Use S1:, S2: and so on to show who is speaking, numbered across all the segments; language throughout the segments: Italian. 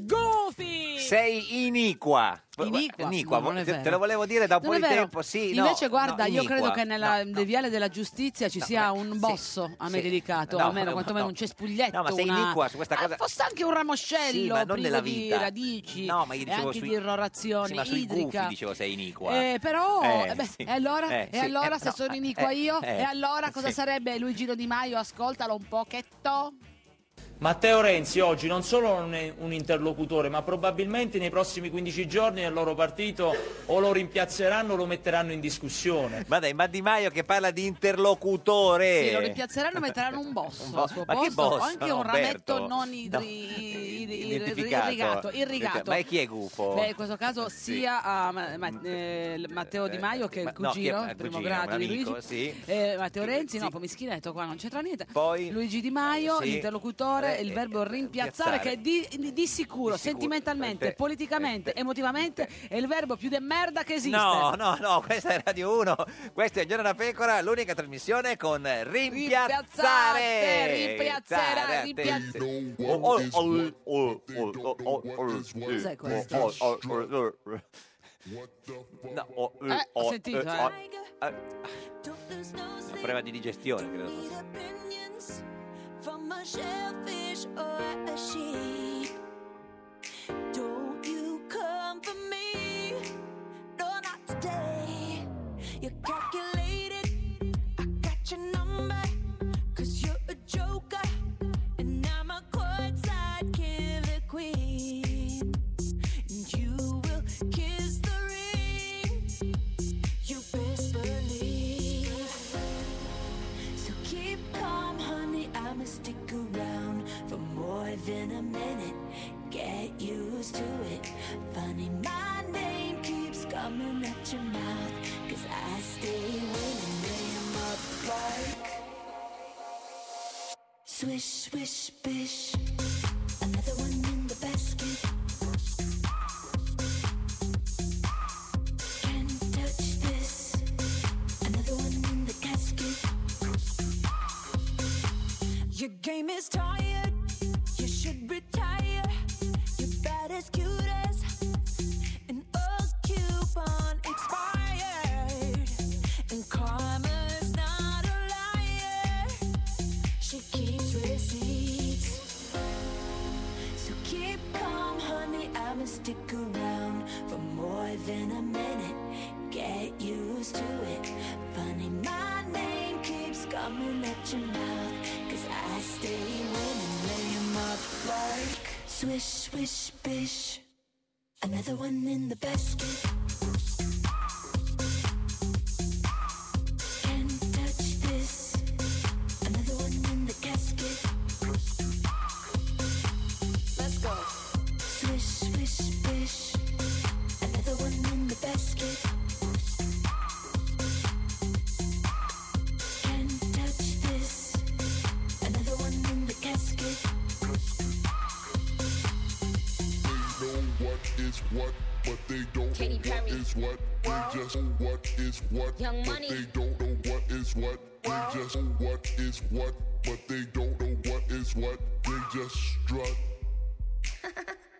S1: Goofy!
S2: Sei iniqua.
S1: Iniqua?
S2: Iniqua,
S1: No, non è
S2: te,
S1: vero.
S2: te lo volevo dire da un po'
S1: Non è
S2: di
S1: vero.
S2: tempo, sì. no,
S1: Invece, guarda,
S2: no,
S1: io
S2: iniqua.
S1: credo che nella, nel viale della giustizia ci sia un bosso a me
S2: sì.
S1: dedicato,
S2: No,
S1: almeno
S2: no,
S1: quantomeno
S2: no.
S1: un cespuglietto.
S2: No, ma sei
S1: una-
S2: iniqua su questa
S1: Ah,
S2: cosa.
S1: fosse anche un ramoscello
S2: Sì, ma non
S1: privo
S2: nella
S1: di
S2: vita.
S1: radici
S2: No, ma io
S1: e
S2: dicevo
S1: anche
S2: sui-
S1: di irrorazione
S2: Sì, ma sui gufi
S1: idrica.
S2: dicevo sei iniqua.
S1: Eh, però,
S2: Eh,
S1: eh, beh,
S2: sì.
S1: e allora,
S2: Eh,
S1: e
S2: sì,
S1: allora
S2: eh,
S1: se
S2: no,
S1: sono
S2: eh,
S1: iniqua io,
S2: eh,
S1: e allora cosa
S2: sì.
S1: sarebbe Luigino Di Maio? Ascoltalo un pochetto.
S3: Matteo Renzi oggi non solo non è un interlocutore, ma probabilmente nei prossimi 15 giorni nel loro partito o lo rimpiazzeranno o lo metteranno in discussione.
S2: Ma dai, ma Di Maio che parla di interlocutore.
S1: Sì, lo rimpiazzeranno e metteranno un bosso
S2: Un
S1: al suo
S2: ma che
S1: posto, o
S2: bosso,
S1: anche un
S2: Umberto?
S1: rametto non idri-
S2: No,
S1: iri-
S2: identificato.
S1: irrigato, irrigato.
S2: Ma chi è gufo?
S1: Beh, in questo caso
S2: Sì.
S1: sia a Ma- Ma- eh, Matteo Di Maio che è il
S2: Ma- no, chi è-
S1: cugino,
S2: è
S1: il primo
S2: cugino,
S1: grado
S2: un
S1: di
S2: amico,
S1: Luigi.
S2: sì.
S1: Eh, Matteo Renzi, no,
S2: Sì.
S1: poi Mischineto qua non c'entra niente.
S2: Poi-
S1: Luigi Di Maio,
S2: Sì.
S1: l'interlocutore,
S2: Eh,
S1: il
S2: eh,
S1: verbo
S2: rimpiazzare.
S1: rimpiazzare che è di, di-
S2: Di
S1: di sicuro,
S2: sicuro,
S1: sentimentalmente,
S2: eh,
S1: politicamente,
S2: eh,
S1: emotivamente è il verbo più de merda che esiste.
S2: No, no, no, questa è Radio 1, questa è Il Giorno da Pecora, l'unica trasmissione con rimpiazzare.
S1: Rimpiazzate, rimpiazzerà, rimpiazz-
S2: Oh, oh, oh, oh, oh, oh, oh, oh,
S1: Cos'è questo?
S2: oh, oh, oh, oh, oh. No, oh, oh,
S1: Eh, ho
S2: oh,
S1: sentito,
S2: oh,
S1: eh.
S2: oh, eh, una prova di digestione, credo fosse.
S4: From a shellfish or a sheep. Don't you come for me. No, not today. You're calculated. I got your number. Cause you're a joker. And I'm a courtside killer queen. And you will kiss the ring. You best believe. So keep calm, honey. I'ma stick around for more than a minute. Get used to it. Funny, my name keeps coming at your mouth. Cause I stay winning. Name up like Swish, swish, bish. Another one in the basket. Can't touch this. Another one in the casket. Your game is tired. You should retire. You're bad as cute as an old coupon expired. And karma's not a liar. She keeps receipts. So keep calm, honey. I'ma stick around for more than a minute. Get used to it. Funny, my name keeps coming at your mouth. Cause I stay winning, lay 'em up like swish, swish, bish. Another one in the basket. Can't touch this. Another one in the casket. Let's go. Swish, swish, bish. Another one in the basket. Can't touch this. Another one in the casket.
S5: They know what is what, but they don't
S4: Katy
S5: know
S4: Perry.
S5: what is what. They just know what is what,
S4: Young
S5: but
S4: Money.
S5: they don't know what is what. They just know what is what, but they don't know what is what. They just strut.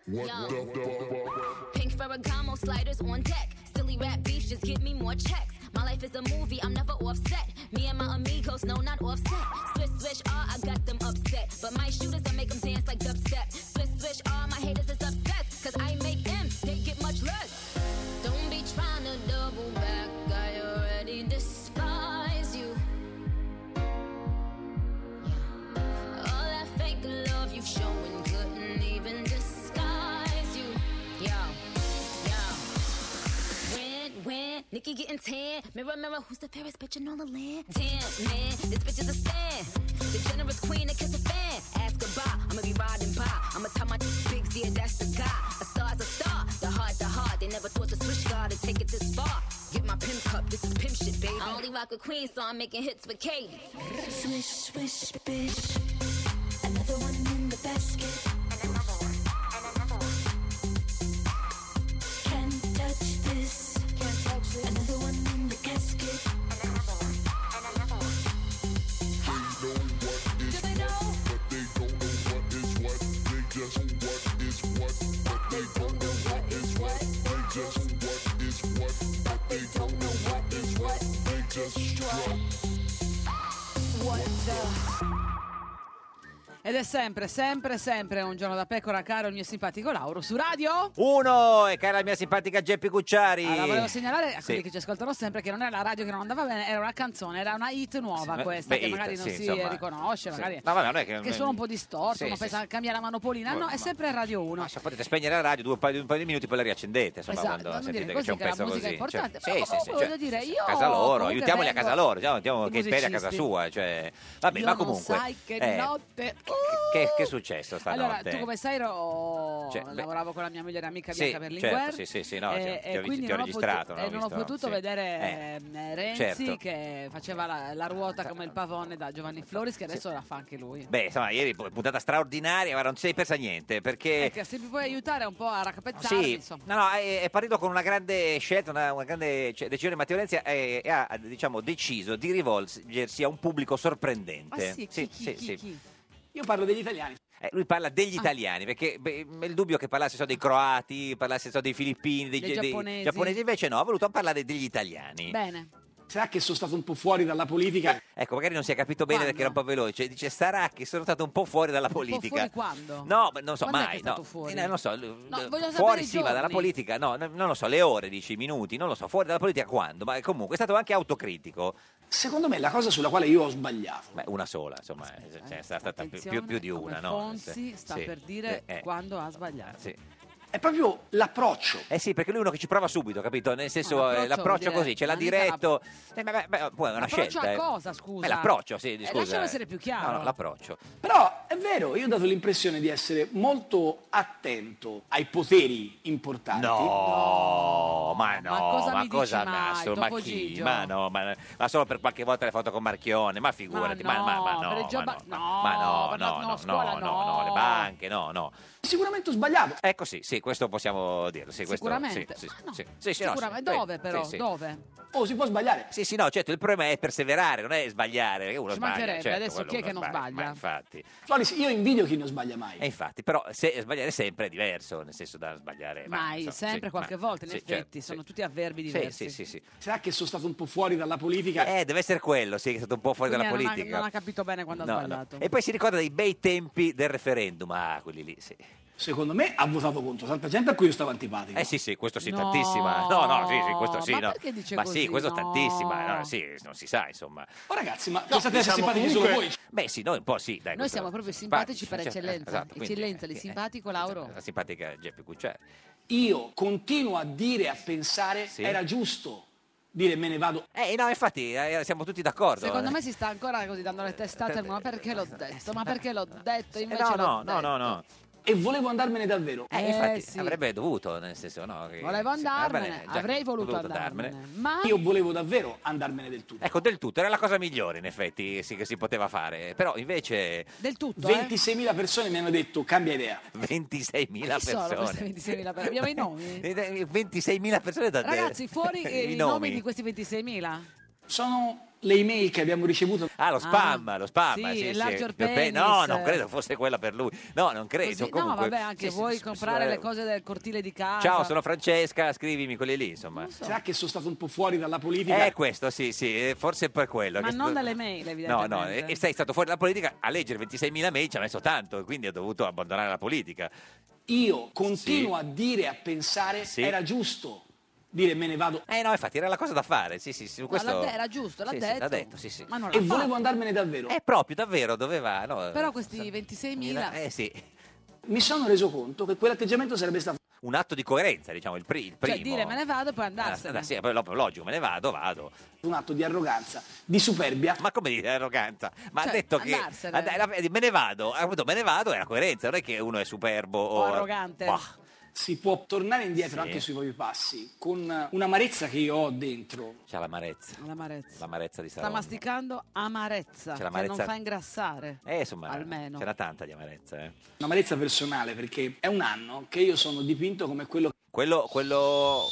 S5: What
S6: Yo.
S5: the fuck?
S6: Pink Ferragamo sliders on deck. Silly rap beef, just give me more checks. My life is a movie, I'm never offset. Me and my amigos, no, not offset. Swish, swish, ah, I got them upset. But my shooters, I make them dance like dubstep. Swish, swish, ah, my haters is obsessed. Cause I make M's, they get much less. Don't be trying to double back, I already despise you. All that fake love you showing couldn't even disguise you. Yo, yo. When, when, Nikki getting tan. Mirror, mirror, who's the fairest bitch in all the land? Damn, man, this bitch is a stan. The generous queen that kiss a fan. Ask goodbye, I'ma be riding by. I'ma tell my big Z, that's the guy. A star's a star, the heart, the heart. They never thought the switch guard to take it this far. Get my pimp cup, this is pimp shit, baby. I only rock with queens, so I'm making hits with Katie.
S4: Swish, swish, bish. Another one in the basket. And another one, and another one. Can't touch this. Can't touch this. Another one in the casket. Do they know? What the?
S1: Ed è sempre, sempre, sempre un giorno da pecora, caro il mio simpatico Lauro, su radio.
S2: Uno, e cara la mia simpatica Geppi Cucciari.
S1: Allora, volevo segnalare a
S2: Sì.
S1: quelli che ci ascoltano sempre che non era la radio che non andava bene, era una canzone, era una hit nuova
S2: Sì,
S1: questa,
S2: beh,
S1: che
S2: hit,
S1: magari non
S2: sì,
S1: si
S2: insomma.
S1: riconosce,
S2: Sì.
S1: magari
S2: No, vabbè, non è che-
S1: suona un po' distorto,
S2: Sì,
S1: ma
S2: sì,
S1: pensa
S2: sì.
S1: a cambiare la manopolina, no, è sempre Radio 1.
S2: Cioè, potete spegnere la radio due, un paio, un paio di minuti poi la riaccendete insomma
S1: Esatto,
S2: quando
S1: non dire
S2: sentite che
S1: così,
S2: c'è un
S1: che la
S2: pezzo
S1: musica
S2: così
S1: è importante,
S2: Cioè,
S1: però
S2: sì, sì, sì,
S1: voglio
S2: cioè,
S1: dire,
S2: sì,
S1: io
S2: a casa loro
S1: comunque
S2: aiutiamoli a
S1: vengo-
S2: casa loro diciamo, diciamo
S1: I
S2: che imperi a casa
S1: musicisti.
S2: sua cioè, vabbè
S1: Io
S2: ma
S1: non
S2: comunque
S1: sai che
S2: eh,
S1: notte.
S2: che, che è successo stanotte
S1: Allora, tu come Oh, sai, ero...
S2: Cioè, beh-
S1: lavoravo con la mia migliore amica
S2: Sì,
S1: Bianca Berlinguer.
S2: certo, sì, sì, sì, no, ti ho- ti ho-
S1: Eh, quindi
S2: ti ho
S1: non
S2: registrato,
S1: potuto-
S2: no, ho
S1: eh, non ho
S2: visto,
S1: potuto
S2: sì.
S1: vedere
S2: Eh,
S1: ehm, Renzi
S2: certo.
S1: che faceva la, la ruota come il pavone da Giovanni Floris, che adesso la fa anche lui.
S2: beh insomma ieri pu- puntata straordinaria guarda non ci sei persa niente perché
S1: Ecco, se mi puoi aiutare un po' a raccapezzarmi,
S2: Eh. Sì,
S1: insomma.
S2: no, no, è, è partito con una grande scelta, una, una grande ce- decisione Matteo Renzi e, e ha diciamo, deciso di rivolgersi a un pubblico sorprendente.
S1: Ah, sì, chi, chi, chi, chi? Ah.
S7: Io parlo degli italiani.
S2: Eh, lui parla degli italiani, perché beh, è il dubbio che parlasse so, dei croati, parlasse so, dei filippini, dei,
S1: Dei giapponesi.
S2: invece no, ha voluto parlare degli italiani.
S1: Bene.
S7: Sarà che sono stato un po' fuori dalla politica?
S2: Ecco, magari non si è capito bene perché era un po' veloce. Dice, sarà che sono stato un po' fuori dalla politica.
S1: fuori quando?
S2: No, ma non so,
S1: Quando è
S2: mai.
S1: che è stato
S2: no.
S1: fuori?
S2: Eh, no, non so,
S1: voglio
S2: eh,
S1: sapere
S2: fuori
S1: i
S2: sì, ma dalla
S1: giorni.
S2: politica, no, no, non lo so, le ore, dici, i minuti, non lo so, fuori dalla politica quando? Ma comunque è stato anche autocritico.
S7: Secondo me la cosa sulla quale io ho sbagliato.
S2: Beh, una sola, insomma, eh, cioè, è stata più, più- più di
S1: Attenzione,
S2: una,
S1: come
S2: no?
S1: Fonzi
S2: Sì,
S1: sta
S2: sì,
S1: per dire
S2: eh, eh,
S1: quando ha sbagliato.
S2: sì.
S7: È proprio l'approccio.
S2: Eh sì, perché lui è uno che ci prova subito, capito? Nel senso,
S1: Ma
S2: eh,
S1: Ah, l'approccio,
S2: l'approccio
S1: vuol dire,
S2: così, ce l'ha
S1: Anita,
S2: diretto. Eh, beh, beh, beh, poi è una
S1: L'approccio
S2: scelta.
S1: a
S2: eh.
S1: cosa, scusa?
S2: Eh, l'approccio, sì,
S1: Eh,
S2: scusa.
S1: lascialo essere più chiaro.
S2: No, no, l'approccio.
S7: Però è vero, io ho dato l'impressione di essere molto attento ai poteri importanti.
S2: No, ma no,
S1: ma cosa
S2: ma
S1: mi
S2: cosa
S1: dici mai,
S2: Nasso, ma
S1: dopo
S2: chi?
S1: Gigio?
S2: Ma no, ma, ma solo per qualche volta le foto con Marchione, ma figurati, ma,
S1: no,
S2: ma, ma no,
S1: per il
S2: ma
S1: gioba-
S2: no,
S1: no,
S2: ma no,
S1: per la-
S2: no,
S1: no,
S2: no,
S1: scuola
S2: no, no,
S1: no.
S2: no, le banche, no, no.
S7: Sicuramente ho sbagliato.
S2: Ecco sì, sì, questo possiamo dirlo, sì, questo,
S1: Sicuramente.
S2: sì, sì,
S1: Ma no,
S2: sì, sì, sì, no,
S1: sicuramente.
S2: sì,
S1: dove
S2: sì,
S1: però?
S2: sì.
S1: Dove?
S7: Oh, si può sbagliare.
S2: Sì, sì, no, certo, il problema è perseverare, non è sbagliare, perché uno
S1: Ci
S2: sbaglia,
S1: mancherebbe,
S2: certo,
S1: adesso
S2: quello
S1: chi è
S2: uno
S1: che non
S2: Ma
S1: sbaglia?
S2: infatti,
S7: Floris, io invidio chi non sbaglia mai.
S2: e infatti, però se, sbagliare sempre è diverso, nel senso da sbagliare Eh, ma,
S1: Mai,
S2: insomma,
S1: sempre,
S2: sì,
S1: qualche
S2: ma-
S1: volta, in
S2: sì,
S1: effetti,
S2: certo,
S1: sono
S2: sì.
S1: tutti avverbi
S2: Sì,
S1: diversi.
S2: sì, sì, sì.
S7: Sarà che sono stato un po' fuori dalla politica?
S2: Eh, deve essere quello, sì, che è stato un po' fuori
S1: Quindi
S2: dalla
S1: non ha-
S2: politica.
S1: non ha capito bene quando ha
S2: No, Eh, no.
S1: sbagliato.
S2: E poi si ricorda dei bei tempi del referendum, ah, quelli lì, sì.
S7: Secondo me ha votato contro tanta gente a cui io stavo antipatico.
S2: Eh sì, sì, questo sì,
S1: No.
S2: tantissima. No, no, sì, sì, questo sì,
S1: Ma
S2: no.
S1: perché dice
S2: Ma
S1: così?
S2: sì, questo
S1: No.
S2: tantissima, no, sì, non si sa, insomma.
S7: Oh, ragazzi, ma pensate di essere simpatici solo voi?
S2: Beh, sì, noi un po' sì, dai. diciamo
S1: Noi
S2: questo-
S1: siamo proprio simpatici per
S2: cioè,
S1: eccellenza.
S2: esatto, quindi,
S1: Eccellenza,
S2: eh,
S1: lì
S2: eh,
S1: simpatico,
S2: eh,
S1: Lauro.
S2: La simpatica Geppi Cucciari.
S7: Io continuo a dire, a pensare,
S2: Sì.
S7: era giusto dire me ne vado.
S2: Eh, no, infatti, eh, siamo tutti d'accordo.
S1: Secondo
S2: Eh.
S1: me si sta ancora così dando le testate, ma perché l'ho detto? Ma perché l'ho detto?
S2: Eh,
S1: Invece
S2: no,
S1: l'ho
S2: no, no, no, no.
S7: E volevo andarmene davvero.
S2: Eh,
S1: Eh,
S2: infatti,
S1: sì.
S2: avrebbe dovuto, nel senso, no. che-
S1: Volevo
S2: sì, va bene,
S1: andarmene,
S2: già,
S1: avrei voluto, andarmene, ma
S7: Ah. Io volevo davvero andarmene del tutto.
S2: Ecco, del tutto, era la cosa migliore in effetti sì, che si poteva fare, però invece
S1: del tutto, eh.
S7: 26.000 persone mi hanno detto cambia idea.
S2: 26.000
S1: Chi sono
S2: persone.
S1: queste 26.000 persone? Abbiamo i nomi?
S2: 26.000 persone da
S1: Ragazzi, fuori eh, i, nomi. di questi 26.000?
S7: Sono le email che abbiamo ricevuto.
S2: Ah, lo spam,
S1: Ah,
S2: lo spam.
S1: sì,
S2: sì,
S1: il larger
S2: pe-
S1: penis.
S2: No, non credo fosse quella per lui. No, non credo.
S1: Così- no,
S2: Cioè, comunque.
S1: vabbè, anche
S2: Sì, sì,
S1: voi
S2: sì,
S1: comprare
S2: sì,
S1: le
S2: eh,
S1: cose del cortile di casa.
S2: Ciao, sono Francesca, scrivimi quelli lì, insomma.
S7: Sarà che sono stato un po' fuori dalla politica?
S2: Eh, questo, sì, sì, eh, forse per quello.
S1: Ma
S2: che-
S1: non dalle mail,
S2: No, eh,
S1: evidentemente.
S2: no, e e sei stato fuori dalla politica a leggere 26.000 mail ci ha messo tanto, e quindi ho dovuto abbandonare la politica.
S7: Io continuo a dire, a pensare,
S2: Sì.
S7: era giusto dire me ne vado.
S2: Eh no, infatti era la cosa da fare, sì, sì, sì, su questo...
S1: l'ha de- era giusto, l'ha
S2: Sì, sì,
S1: detto.
S2: l'ha detto, sì, sì.
S1: Ma non l'ha
S7: E
S1: fatto.
S7: volevo andarmene davvero.
S2: Eh, proprio, davvero, doveva... no,
S1: Però questi 26.000...
S2: Eh sì,
S7: Mi sono reso conto che quell'atteggiamento sarebbe stato
S2: un atto di coerenza, diciamo, il, pri- il primo.
S1: Cioè, dire me ne vado e poi andarsene.
S2: Ah, sì, poi dopo, logico, me ne vado, vado.
S7: un atto di arroganza, di superbia.
S2: Ma come dire arroganza? Ma
S1: Cioè,
S2: ha detto che
S1: andarsene.
S2: ha de- la- me ne vado, ha avuto me ne vado è la coerenza, non è che uno è superbo o,
S1: arrogante.
S2: Bah.
S7: si può tornare indietro anche sui propri passi, con un'amarezza che io ho dentro.
S2: C'ha l'amarezza.
S1: L'amarezza.
S2: L'amarezza di
S1: Sta
S2: Salone.
S1: masticando amarezza,
S2: C'è
S1: che non
S2: l'amarezza-
S1: fa ingrassare.
S2: Eh, insomma,
S1: Almeno.
S2: c'era tanta di amarezza, eh.
S7: Un'amarezza personale, perché è un anno che io sono dipinto come quello
S2: Quello, quello,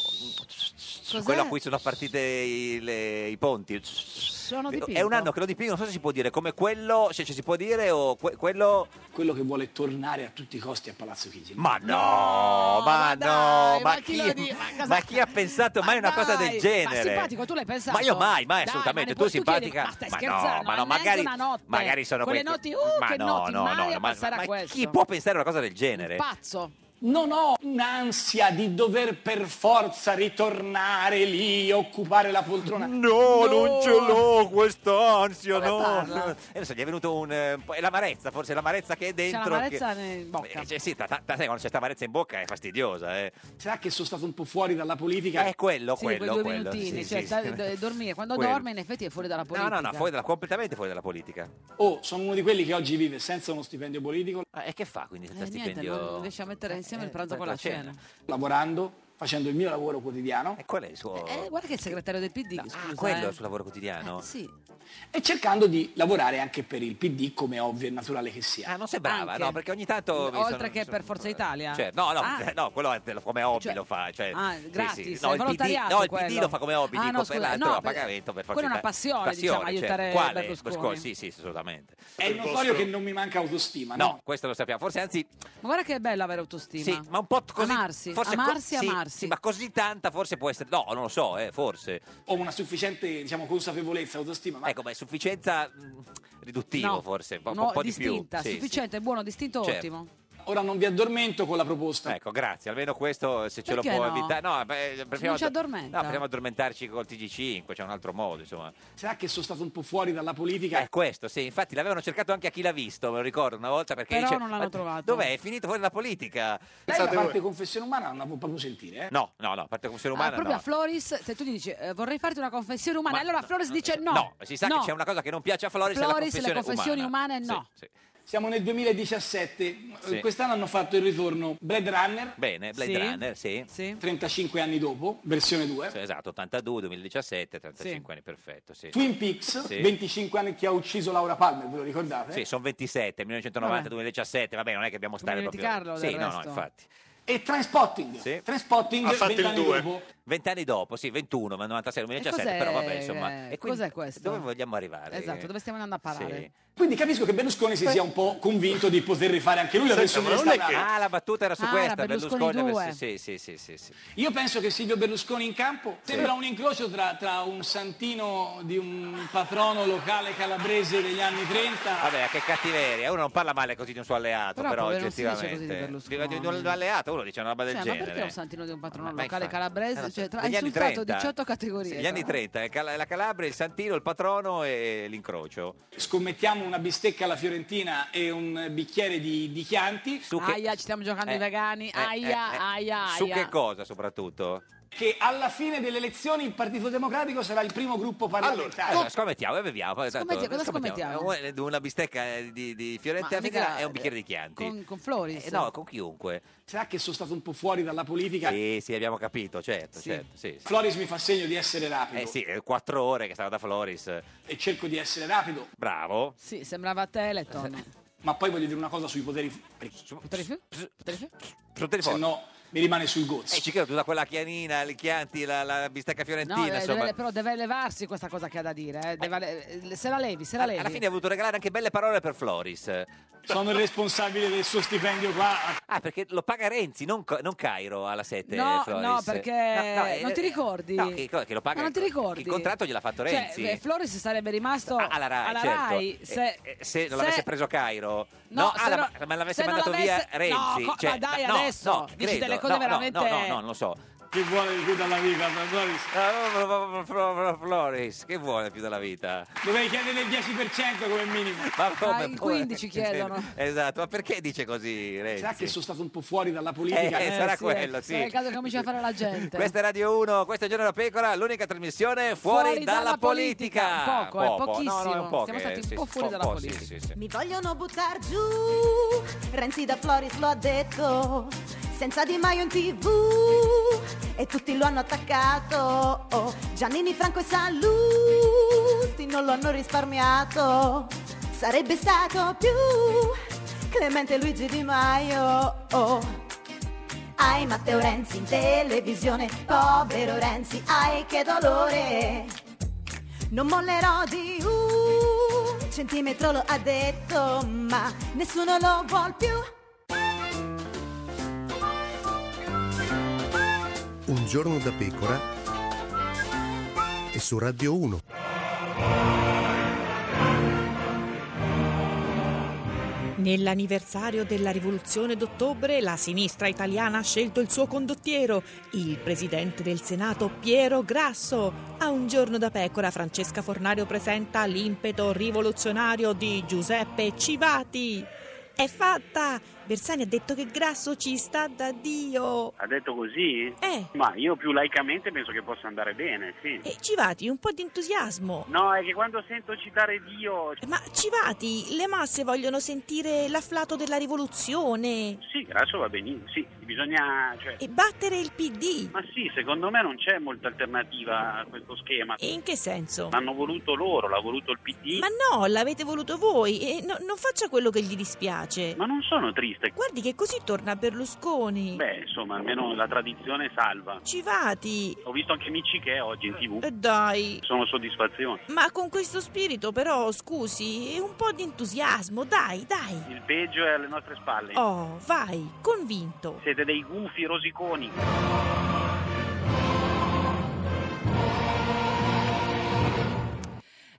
S1: Cos'è?
S2: quello a cui sono partite i, le- i ponti.
S1: Sono dipinto.
S2: È un anno che lo dipingo, non so se si può dire come quello, se ci si può dire o que- quello...
S7: quello che vuole tornare a tutti i costi a Palazzo Chigi.
S2: Ma no,
S1: No,
S2: ma
S1: ma
S2: no,
S1: dai,
S2: ma,
S1: ma chi
S2: chi,
S1: lo dice? Ma cosa-
S2: ma chi ha pensato mai una cosa del
S1: dai,
S2: genere?
S1: Ma simpatico, tu l'hai pensato?
S2: Ma io mai, mai,
S1: Dai,
S2: assolutamente.
S1: ma
S2: tu
S1: ne- chiedi-
S2: simpatica.
S1: ma stai
S2: ma no,
S1: scherzando,
S2: ma no,
S1: neanche
S2: magari,
S1: una notte.
S2: magari sono
S1: Quelle
S2: quei-
S1: notti, uh,
S2: ma
S1: che
S2: no,
S1: notti,
S2: no,
S1: mai
S2: no, no, ma,
S1: passerà
S2: ma
S1: questo.
S2: chi può pensare una cosa del genere?
S1: Pazzo.
S7: Non ho un'ansia di dover per forza ritornare lì, occupare la poltrona. Oh,
S2: No, non ce l'ho quest'ansia,
S1: Come
S2: no.
S1: parla?
S2: E non so, gli è venuto un... eh, un po'- È l'amarezza, forse è l'amarezza che è
S1: C'è
S2: dentro.
S1: l'amarezza
S2: che-
S1: in bocca.
S2: Eh, cioè, sì, ta- ta- sai, quando c'è sta amarezza in bocca è fastidiosa, eh.
S7: Sarà che sono stato un po' fuori dalla politica?
S2: È quello,
S1: Sì,
S2: quello,
S1: quei due
S2: quello.
S1: minutini,
S2: Sì,
S1: cioè
S2: sì,
S1: sta-
S2: sì.
S1: d- dormire. Quando
S2: Quello.
S1: dorme in effetti è fuori dalla
S2: No,
S1: politica.
S2: no, no, fuori dalla- completamente fuori dalla politica.
S7: Oh, sono uno di quelli che oggi vive senza uno stipendio politico,
S2: Ah, e che fa quindi senza
S1: Eh, niente,
S2: stipendio?
S1: non riesce a mettere insieme
S2: Eh,
S1: il pranzo
S2: eh,
S1: con la cena.
S7: lavorando, facendo il mio lavoro quotidiano
S2: E qual è il suo...
S1: Eh, guarda che è il segretario del PD, scusa.
S2: ah, quello è
S1: eh.
S2: il suo lavoro quotidiano?
S1: Eh, sì.
S7: e cercando di lavorare anche per il PD, come è ovvio e naturale che sia.
S2: Ah, non sembrava,
S1: Anche.
S2: no, perché ogni tanto... mi
S1: Oltre
S2: sono-
S1: che per Forza Italia?
S2: Cioè, no, no,
S1: Ah.
S2: no, quello è come hobby
S1: Cioè-
S2: lo fa. Cioè,
S1: Ah,
S2: sì, sì.
S1: gratis, è
S2: No, il PD,
S1: volontariato
S2: no, il PD
S1: quello.
S2: lo fa come hobby,
S1: Ah,
S2: dico,
S1: no,
S2: per
S1: scusa,
S2: l'altro
S1: no,
S2: a
S1: per-
S2: pagamento per Forza
S1: quella è una
S2: Italia.
S1: passione, diciamo, aiutare
S2: Quale?
S1: Berlusconi.
S2: Sì, sì, assolutamente.
S7: È notorio che non mi manca autostima, no?
S2: No, questo lo sappiamo. Forse anzi,
S1: Ma guarda che è bello avere autostima.
S2: sì, ma un po' t- così.
S1: Amarsi,
S2: forse co-
S1: amarsi,
S2: sì,
S1: amarsi.
S2: sì, ma così tanta forse può essere. No, non lo so, eh, forse.
S7: Ho una sufficiente, diciamo, consapevolezza, autostima, ma
S2: Ecco, ma è sufficienza mh, riduttivo,
S1: No,
S2: forse. Un po',
S1: no,
S2: un po' di più.
S1: distinta,
S2: Sì, sì.
S1: sufficiente, buono, distinto,
S2: Certo.
S1: ottimo.
S7: ora non vi addormento con la proposta.
S2: Ecco, grazie. Almeno questo se ce
S1: Perché
S2: lo può
S1: no?
S2: evitare. No, beh, eh, preferiamo-
S1: ci addormenta.
S2: No, preferiamo addormentarci col TG5, c'è un altro modo, insomma.
S7: Sarà che sono stato un po' fuori dalla politica?
S2: Eh, questo, sì, infatti l'avevano cercato anche a chi l'ha visto, me lo ricordo una volta perché
S1: Però
S2: dice,
S1: non l'hanno
S2: "Ma
S1: trovato."
S2: Dov'è? È finito fuori dalla politica.
S7: Lei la
S2: Pensate voi.
S7: parte confessione umana non la può proprio sentire, eh?
S2: No, no, no, a parte confessione
S1: Ah,
S2: umana
S1: proprio
S2: no.
S1: a Floris, se tu gli dici eh, vorrei farti una confessione umana,
S2: Ma-
S1: allora Floris dice no.
S2: No, si sa
S1: no.
S2: che c'è una cosa che non piace a Flores, è la
S1: Floris, le
S2: confessione
S1: confessioni
S2: umana.
S1: umane, no.
S2: Sì, sì.
S7: Siamo nel 2017,
S2: Sì.
S7: quest'anno hanno fatto il ritorno Blade Runner,
S2: Bene, Blade
S1: Sì.
S2: Runner, sì.
S1: Sì.
S7: 35 anni dopo, versione 2,
S2: Sì, Esatto, 82, 2017, 35
S1: Sì.
S2: anni, perfetto, sì.
S7: Twin Peaks,
S2: Sì.
S7: 25 anni che ha ucciso Laura Palmer, ve lo
S1: Eh?
S7: ricordate?
S2: Sì, sono 27, 1990,
S1: Vabbè.
S2: 2017, vabbè, non è che abbiamo stare proprio...
S1: Ah. dimenticarlo, del
S2: Sì, no, no,
S1: resto.
S2: infatti.
S7: E Trainspotting,
S2: Sì.
S7: Trainspotting
S8: Ha fatto
S7: 20
S8: il
S7: anni
S8: due.
S7: dopo.
S2: Vent'anni dopo, sì, 21, ma 96, 2017,
S1: cos'è,
S2: però vabbè, insomma.
S1: eh, cos'è questo?
S2: Dove vogliamo arrivare?
S1: Esatto, dove stiamo andando a parare? Cioè,
S2: Sì.
S7: Quindi capisco che Berlusconi si sia un po' convinto di poter rifare anche lui la
S8: Senta,
S7: versione
S8: ma non è
S7: restaurata.
S2: Ah, la battuta era su
S1: Ah,
S2: questa,
S1: era
S2: Berlusconi.
S1: Berlusconi
S2: aveva-
S1: due.
S2: Sì, sì, sì, sì, sì.
S7: Io penso che Silvio Berlusconi in campo sembra un incrocio tra, tra un santino di un patrono locale calabrese degli anni 30.
S2: Vabbè, che cattiveria. Uno non parla male così di un suo alleato,
S1: Però,
S2: però,
S1: povero, non si dice
S2: oggettivamente.
S1: così di
S2: di un
S1: Berlusconi.
S2: alleato uno dice una roba del
S1: Cioè, ma
S2: genere.
S1: perché un santino di un patrono
S2: Ma- ma
S1: locale
S2: infatti,
S1: calabrese?
S2: eh, lo so,
S1: Cioè, tra-
S2: degli
S1: ha
S2: anni
S1: insultato
S2: 30.
S1: 18 categorie,
S2: Sì, Gli
S1: tra
S2: anni
S1: l'altro.
S2: 30, eh, Cal- la Calabria, il Santino, il Patrono e l'incrocio.
S7: Scommettiamo una bistecca alla Fiorentina e un bicchiere di, di Chianti
S2: Su che- Eh,
S1: Aia, ci stiamo giocando i vegani. Aia, aia,
S2: Su
S1: aia.
S2: che cosa soprattutto?
S7: che alla fine delle elezioni il Partito Democratico sarà il primo gruppo parlamentare.
S2: Allora, scommettiamo e beviamo. poi tanto-
S1: Scommetti- Eh, cosa
S2: Eh, Una bistecca eh, di, di Fiorentina
S1: Ma, mica,
S2: e un bicchiere di Chianti.
S1: Con, con Floris.
S2: Eh, no, con chiunque.
S7: Sarà che sono stato un po' fuori dalla politica?
S2: Sì, sì, abbiamo capito, certo, certo. Sì, sì.
S7: Floris mi fa segno di essere rapido
S2: Eh sì, eh, quattro ore che stava da Floris.
S7: e cerco di essere rapido,
S2: Bravo.
S1: Sì, sembrava Teleton.
S7: ma poi voglio dire una cosa sui poteri, perché
S1: Potrei più? Potrei più?
S2: Sul telefono.
S7: se no mi rimane sul gozzo.
S2: Eh, ci credo, tutta quella chianina, il Chianti, la, la bistecca fiorentina,
S1: No, eh,
S2: insomma.
S1: deve- però deve levarsi questa cosa che ha da dire. eh. Deve le- se la levi, se la levi.
S2: Alla fine ha voluto regalare anche belle parole per Floris.
S7: Sono il responsabile del suo stipendio qua a
S2: Ah, perché lo paga Renzi, non, Co- non Cairo alla 7
S1: No,
S2: Floris.
S1: no, perché
S2: eh,
S1: non ti
S2: eh,
S1: ricordi.
S2: No, che, cosa- che lo paga
S1: Ma non ti ricordi?
S2: Il contratto gliel'ha fatto Renzi.
S1: Cioè, eh, Floris sarebbe rimasto
S2: Ah, alla Rai, certo.
S1: Rai,
S2: Eh,
S1: se,
S2: eh, se non l'avesse preso Cairo, no,
S1: se
S2: ah, la-
S1: no-
S2: ma l'avesse
S1: se non
S2: mandato via
S1: l'avesse-
S2: Renzi.
S1: no, co-
S2: cioè,
S1: ma dai,
S2: no,
S1: adesso,
S2: no,
S1: dici
S2: credo,
S1: delle cose
S2: no, no,
S1: veramente-
S2: No, no, no, non lo so.
S7: chi vuole di più dalla vita, per Floris.
S2: Ah, Floris, che vuole più dalla vita?
S7: Dovrei chiedere il 10% come minimo.
S2: Ma
S1: Ah, il 15 chiedono.
S2: Esatto, ma perché dice così Renzi?
S7: Sarà che sono stato un po' fuori dalla
S2: Eh,
S7: politica?
S2: eh, sarà
S1: sì,
S2: quello,
S1: eh,
S2: sì.
S1: sarà il caso che comincia a fare la gente.
S2: Questa è Radio 1, questo è Giorno della Pecora, l'unica trasmissione fuori,
S1: Fuori
S2: dalla,
S1: dalla
S2: politica.
S1: politica. Poco, eh, pochissimo.
S2: No, no, è un po'
S1: Siamo
S2: che-
S1: stati un
S2: sì,
S1: po' fuori
S2: un
S1: dalla
S2: po', sì,
S1: politica.
S2: sì, sì.
S4: Mi vogliono buttar giù, Renzi da Floris lo ha detto.
S8: senza Di Maio in tv e tutti lo hanno attaccato oh. Giannini Franco e Salusti non lo hanno risparmiato sarebbe stato più Clemente Luigi Di Maio oh. Ai Matteo Renzi in televisione, povero Renzi, ai che dolore. Non mollerò di un centimetro, lo ha detto, ma nessuno lo vuol più.
S9: Un giorno da pecora e su Radio 1.
S10: Nell'anniversario della rivoluzione d'ottobre la sinistra italiana ha scelto il suo condottiero, il presidente del Senato Piero Grasso. A un giorno da pecora Francesca Fornario presenta l'impeto rivoluzionario di Giuseppe Civati. È fatta! Bersani ha detto che Grasso ci sta da Dio.
S11: Ha detto così?
S10: Eh.
S11: Ma io più laicamente penso che possa andare bene, sì.
S10: E Civati, un po' di entusiasmo.
S11: No, è che quando sento citare Dio...
S10: Ma Civati, le masse vogliono sentire l'afflato della rivoluzione
S11: Sì, Grasso va benissimo, sì, bisogna... Cioè...
S10: e battere il PD.
S11: Ma sì, secondo me non c'è molta alternativa a questo schema.
S10: E in che senso?
S11: L'hanno voluto loro, l'ha voluto il PD.
S10: Ma no, l'avete voluto voi e no- non faccia quello che gli dispiace.
S11: Ma non sono triste.
S10: Guardi che così torna Berlusconi.
S11: Beh, insomma, almeno la tradizione salva.
S10: Civati.
S11: Ho visto anche Micci che è oggi in tv.
S10: Eh, dai.
S11: Sono soddisfazione.
S10: Ma con questo spirito però, scusi, e un po' di entusiasmo, dai, dai.
S11: Il peggio è alle nostre spalle.
S10: Oh, vai, convinto.
S11: Siete dei gufi rosiconi.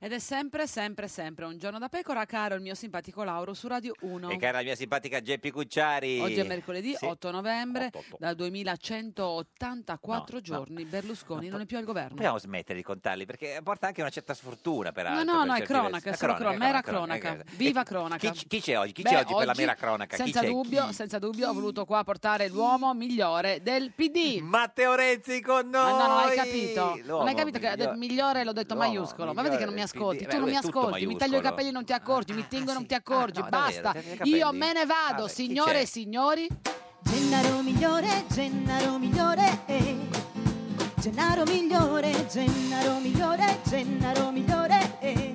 S1: Ed è sempre, sempre, sempre un giorno da pecora, caro il mio simpatico Lauro su Radio 1.
S2: E cara la mia simpatica Geppi Cucciari.
S1: Oggi è mercoledì
S2: Sì.
S1: 8 novembre, da 2184 giorni Berlusconi non è più al governo.
S2: Dobbiamo smettere di contarli perché porta anche una certa sfortuna, peraltro.
S1: No, no,
S2: per
S1: no, è
S2: certi
S1: cronaca,
S2: versi.
S1: è
S2: La
S1: solo cronaca, mera cronaca.
S2: eh,
S1: Viva cronaca.
S2: Chi, chi c'è oggi? Chi
S1: Beh,
S2: c'è oggi per la mera cronaca?
S1: Senza
S2: chi c'è?
S1: dubbio,
S2: Chi?
S1: senza dubbio, ho voluto qua portare l'uomo migliore del PD.
S2: Matteo Renzi con noi.
S1: Ma no, non hai capito. non hai
S2: L'uomo
S1: capito che ha detto
S2: migliore-
S1: migliore l'ho detto
S2: l'uomo
S1: maiuscolo. Ma vedi che non mi
S2: migliore del
S1: ascolti,
S2: PD.
S1: tu
S2: Beh,
S1: non
S2: Eh,
S1: mi
S2: è tutto
S1: ascolti, mi taglio i
S2: maiuscolo. Ah,
S1: capelli e non ti accorgi, mi tingo e non ti accorgi,
S2: no, davvero,
S1: basta.
S2: tagliati i capelli.
S1: Io me ne vado,
S8: Vabbè, chi
S1: signore
S8: c'è?
S1: e signori.
S8: Gennaro migliore, Gennaro migliore, eh. Gennaro migliore, Gennaro migliore, Gennaro migliore, eh.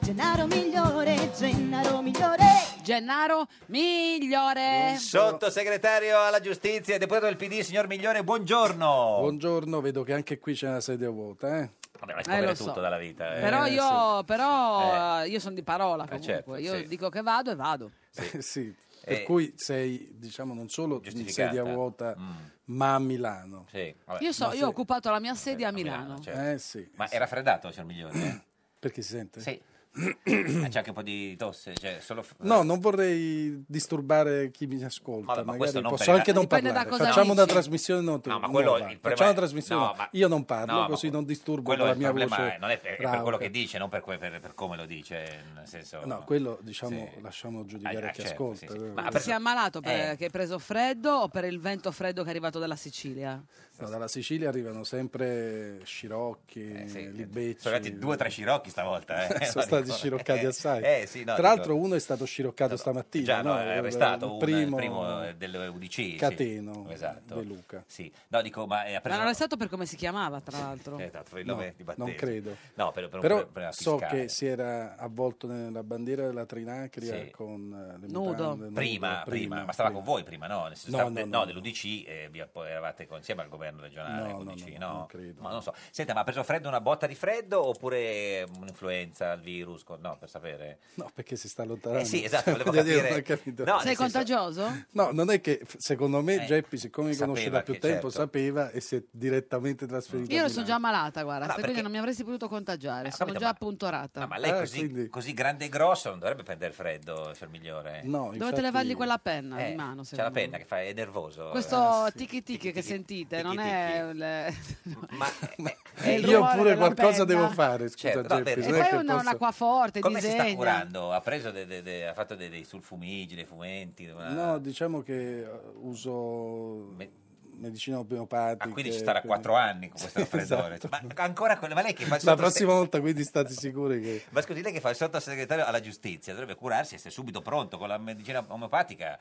S8: Gennaro migliore, Gennaro migliore.
S1: Gennaro migliore.
S2: Sottosegretario alla giustizia e deputato del PD, signor Migliore, buongiorno.
S12: Buongiorno, vedo che anche qui c'è una sedia vuota, eh?
S2: Vabbè, ma
S12: Eh,
S2: scopre
S12: lo so.
S2: tutto dalla vita. eh.
S1: Però
S12: Eh,
S1: io, però, eh, io sono di parola comunque.
S2: certo,
S1: io
S2: sì.
S1: dico che vado e vado.
S12: Sì. Per
S2: Eh.
S12: cui sei, diciamo, non solo in
S2: Giustificata. Mm.
S12: sedia vuota, ma a Milano.
S2: Sì, certo. vabbè.
S1: Io, so,
S12: Ma
S1: io
S12: sì.
S1: ho occupato la mia sedia a Milano.
S12: Eh sì.
S2: Ma è raffreddato, signor Migliore?
S12: Perché si sente?
S2: Sì. Ma c'è anche un po' di tosse, cioè solo...
S12: No, non vorrei disturbare chi mi ascolta,
S2: Vabbè, ma
S12: magari
S2: questo non
S12: posso
S2: per-
S12: anche non
S2: Dipende da
S12: parlare.
S2: cosa
S12: Facciamo una
S2: dici.
S12: trasmissione notturna.
S2: No, ma quello-
S12: nuova.
S2: il problema
S12: Facciamo
S2: è-
S12: una trasmissione.
S2: no,
S12: nuova.
S2: ma-
S12: Io non parlo,
S2: no, ma
S12: così non disturbo
S2: Quello è
S12: la
S2: il
S12: mia
S2: problema,
S12: voce.
S2: eh, non è per, è per
S12: rauca.
S2: quello che dice, non per, que- per- per come lo dice, nel senso...
S12: No, quello diciamo
S2: Sì.
S12: lasciamo
S2: Ah,
S12: giudicare
S2: ah,
S12: chi
S2: certo,
S12: ascolta.
S2: sì, sì.
S12: Eh,
S2: Ma
S1: Perché si è ammalato perché hai preso freddo o per il vento freddo che è arrivato dalla Sicilia?
S12: no, dalla Sicilia arrivano sempre scirocchi, libecci.
S2: Eh, Sono arrivati due o tre scirocchi stavolta. Eh.
S12: sono stati
S2: Dico-
S12: sciroccati
S2: eh,
S12: assai.
S2: Eh, sì, no,
S12: Tra
S2: dico-
S12: l'altro uno è stato sciroccato stamattina.
S2: Già, no,
S12: no?
S2: è arrestato
S12: il
S2: un- il
S12: primo,
S2: primo eh, dell'UDC.
S12: Cateno
S2: sì. Esatto.
S12: De Luca.
S2: Sì. No, dico, ma eh, ha preso...
S1: L'hanno arrestato per come si chiamava, tra l'altro.
S2: Eh, esatto, per il nome di battesimo.
S12: non credo.
S2: No, per, per un
S12: Però
S2: problema
S12: so
S2: fiscale.
S12: che si era avvolto nella bandiera della Trinacria
S2: Sì.
S12: con eh, le
S2: Nudo.
S12: mutande,
S2: Prima,
S12: nudo,
S2: prima, ma stava con voi prima, no? Nel senso,
S12: No,
S2: sta-
S12: no,
S2: no,
S12: no.
S2: dell'UDC eh, vi- poi eravate con- insieme al governo regionale
S12: No,
S2: con
S12: no,
S2: l'UDC,
S12: no,
S2: no?
S12: non credo.
S2: Ma non so. Senta, ma ha preso freddo una botta di freddo oppure un'influenza, il virus? con- No, per sapere.
S12: No, perché si sta allontanando.
S2: Eh sì, esatto,
S12: Cioè,
S2: volevo
S12: voglio
S2: capire.
S12: dire, non ho capito.
S2: No,
S1: Sei contagioso?
S12: No, non è che f- secondo me
S1: Eh,
S12: Geppi, siccome mi conosce
S2: sapeva
S12: da più
S2: che-
S12: tempo,
S2: certo.
S12: sapeva e si è direttamente trasferito.
S1: Io
S12: a
S1: lo sono già
S12: Milano.
S1: malata, guarda,
S12: Allora,
S1: quindi
S12: perché-
S1: non mi avresti potuto contagiare,
S2: ho
S1: sono
S2: capito,
S1: già
S2: ma-
S1: appuntorata.
S2: Ma
S12: Eh,
S2: lei così, così grande e grosso non dovrebbe prendere freddo, signor migliore. Eh,
S12: No,
S1: Dovete levargli quella penna di mano,
S2: C'è la
S1: secondo me.
S2: penna che fa, è nervoso. eh.
S1: Questo tiki tiki che sentite non è il- è il
S12: Io
S1: rumore
S12: pure
S1: della
S12: qualcosa
S1: penna.
S12: devo fare, scusa
S2: Eh, Certo, no, bene.
S12: Geppi.
S1: E
S12: non è
S1: poi
S12: che
S1: una,
S12: posso-
S1: acquaforte,
S2: Come si sta
S1: disegna.
S2: curando? Ha, preso de- de- de- ha fatto de- dei sulfumigi, dei fumenti? una-
S12: No, diciamo che eh, uso medicina omeopatica.
S2: Ah, quindi ci starà quattro anni con questo raffreddore. Ma ancora quello, ma lei che fa il
S12: esatto. La
S2: sottose-
S12: prossima volta quindi state sicuri che...
S2: Ma scusi, lei che fa il sottosegretario alla giustizia, dovrebbe curarsi e essere subito pronto con la medicina omeopatica.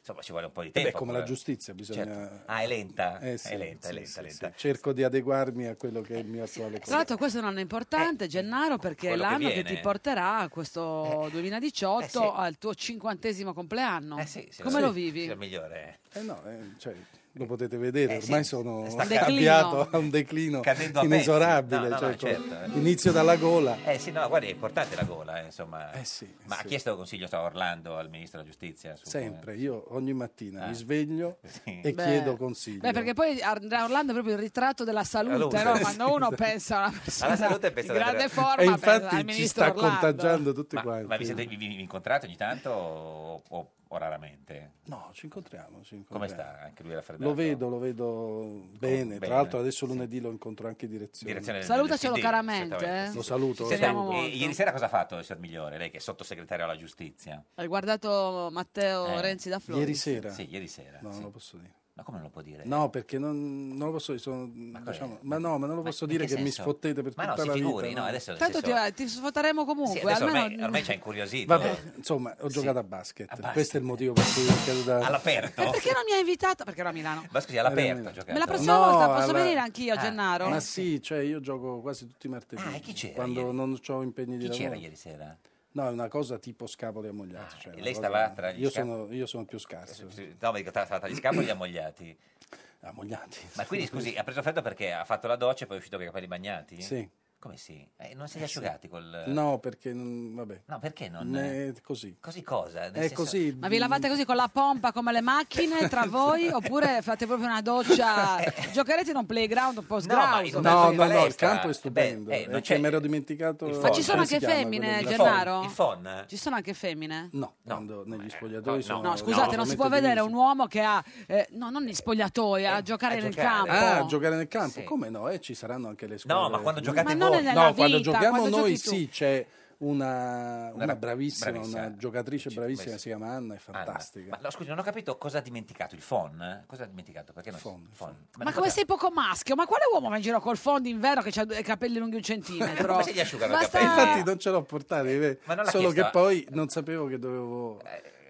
S2: Insomma, ci vuole un po' di
S12: Eh
S2: tempo.
S12: beh, come la
S2: ancora.
S12: giustizia, bisogna-
S2: Certo. Ah, è lenta.
S12: Eh, sì,
S2: è lenta,
S12: sì,
S2: è lenta,
S12: sì,
S2: è
S12: sì.
S2: lenta.
S12: Cerco di adeguarmi a quello che è il mio attuale
S1: Tra l'altro questo è un anno importante, Gennaro, perché è
S12: quello che
S1: l'anno che,
S12: viene.
S1: ti porterà a questo 2018
S12: eh sì.
S1: al tuo cinquantesimo compleanno. Come
S12: sì.
S1: lo vivi?
S2: Sì, è migliore.
S12: Eh no, eh, cioè, lo potete vedere,
S2: Eh sì,
S12: ormai sono
S2: sta
S12: sta
S2: Declino.
S12: avviato a un declino
S2: Cadendo a pezzi.
S12: inesorabile.
S2: No, no, no,
S12: cioè,
S2: certo,
S12: con-
S2: eh.
S12: Inizio dalla gola.
S2: Eh sì, no, guarda, è importante la gola, eh, insomma. Ma
S12: sì.
S2: ha chiesto consiglio a Orlando, al ministro della giustizia? su come-
S12: Sempre, io ogni mattina
S2: Ah.
S12: mi sveglio e
S1: Beh.
S12: chiedo consigli.
S1: Beh, perché poi Andrea Orlando è proprio il ritratto della salute,
S12: Salute.
S1: no? quando uno pensa a una persona
S2: Alla salute pensa
S1: in grande
S2: davvero-
S1: forma,
S12: e
S1: pensa al
S12: infatti ci
S1: ministro
S12: sta
S1: Orlando.
S12: contagiando tutti
S2: ma,
S12: quanti.
S2: Ma vi, siete- vi- vi incontrate ogni tanto o, o- o raramente?
S12: No, ci incontriamo. Ci incontriamo.
S2: Come sta? Anche lui raffreddato?
S12: Lo vedo, lo vedo bene.
S2: Oh, bene.
S12: Tra l'altro adesso lunedì lo incontro anche in direzione.
S2: Direzione del-
S1: Salutacelo
S2: del PD,
S1: caramente,
S2: esattamente,
S1: eh.
S2: sì,
S12: Lo
S2: sì.
S12: saluto,
S2: Senta,
S12: lo saluto.
S2: e ieri sera cosa ha fatto il signor Migliore, lei che è sottosegretario alla giustizia?
S1: Hai guardato Matteo
S2: Eh.
S1: Renzi da Flores?
S12: Ieri sera?
S2: Sì, ieri sera.
S12: No,
S2: sì.
S12: non lo posso dire.
S2: Ma come non lo può dire?
S12: No, perché non, non lo posso dire. sono-
S2: cos'è?
S12: diciamo- ma no, ma non lo posso dire che,
S2: che
S12: mi
S2: senso?
S12: sfottete per
S2: Ma no,
S12: tutta
S2: si
S12: la
S2: figuri,
S12: vita.
S2: no, adesso nel
S1: Tanto ti,
S2: senso-
S1: ti sfotteremo comunque,
S2: Sì, adesso
S1: almeno
S2: ormai, ormai ci ha incuriosito.
S12: Vabbè, insomma, ho giocato a basket. Questo è il motivo per cui ho chiesto da...
S2: All'aperto?
S1: Eh, perché non mi hai invitato? Perché ero a Milano.
S2: Ma scusi, all'aperto ha giocato?
S1: Me la prossima volta posso venire anch'io, Gennaro?
S12: eh,
S2: Eh,
S12: Ma sì, cioè io gioco quasi tutti i martedì.
S2: Ah,
S12: Quando non ho impegni di
S2: Chi
S12: lavoro.
S2: c'era ieri sera? Ah,
S12: No, è una cosa tipo scapole ammogliate. cioè
S2: E
S12: una
S2: lei
S12: cosa-
S2: stava tra gli
S12: io,
S2: sca-
S12: sono, io sono più scarso.
S2: No, ma dico, tra, tra- tra gli scapoli ammogliati.
S12: Ah, Ammogliati.
S2: Ma quindi scusi, ha preso freddo perché ha fatto la doccia e poi è uscito con i capelli bagnati?
S12: Sì.
S2: Come sì? Eh, non si è
S12: Eh, sì.
S2: asciugati col...
S12: No, perché non, vabbè.
S2: No, perché non-
S12: Né- così.
S2: Così cosa? Nel
S12: È
S2: senso-
S12: così.
S1: Ma vi lavate così con la pompa come le macchine tra voi oppure fate proprio una doccia? Giocherete in un playground un po' sgrauso?
S2: campo
S12: No, no,
S2: di
S12: no, il
S2: palestra,
S12: campo è stupendo.
S2: beh, eh, non
S12: è
S2: c'è-
S12: che mi ero dimenticato.
S2: il
S1: Ma ci sono
S12: come si
S1: anche
S12: chiama
S1: femmine,
S12: quello lì?
S1: Gennaro?
S2: Il fon?
S1: Ci sono anche femmine?
S12: No, quando negli spogliatoi sono.
S1: No, scusate, non si può
S12: veramente
S1: vedere un uomo che ha, eh, no, non gli spogliatoi, a giocare nel campo.
S12: Ah, a giocare nel campo?
S1: Sì.
S12: Come no? Eh, ci saranno anche le squadre.
S2: ma quando giocate
S1: Ma non voi. nella
S12: No, quando
S1: vita,
S12: giochiamo
S1: quando
S12: noi
S1: giochi tu.
S12: sì, c'è una, una
S2: Una
S12: bravissima,
S2: bravissima.
S12: una giocatrice bravissima,
S2: bravissima.
S12: si chiama Anna, è fantastica.
S2: Ma no, scusi, non ho capito cosa ha dimenticato, il fon? Cosa ha dimenticato? Perché non... Fon.
S1: Ma,
S2: non
S1: come
S2: cosa-
S1: sei poco maschio? Ma quale uomo va in giro col fondo d'inverno che ha i capelli lunghi un centimetro?
S2: Come se gli asciugano i
S1: Basta-
S2: capelli?
S12: Infatti non ce l'ho portata, eh,
S2: Ma non l'ha
S12: solo
S2: chiesto
S12: che
S2: a-
S12: poi non sapevo che dovevo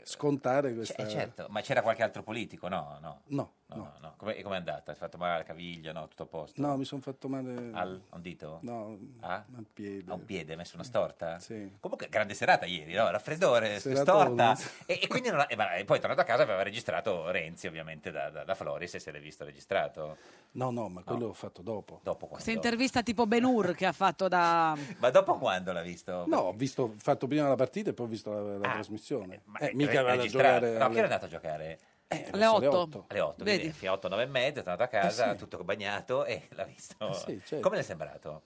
S12: scontare questa...
S2: Eh, certo, ma c'era qualche altro politico? No, no.
S12: No,
S2: No, no, no. Come, e com'è andata? Hai fatto male la caviglia? No, tutto a posto?
S12: no, mi sono fatto male...
S2: Al a un dito?
S12: Mm. No,
S2: A?
S12: un piede.
S2: A un piede? Hai messo una storta?
S12: Sì.
S2: Comunque, grande serata ieri, no? Raffreddore,
S12: Seratona.
S2: storta. E, e quindi non ha- e ma- e poi tornato a casa aveva registrato Renzi, ovviamente, da, da, da Floris e se l'è visto registrato.
S12: No, no, ma quello l'ho fatto dopo.
S2: Dopo quando?
S1: Questa intervista tipo Benur che ha fatto da...
S2: Ma dopo quando l'ha visto?
S12: No, ho visto, ho fatto prima la partita e poi ho visto la,
S2: Ah.
S12: la trasmissione. Eh, mica vado a
S2: Registrato.
S12: giocare...
S2: No,
S12: alle- Eh,
S2: che era andato a giocare?
S12: alle verso le otto. otto.
S2: Alle 8,
S12: Vedi?
S2: vedi? 8, 9 e mezza, è tornato a casa,
S12: Eh sì.
S2: tutto bagnato e l'ha visto.
S12: Eh sì, certo.
S2: Come le è sembrato?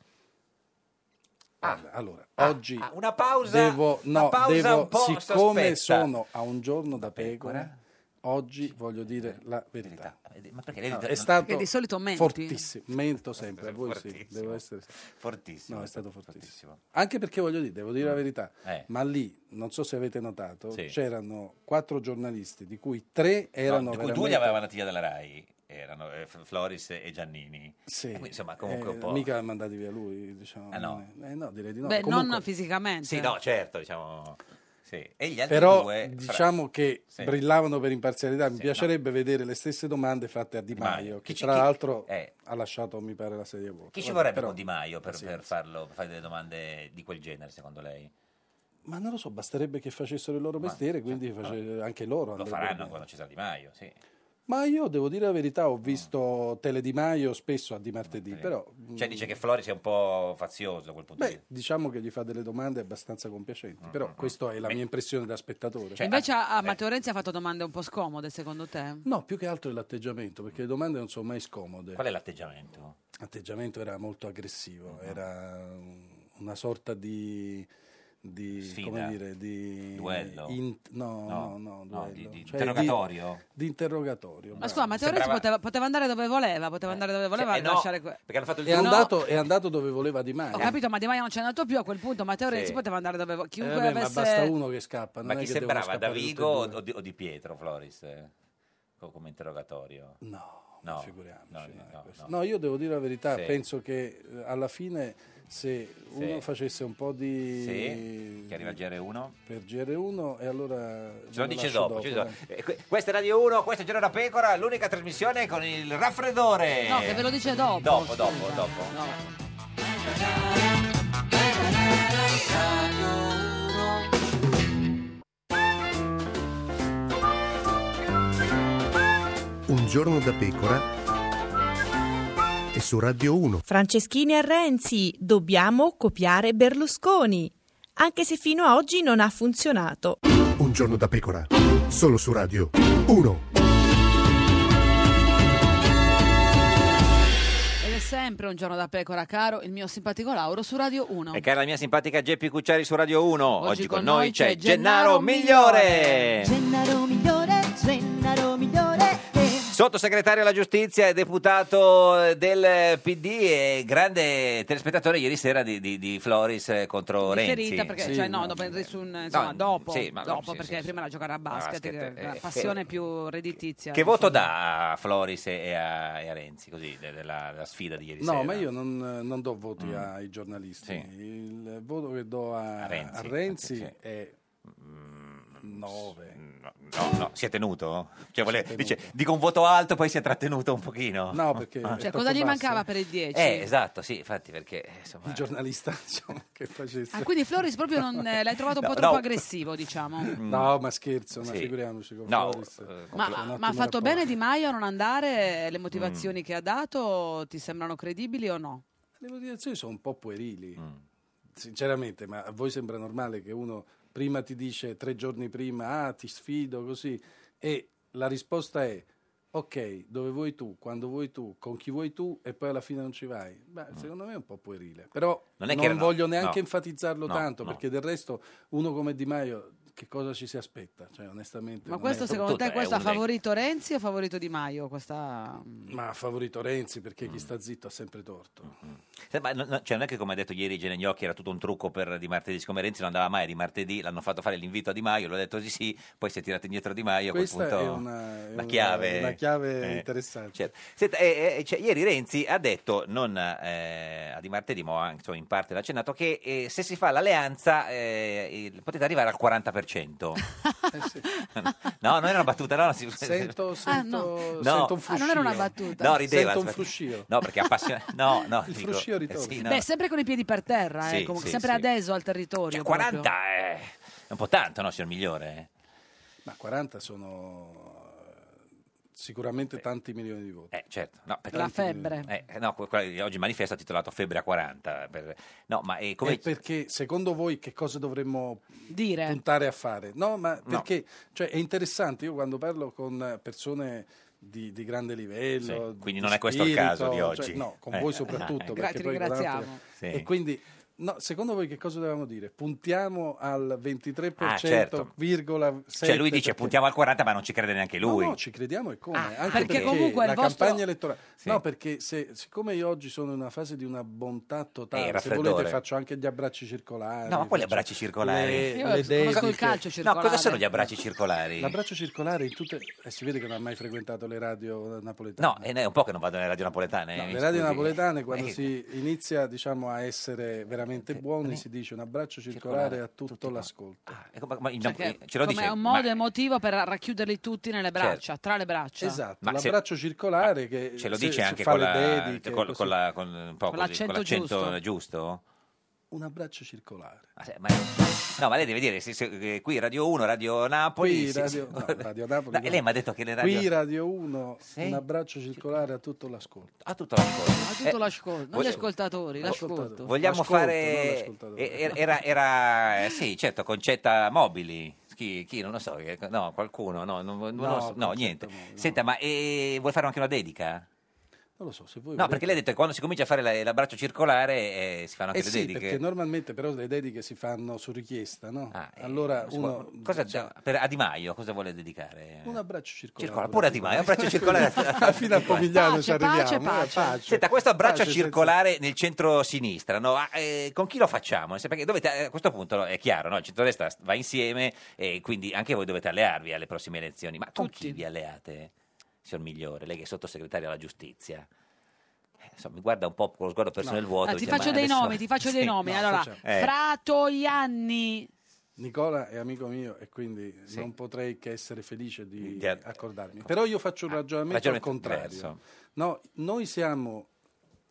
S12: Guarda, allora, oggi
S2: ah, una pausa-
S12: devo,
S2: una
S12: no,
S2: pausa
S12: devo-
S2: un po'
S12: siccome
S2: sospetta.
S12: sono a un giorno da pecora, oggi voglio dire la verità.
S2: Ma perché lei-
S12: No, è
S2: non-
S12: stato
S1: Perché di solito menti.
S12: fortissimo, mento sempre, a voi sì,
S2: Fortissimo.
S12: devo essere
S2: Fortissimo.
S12: No, è stato fortissimo. Anche perché voglio dire, devo dire la verità,
S2: Eh.
S12: ma lì, non so se avete notato,
S2: Sì.
S12: c'erano quattro giornalisti, di cui tre erano
S2: No, di cui
S12: veramente...
S2: due li aveva la tia della Rai, erano eh, F- Floris e Giannini.
S12: Sì,
S2: E quindi, insomma, comunque
S12: eh,
S2: un po'.
S12: mica l'ha mandati via lui, diciamo.
S2: Ah, no.
S12: Eh, no, direi di no.
S1: Beh,
S12: Comunque-
S1: non fisicamente.
S2: Sì, no, certo, diciamo. Sì. E gli altri
S12: Però
S2: due. fra-
S12: diciamo che
S2: Sì.
S12: brillavano per imparzialità. Mi piacerebbe vedere le stesse domande fatte a Di
S2: Maio.
S12: Maio, che
S2: Chi ci-
S12: tra
S2: chi-
S12: l'altro
S2: eh.
S12: ha lasciato, mi pare, la sedia vuota.
S2: Chi ci
S12: Vabbè,
S2: vorrebbe
S12: però-
S2: con Di Maio per,
S12: Sì.
S2: per farlo, per fare delle domande di quel genere, secondo lei?
S12: Ma non lo so, basterebbe che facessero il loro mestiere, quindi face- anche
S2: certo. Lo Mm.
S12: loro. andrebbero
S2: faranno
S12: bene.
S2: quando ci sarà Di Maio, sì.
S12: Ma io devo dire la verità, ho visto Tele Di Maio spesso a
S2: Mm,
S12: Di martedì, però
S2: Cioè, dice che Floris è un po' fazioso a quel punto di
S12: Mm. beh, diciamo che gli fa delle domande abbastanza
S2: Mm,
S12: compiacenti. Però questa è la mia impressione da spettatore.
S2: cioè,
S1: Invece
S2: ah,
S1: a, a
S2: eh.
S1: Matteo Renzi ha fatto domande un po' scomode, secondo te?
S12: No, più che altro è l'atteggiamento, perché le domande non sono mai scomode.
S2: Qual è l'atteggiamento? Mm-hmm.
S12: L'atteggiamento era molto aggressivo, era un- una sorta di... di-
S2: Sfida?
S12: come dire, di
S2: Duello?
S12: in-
S2: No.
S12: no, no, no,
S2: No,
S12: duello.
S2: di- di
S12: Cioè,
S2: interrogatorio?
S12: Di, interrogatorio.
S1: Ma
S12: bravo.
S1: scusa, Matteo Renzi poteva, poteva andare dove voleva, poteva andare dove voleva
S12: Sì,
S1: e
S12: eh no,
S1: lasciare... que- Oh,
S2: Perché hanno fatto il
S12: È
S2: turno-
S12: andato, è andato dove voleva Di Maio.
S1: Ho capito, ma Di Maio non c'è andato più a quel punto. Matteo
S2: Eh. Sì.
S1: Renzi poteva andare dove voleva.
S12: Eh,
S1: Chiunque
S12: vabbè, Ma
S1: avesse...
S12: basta uno che scappa. Non
S2: Ma
S12: è
S2: chi
S12: che devono
S2: sembrava,
S12: scappare tutti e
S2: Davigo
S12: due.
S2: o di, o di Pietro Floris? eh? Co- Come interrogatorio?
S12: No, no,
S13: No,
S12: figuriamoci.
S13: no,
S12: no,
S13: no,
S12: questo-
S13: no.
S12: No, io devo dire la verità,
S13: Sì.
S12: penso che eh, alla fine se
S13: Sì.
S12: uno facesse un po' di...
S2: Sì, che arriva a GR1.
S12: Per GR1 e allora...
S2: Ce lo
S12: me
S2: dice
S12: lascio
S2: dopo. ce lo
S12: dai.
S2: dice dopo. Eh, que- Questa è Radio 1, questo è Giorno da Pecora, l'unica trasmissione con il raffreddore.
S1: No, che ve lo
S2: Eh.
S1: dice dopo.
S2: Dopo, dopo, dopo.
S9: Un giorno da pecora e su Radio 1.
S10: Franceschini e Renzi, dobbiamo copiare Berlusconi, anche se fino a oggi non ha funzionato.
S9: Un giorno da pecora, solo su Radio 1.
S1: Ed è sempre un giorno da pecora, caro, il mio simpatico Lauro su Radio 1.
S2: E cara la mia simpatica Geppi Cucciari su Radio 1. Oggi, con,
S1: con
S2: noi c'è Gennaro Migliore.
S8: Gennaro migliore, Gennaro migliore.
S2: Sottosegretario alla giustizia e deputato del PD e grande telespettatore ieri sera di, di- di Floris eh, contro
S1: Ferita
S2: Renzi.
S1: perché, cioè, no, dopo, su un- insomma,
S2: No,
S1: dopo,
S2: sì, ma-
S1: dopo
S2: sì,
S1: perché prima era giocare a basket,
S2: basket,
S1: che è la
S2: eh,
S1: passione
S2: eh.
S1: più redditizia.
S2: Che voto dà a Floris e e a, e a Renzi così de- della, della sfida di ieri
S12: No,
S2: sera?
S12: ma io non, non do voti
S2: Mm.
S12: ai giornalisti.
S2: Sì.
S12: Il voto che do a,
S2: A Renzi.
S12: a Renzi
S2: Sì. Mm,
S12: è 9.
S2: No, no, si è tenuto? Cioè, vuole- dice, dico un voto alto, poi si è trattenuto un pochino.
S12: No, perché
S2: Ah.
S1: Cioè, cosa gli mancava per il 10?
S2: Eh, esatto, sì, infatti perché... Insomma...
S12: Il giornalista diciamo, che facesse.
S1: Ah, quindi Floris proprio non, eh, l'hai trovato un po'
S12: No,
S1: troppo
S12: no.
S1: aggressivo, diciamo.
S12: No, ma scherzo, ma
S2: Mm. Sì.
S12: figuriamoci. Con
S2: No,
S12: Floris.
S2: eh,
S1: Ma,
S12: Un ottimo
S1: ma ha fatto
S12: rapporto.
S1: bene Di Maio a non andare?
S2: Mm.
S1: Le motivazioni che ha dato ti sembrano credibili o no?
S12: Le motivazioni sono un po' puerili,
S2: Mm.
S12: sinceramente, ma a voi sembra normale che uno prima ti dice tre giorni prima, ah ti sfido così, e la risposta è ok, dove vuoi tu, quando vuoi tu, con chi vuoi tu, e poi alla fine non ci vai. Beh, secondo me è un po' puerile, però
S2: Mm. Non
S12: non,
S2: è che erano-
S12: voglio neanche
S2: no.
S12: enfatizzarlo
S2: No,
S12: tanto,
S2: no.
S12: perché del resto uno come Di Maio che cosa ci si aspetta? Cioè, onestamente,
S1: Ma
S12: non
S1: questo
S12: è-
S1: secondo te questo ha favorito Renzi o ha favorito Di Maio? Questa...
S12: Ma ha favorito Renzi perché
S2: Mm.
S12: chi sta zitto ha sempre torto.
S2: Sì, Ma non, non- cioè, non è che come ha detto ieri Genignocchi era tutto un trucco per Di martedì, siccome Renzi non andava mai di martedì, l'hanno fatto fare l'invito a Di Maio, lui ha detto di sì, poi si è tirato indietro Di Maio, a quel
S12: Questa
S2: punto
S12: è una, è
S2: una chiave.
S12: una chiave
S2: Eh,
S12: interessante.
S2: certo. Senta, eh, eh, cioè, ieri Renzi ha detto, non eh, a Di martedì, ma anche, insomma, in parte l'ha accennato, che eh, se si fa l'alleanza eh, il- potete arrivare al 40%. Eh no, non era una battuta, no, no, si-
S12: Sento, sento,
S2: No.
S12: sento un
S1: Ah,
S12: fruscio.
S1: non era una battuta.
S2: No, rideva.
S12: Sento un
S2: aspetta.
S12: fruscio.
S2: No, perché appassiona. No, no,
S12: Il
S2: dico-
S12: fruscio
S2: eh,
S12: ritorna.
S2: sì, no.
S1: Oh. Beh, sempre con i piedi per terra, eh,
S2: Sì,
S1: comunque,
S2: sì,
S1: sempre
S2: sì.
S1: adesso al territorio.
S2: Cioè,
S1: proprio.
S2: 40 è è un po' tanto, no, signor Migliore?
S12: Ma 40 sono eh, sicuramente tanti milioni di voti.
S2: Eh, certo. No, perché-
S12: La febbre.
S2: Eh, no, que- quella di oggi manifesta ha titolato Febbre a 40. per- No, ma eh, come...
S12: E perché secondo voi che cosa dovremmo
S1: Dire.
S12: puntare a fare? No, ma perché cioè, è interessante, io quando parlo con persone di, di grande livello,
S2: Sì, quindi
S12: di
S2: non è questo il caso di
S12: spirito,
S2: oggi.
S12: cioè, no, con
S2: Eh,
S12: voi
S2: eh,
S12: soprattutto.
S2: Gra-
S12: perché
S2: ti
S12: poi con altri-
S2: ringraziamo. Sì.
S12: E quindi, no, secondo voi che cosa dovevamo dire? Puntiamo al 23%,
S2: Ah, certo.
S12: virgola
S2: Cioè, lui dice
S12: sette, perché-
S2: puntiamo al 40, ma non ci crede neanche lui.
S12: No, no, ci crediamo e come. anche
S1: Ah, perché comunque il
S12: la
S1: vostro-
S12: campagna elettorale. No, perché se, siccome io oggi sono in una fase di una bontà
S2: Eh,
S12: totale,
S2: il
S12: se
S2: raffreddore.
S12: volete faccio anche gli abbracci circolari.
S2: No, ma quali
S12: faccio
S2: abbracci circolari?
S12: le-
S1: Io
S12: le
S1: conosco
S12: dediche.
S1: il calcio
S2: No,
S1: circolare.
S2: cosa sono gli abbracci circolari?
S12: L'abbraccio circolare in tutte e si vede che non ha mai frequentato le radio napoletane.
S2: No, eh, no, è un po' che non vado nelle radio napoletane.
S12: No,
S2: mi
S12: le
S2: scusi.
S12: radio
S2: Eh,
S12: napoletane quando
S2: Ma che-
S12: si inizia diciamo a essere
S2: Eh,
S12: veramente buoni si dice un abbraccio circolare a tutto l'ascolto.
S2: Ecco, ma- ma in-
S1: Perché
S2: ce lo
S1: come
S2: dice
S1: è un
S2: ma- Certo.
S1: modo emotivo per racchiuderli tutti nelle braccia, tra le braccia.
S12: Esatto,
S2: Ma se-
S12: l'abbraccio circolare che
S2: Eh, Ce lo
S12: se-
S2: dice
S12: se
S2: anche
S12: fa
S2: con,
S12: le
S2: la-
S12: dediche,
S2: col-
S12: così.
S2: con la- con- un po'
S12: Con
S2: così,
S12: l'accento
S2: con l'accento
S12: giusto.
S2: giusto?
S12: un abbraccio circolare.
S2: Ah, sì, ma- No, ma lei deve dire, se- se- eh, qui Radio 1, Radio Napoli...
S12: Qui
S2: sì,
S12: Radio-
S2: sì.
S12: no, Radio Napoli
S2: No, e lei mi ha detto che le radio...
S12: Qui Radio 1,
S2: Sì.
S12: un abbraccio circolare a tutto l'ascolto. Ah,
S2: A tutto l'ascolto.
S1: A tutto
S2: Eh,
S1: l'ascolto, non
S2: voglio-
S1: gli ascoltatori, l'ascolto.
S2: Vogliamo
S12: L'ascolto, non
S2: fare...
S12: l'ascoltatore.
S2: eh, Era, era- eh, Sì, certo, Concetta Mobili. Chi, chi, non lo so, eh, no, qualcuno, no, non- non
S12: No,
S2: lo so, no,
S12: Concetta
S2: niente. Senta, ma eh, vuoi fare anche una dedica?
S12: Non lo so, se voi
S2: No, perché lei ha detto che quando si comincia a fare la- l'abbraccio circolare eh, si fanno
S12: Eh
S2: anche le
S12: sì,
S2: dediche.
S12: perché normalmente però le dediche si fanno su richiesta, no?
S2: Ah,
S12: allora
S2: Si
S12: uno diciamo,
S2: può- eh, cosa- per- a Di Maio cosa vuole dedicare?
S12: un abbraccio circolare.
S2: Circola, pure a Di Maio, un abbraccio circolare.
S12: Fino a Pomigliano ci
S2: Pace,
S12: arriviamo.
S2: pace,
S12: eh, pace.
S2: Senta, questo
S1: Ah,
S2: abbraccio
S12: Pace senza-
S2: circolare nel centro-sinistra, no? Ah, eh, con chi lo facciamo? Nel senso, Perché dovete, eh, a questo punto no, è chiaro, no? il centrodestra va insieme e quindi anche voi dovete allearvi alle prossime elezioni. Ma con chi vi alleate? signor Migliore, lei che è sottosegretario alla giustizia. Eh, Insomma, mi guarda un po' con lo sguardo perso nel vuoto.
S1: Ah, ti
S2: dice,
S1: faccio
S2: "Ma
S1: dei
S2: adesso-"
S1: nomi, ti faccio dei
S2: Sì.
S1: nomi. allora,
S2: Eh,
S1: Fratoianni,
S12: Nicola è amico mio e quindi non potrei che essere felice di, accordarmi. Però io faccio un ragionamento,
S2: Ah, ragionamento
S12: al contrario.
S2: diverso.
S12: No, noi siamo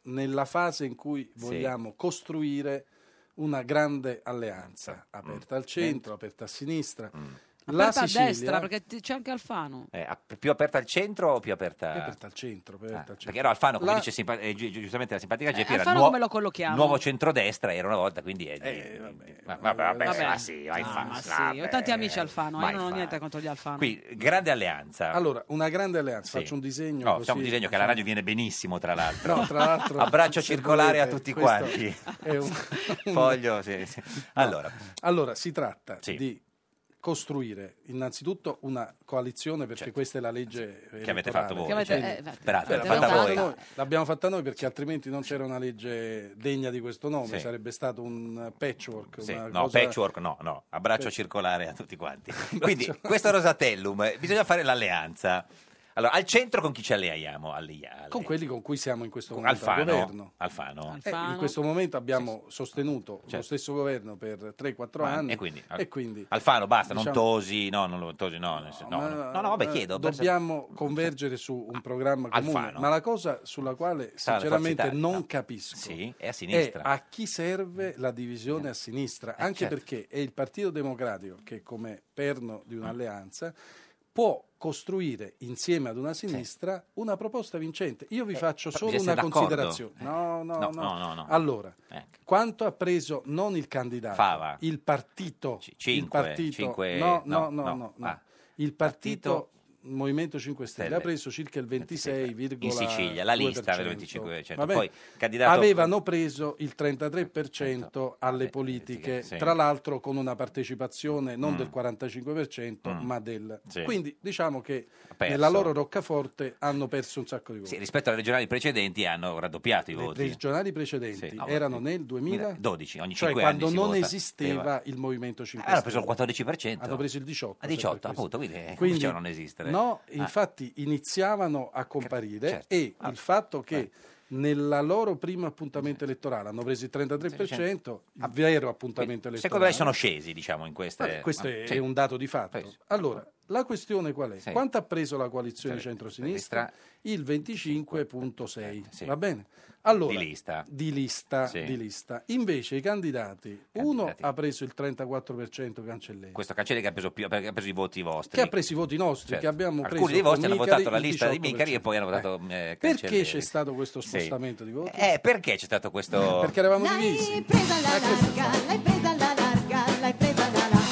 S12: nella fase in cui vogliamo costruire una grande
S2: Mm.
S12: alleanza, aperta al centro, aperta a sinistra. La
S1: aperta a
S12: Sicilia,
S1: destra, perché t- c'è anche Alfano.
S2: eh, a- più aperta al centro o più aperta...
S12: Più aperta al centro, più aperta
S2: Ah,
S12: al centro.
S2: Eh. Perché era Alfano, come
S12: La-
S2: dice simpa- eh, gi- giustamente la simpatica Geppi, era
S1: Alfano
S2: nuo-
S1: come lo collochiamo?
S2: nuovo centrodestra, era una volta, quindi... È,
S12: Eh,
S2: ma, ma- vabbè,
S1: Vabbè.
S2: ma sì, ma
S1: Ah,
S2: Alfano,
S1: ma sì,
S2: vabbè.
S1: Ho tanti amici Alfano,
S2: ma
S1: io non ho
S2: Alfano.
S1: niente contro gli Alfano.
S2: eh, Qui, grande alleanza.
S12: Allora, una grande
S2: Sì.
S12: alleanza, faccio un disegno.
S2: No,
S12: così.
S2: facciamo un disegno che alla radio viene benissimo, tra l'altro.
S12: No, tra l'altro,
S2: Abbraccio
S12: se
S2: circolare
S12: volete,
S2: a tutti
S12: questo
S2: quanti.
S12: è un-
S2: Foglio, sì, sì. Allora,
S12: Allora, si tratta
S2: Sì.
S12: di costruire innanzitutto una coalizione perché questa è la legge
S2: Che avete fatto voi, Certo. Che avete-
S12: elettorale. Quindi-
S2: eh, fate- Peraltro,
S12: l'abbiamo
S2: l'avete fatta
S12: fatta
S2: voi.
S12: noi, l'abbiamo fatta noi perché altrimenti non c'era una legge degna di questo nome
S2: Sì.
S12: sarebbe stato un patchwork
S2: sì,
S12: una
S2: no,
S12: cosa-
S2: patchwork, no, no, abbraccio
S12: Patch-
S2: circolare a tutti quanti. Quindi, questo Rosatellum, eh, bisogna fare l'alleanza. Allora, al centro con chi ci alleiamo? Alleiamo.
S12: con quelli con cui siamo in questo
S2: Con
S12: momento al governo
S2: Alfano. Alfano.
S12: Eh, in questo momento abbiamo sostenuto lo
S2: Certo.
S12: stesso governo per 3-4
S2: Ma-
S12: anni
S2: e quindi,
S12: e quindi
S2: Alfano, basta, non
S12: diciamo-
S2: Tosi, no, non lo- Tosi, no, nel sen- no,
S12: Ma,
S2: no, no, no, vabbè,
S12: eh,
S2: chiedo. per- Ah,
S12: Dobbiamo convergere su un programma comune,
S2: Alfano.
S12: ma la cosa sulla quale
S2: Sarà la
S12: sinceramente
S2: Forza
S12: non
S2: Italia, no.
S12: capisco
S2: Sì, è a sinistra.
S12: è a chi serve la divisione a sinistra, anche
S2: certo.
S12: perché è il Partito Democratico che come perno di un'alleanza può costruire insieme ad una sinistra una proposta vincente. Io vi faccio
S2: però
S12: solo
S2: Eh, bisogna
S12: una
S2: essere d'accordo. Eh.
S12: considerazione. No, no,
S2: No,
S12: no.
S2: no, no, no.
S12: Allora,
S2: Ecco.
S12: quanto ha preso non il candidato,
S2: Fava.
S12: il partito, il
S2: cinque,
S12: partito,
S2: cinque-
S12: no, no, no,
S2: no,
S12: no,
S2: no. Ah.
S12: il partito, Movimento 5 Stelle,
S2: Stelle.
S12: ha preso circa il 26,
S2: In Sicilia, la lista del 25%.
S12: Vabbè.
S2: Poi, candidato-
S12: avevano preso il 33% alle politiche,
S2: Eh, sì.
S12: tra l'altro con una partecipazione non
S2: Mm.
S12: del 45%
S2: Mm.
S12: ma del...
S2: Sì.
S12: Quindi diciamo che
S2: perso.
S12: nella loro roccaforte hanno perso un sacco di voti.
S2: Sì, rispetto alle regionali precedenti hanno raddoppiato i
S12: Le
S2: voti.
S12: regionali precedenti
S2: Sì. No,
S12: erano nel 2000,
S2: 12, ogni
S12: cioè
S2: 5
S12: quando
S2: anni si
S12: non
S2: vota.
S12: esisteva
S2: Sì,
S12: il Movimento 5
S2: Ah, hanno
S12: Stelle.
S2: preso il 14%.
S12: Hanno preso il 18%.
S2: Ah, 18,
S12: per questo.
S2: appunto, quindi, eh, come
S12: Quindi,
S2: dicevano, non esistere.
S12: No,
S2: Ah.
S12: infatti iniziavano a comparire
S2: certo.
S12: e il fatto che nella loro primo appuntamento elettorale hanno preso il 33%, il vero appuntamento elettorale.
S2: Eh, Secondo lei sono scesi, diciamo, in queste...
S12: Vabbè, questo
S2: ma-
S12: è,
S2: sì.
S12: è un dato di fatto. Allora, la questione qual è?
S2: Sì.
S12: Quanto ha preso la coalizione centrosinistra? Il 25.6. Va bene? Allora,
S2: Di lista.
S12: di lista,
S2: Sì.
S12: di lista. Invece i candidati, uno ha preso il 34% Cancelleri,
S2: Questo Cancelli che ha preso, più, perché ha preso i voti vostri.
S12: che ha preso i voti nostri,
S2: Certo.
S12: che abbiamo preso
S2: Alcuni dei vostri
S12: con
S2: hanno
S12: Micari
S2: votato la
S12: il
S2: lista di
S12: 18%.
S2: Micari e poi hanno votato eh,
S12: Perché
S2: Cancelleri.
S12: c'è stato questo
S2: Sì.
S12: spostamento di voti?
S2: Eh, perché c'è stato questo...
S12: Eh, Perché eravamo divisi.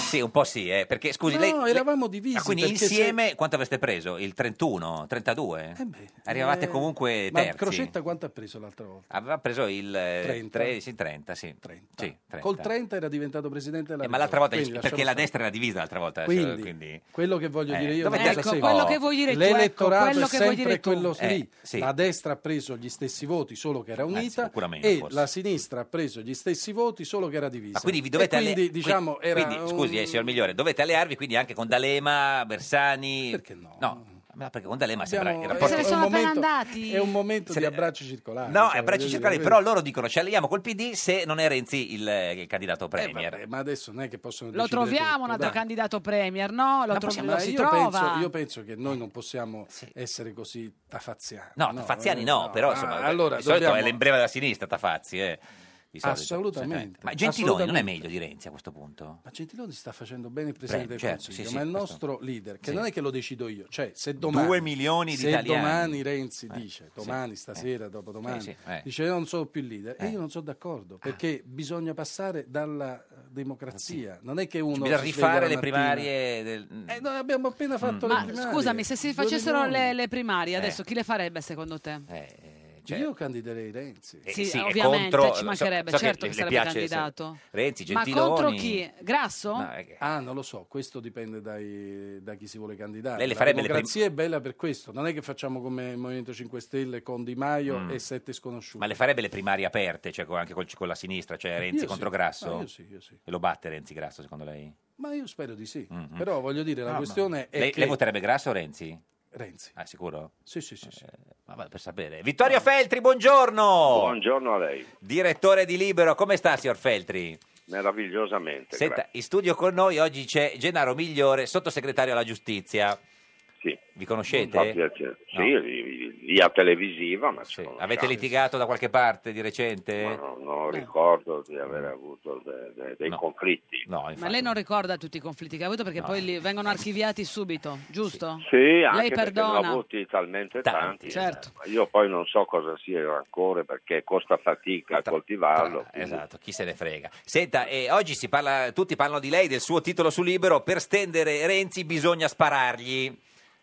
S2: Sì, un po' sì, eh, perché scusi,
S12: no,
S2: lei...
S12: eravamo divisi.
S2: Ah, quindi
S12: perché se-
S2: insieme quanto avreste preso? Il 31, 32? Arrivavate
S12: eh,
S2: comunque
S12: Ma
S2: terzi.
S12: Crocetta quanto ha preso l'altra volta?
S2: Aveva preso il 30,
S12: 30.
S2: 13, 30, sì. 30. Sì, 30.
S12: Col 30 era diventato presidente della
S2: Eh, ma l'altra volta,
S12: Repubblica, quindi
S2: perché la
S12: lasciamo
S2: destra era divisa l'altra volta.
S12: Quindi,
S2: cioè, quindi-
S12: quello che voglio
S2: Eh,
S12: dire io
S2: dovete
S12: è
S2: essere un po'-
S12: quello
S1: Quello che vuoi dire tu, ecco,
S12: l'elettorato
S1: quello
S12: è
S1: che vuoi dire
S12: sempre
S1: tu.
S12: quello
S2: Eh,
S12: lì
S2: sì. Eh,
S12: la destra ha preso gli stessi voti solo che era unita
S2: sicuramente,
S12: e
S2: forse.
S12: la sinistra ha preso gli stessi voti solo che era divisa
S2: Ah, quindi vi dovete
S12: E quindi,
S2: alle-
S12: diciamo
S2: qui-
S12: era
S2: quindi,
S12: un-
S2: scusi, eh, signor Migliore, dovete allearvi quindi anche con D'Alema, Bersani. Perché
S12: no?
S2: No, ma perché con D'Alema sembra
S12: abbiamo-
S2: il rapporto
S12: è un
S1: sono appena
S12: momento-
S1: andati.
S12: è un momento
S2: Se
S12: di
S2: ne-
S12: abbracci circolari
S2: No,
S12: cioè,
S2: è braccio
S12: voglio
S2: circolari,
S12: dire,
S2: però loro dicono ci alleiamo col PD se non è Renzi il, eh, il candidato premier.
S12: Eh, vabbè, ma adesso non è che possono
S1: Lo
S12: decidere
S1: troviamo
S12: tutto,
S1: un altro
S12: dai.
S1: candidato premier, no? Lo, tro- lo
S12: Ma
S1: si
S12: io
S1: trova.
S12: Penso, io penso che noi non possiamo essere così tafaziani.
S2: No, Tafazziani
S12: eh,
S2: no, però
S12: Ah,
S2: insomma,
S12: allora,
S2: di solito è
S12: dobbiamo-
S2: l'emblema della sinistra Tafazzi, eh. Di solito.
S12: Assolutamente,
S2: Ma Gentiloni non è
S12: assolutamente.
S2: meglio di Renzi a questo punto?
S12: Ma Gentiloni sta facendo bene il Presidente
S2: Prego, certo,
S12: del Consiglio,
S2: sì, sì,
S12: ma il
S2: questo-
S12: nostro leader, che
S2: sì.
S12: non è che lo decido io, cioè se domani...
S2: Due milioni di
S12: se
S2: italiani.
S12: domani Renzi
S2: Eh,
S12: dice,
S2: sì,
S12: domani,
S2: eh.
S12: stasera, dopodomani,
S2: Sì, sì, eh.
S12: dice io non sono più il leader,
S2: Eh.
S12: e io non sono d'accordo, perché bisogna passare dalla eh, democrazia, non è che uno...
S2: Bisogna
S12: si sveglia la
S2: rifare le
S12: mattina-
S2: primarie del...
S12: Eh, noi abbiamo appena fatto le
S1: Ma
S12: primarie.
S1: scusami, se si
S12: Due
S1: facessero
S12: milioni.
S1: le, le primarie
S12: Eh.
S1: adesso, chi le farebbe secondo te?
S12: Io candiderei Renzi.
S2: Eh,
S1: Sì, ovviamente, ci mancherebbe, certo che, sarebbe candidato. Ma contro chi? Grasso?
S12: Ah, non lo so, questo dipende dai- da chi si vuole candidare.
S2: Lei le
S12: la
S2: farebbe le
S12: democrazia è bella per questo, non è che facciamo come il Movimento 5 Stelle con Di Maio
S2: Mm.
S12: e sette sconosciuti.
S2: Ma le farebbe le primarie aperte, cioè co- anche col- con la sinistra, cioè Renzi
S12: Eh, Io
S2: contro
S12: sì.
S2: Grasso?
S12: Ah, io sì, io sì.
S2: E lo batte Renzi Grasso, secondo lei?
S12: Ma io spero di sì.
S2: Mhm.
S12: Però voglio dire, la
S2: No, Ah, ma-
S12: questione è
S2: lei,
S12: Eh, che...
S2: lei voterebbe Grasso o Renzi?
S12: Renzi.
S2: Ah, sicuro?
S12: Sì, sì, sì. sì.
S2: Vabbè, per sapere. Vittorio Feltri, buongiorno!
S13: Buongiorno a lei,
S2: Direttore di Libero, come sta, signor Feltri?
S13: meravigliosamente.
S2: Senta,
S13: grazie.
S2: in studio con noi oggi c'è Gennaro Migliore, sottosegretario alla giustizia.
S13: Sì.
S2: Vi
S13: Fa
S2: conoscete?
S13: piacere.
S2: No. ah.
S13: Sì, vi- vi- via televisiva, ma ci conosciamo.
S2: Avete litigato da qualche parte di recente?
S13: eh, Ma
S2: Eh.
S13: non, non ricordo di aver avuto de- de- dei conflitti.
S2: No,
S1: Ma lei non ricorda tutti i conflitti che ha avuto perché poi li vengono archiviati subito, giusto?
S13: Sì, anche
S1: lei
S13: perché ne ho
S1: perdona.
S13: avuti talmente tanti.
S1: Certo.
S13: Ma Io poi non so cosa sia il rancore perché costa fatica a coltivarlo. quindi-
S2: Esatto, chi se ne frega. Senta, e oggi si parla, tutti parlano di lei, del suo titolo su Libero, per stendere Renzi bisogna sparargli.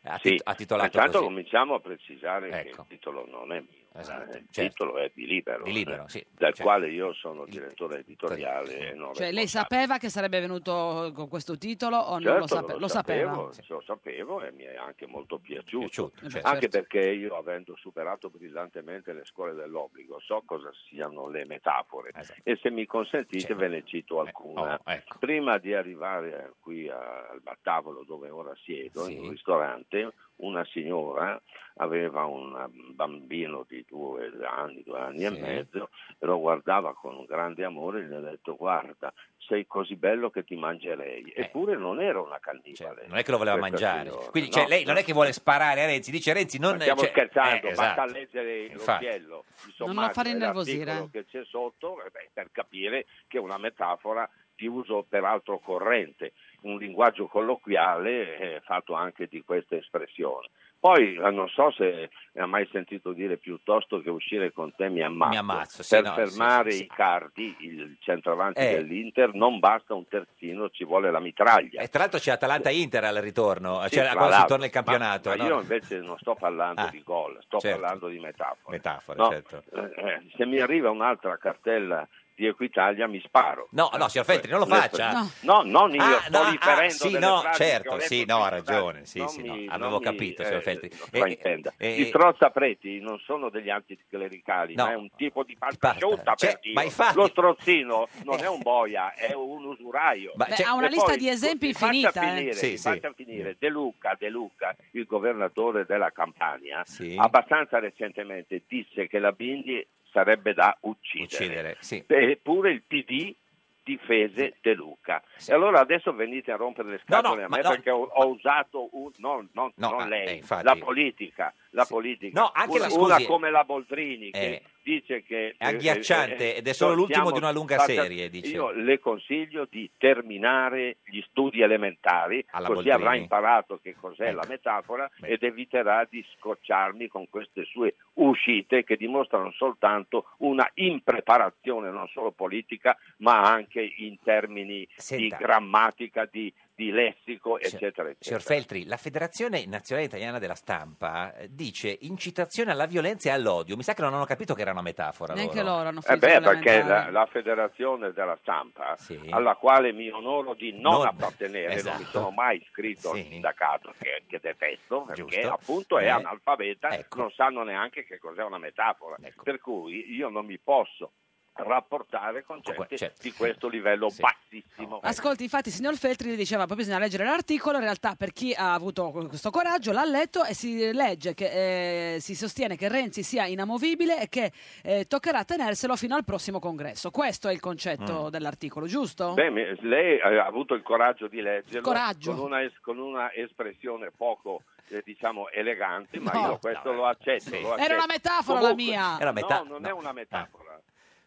S2: Ha, tit- ha titolato
S13: Intanto
S2: così. Ecco.
S13: cominciamo a precisare che il titolo non è mio, eh, il titolo è di Libero,
S2: Esatto, certo. Di Libero,
S13: eh,
S2: sì,
S13: del
S2: certo.
S13: quale io sono direttore editoriale e non
S1: Cioè, lei sapeva che sarebbe venuto con questo titolo o non
S13: Certo,
S1: lo, sape- lo sapeva? Eh
S13: sapevo, Lo sapevo e mi è anche molto piaciuto.
S2: Piaciuto, certo.
S13: Anche perché io, avendo superato brillantemente le scuole dell'obbligo, so cosa siano le metafore.
S2: Esatto.
S13: E se mi consentite ve ne cito
S2: Eh, oh,
S13: alcuna.
S2: ecco.
S13: Prima di arrivare qui a- al tavolo dove ora siedo,
S14: Sì.
S13: in un ristorante, una signora aveva un bambino di due anni, due anni e
S14: Sì.
S13: mezzo, e lo guardava con grande amore e gli ha detto guarda, sei così bello che ti mangerei. Eppure non era una cannibale.
S2: Eh. Certo, Non è che lo voleva
S13: questa
S2: mangiare.
S13: signora.
S2: Quindi cioè,
S13: No,
S2: lei non
S13: no.
S2: è che vuole sparare a Renzi, dice Renzi non...
S13: Ma stiamo
S2: cioè,
S13: scherzando,
S2: eh,
S13: basta
S2: esatto.
S13: leggere
S2: Infatti.
S13: l'occhiello. il
S1: Non la
S13: sommario
S1: fare
S13: e l'articolo
S1: innervosire.
S13: che c'è sotto eh beh, per capire che è una metafora di uso peraltro corrente, un linguaggio colloquiale eh, fatto anche di questa espressione. Poi eh, non so se ha mai sentito dire piuttosto che uscire con te mi ammazzo.
S2: Mi ammazzo, sì,
S13: per
S2: no,
S13: fermare
S2: sì, sì,
S13: i cardi, il centravanti
S2: Eh.
S13: dell'Inter, non basta un terzino, ci vuole la mitraglia.
S2: E tra l'altro c'è Atalanta-Inter al ritorno,
S13: Sì,
S2: cioè
S13: tra
S2: quando si
S13: l'altro.
S2: torna il campionato.
S13: Ma, ma
S2: no?
S13: io invece non sto parlando
S2: Ah,
S13: di gol, sto
S2: certo.
S13: parlando di metafore.
S2: Metafore,
S13: No,
S2: certo.
S13: eh, eh, se mi arriva un'altra cartella di Equitalia mi sparo.
S2: No, no, signor Feltri, non lo
S13: Nel-
S2: faccia.
S13: No, no, non io,
S2: Ah,
S13: sto
S2: no, ah,
S13: riferendo
S2: sì,
S13: delle
S2: no,
S13: frasi che ho
S2: certo,
S13: letto
S2: sì,
S13: in
S2: no, ha
S13: Equitalia.
S2: ragione, sì,
S13: Non
S2: sì, no,
S13: mi-
S2: avevo
S13: non mi,
S2: capito, signor
S13: eh,
S2: Feltri. Eh,
S13: fraintenda.
S2: eh,
S13: I strozzapreti non sono degli anticlericali,
S2: No.
S13: ma è un tipo di pasciuta,
S2: Cioè,
S13: per Dio.
S2: ma infatti- Eh.
S13: Lo strozzino non è un boia, è un usuraio.
S1: Beh,
S2: cioè,
S1: c'è- ha una
S13: E
S1: lista
S13: poi,
S1: di esempi
S13: mi faccia
S1: infinita, eh.
S13: finire,
S1: Sì,
S13: mi
S1: sì.
S13: faccia finire. De Luca, De Luca, il governatore della Campania, abbastanza recentemente disse che la Bindi sarebbe da uccidere.
S2: Uccidere, sì.
S13: Eppure il PD difese De Luca. E allora adesso venite a rompere le scatole
S2: No, no,
S13: a
S2: ma
S13: me
S2: no.
S13: perché ho, ho usato un- non, non-
S2: No,
S13: non
S2: ah,
S13: lei,
S2: eh, infatti.
S13: la politica, la politica.
S2: No, anche
S13: una,
S2: la- scusi,
S13: una come la Boldrini che
S2: eh,
S13: dice che
S2: è agghiacciante ed è solo
S13: no,
S2: l'ultimo
S13: eh, siamo-
S2: di una lunga
S13: guarda,
S2: serie, dice.
S13: Io le consiglio di terminare gli studi elementari,
S2: Alla
S13: così
S2: Boldrini.
S13: avrà imparato che cos'è
S2: Ecco.
S13: la metafora ed eviterà di scocciarmi con queste sue uscite che dimostrano soltanto una impreparazione non solo politica, ma anche in termini
S2: Senta. Cioè,
S13: di grammatica, di, di lessico, eccetera, eccetera.
S2: Signor Feltri, la Federazione Nazionale Italiana della Stampa eh, dice incitazione alla violenza e all'odio. Mi sa che non hanno capito che era una metafora.
S1: Neanche loro hanno
S13: Eh
S1: finito
S13: beh,
S1: di
S13: perché la,
S1: lamentare.
S13: la Federazione della Stampa, alla quale mi onoro di non,
S2: Non-
S13: appartenere, non mi
S2: esatto.
S13: sono mai iscritto al sindacato che, che detesto, perché
S2: Giusto.
S13: appunto è
S2: Eh,
S13: analfabeta, non sanno neanche che cos'è una metafora,
S2: Ecco.
S13: per cui io non mi posso rapportare con gente
S2: cioè,
S13: di questo livello bassissimo.
S2: ecco.
S1: Ascolti, infatti, signor Feltri diceva poi bisogna leggere l'articolo. In realtà, per chi ha avuto questo coraggio, l'ha letto e si legge che eh, si sostiene che Renzi sia inamovibile e che eh, toccherà tenerselo fino al prossimo congresso. Questo è il
S13: Mm.
S1: concetto dell'articolo, giusto?
S13: Beh, mi- lei eh, ha avuto il coraggio di leggerlo
S1: Coraggio.
S13: Con, una, es- con una espressione poco eh, diciamo elegante, ma
S1: No.
S13: io questo lo accetto. lo accetto.
S1: Era una metafora
S13: Comunque-
S1: la mia.
S2: Era Ah. meta-
S13: no, non è una metafora.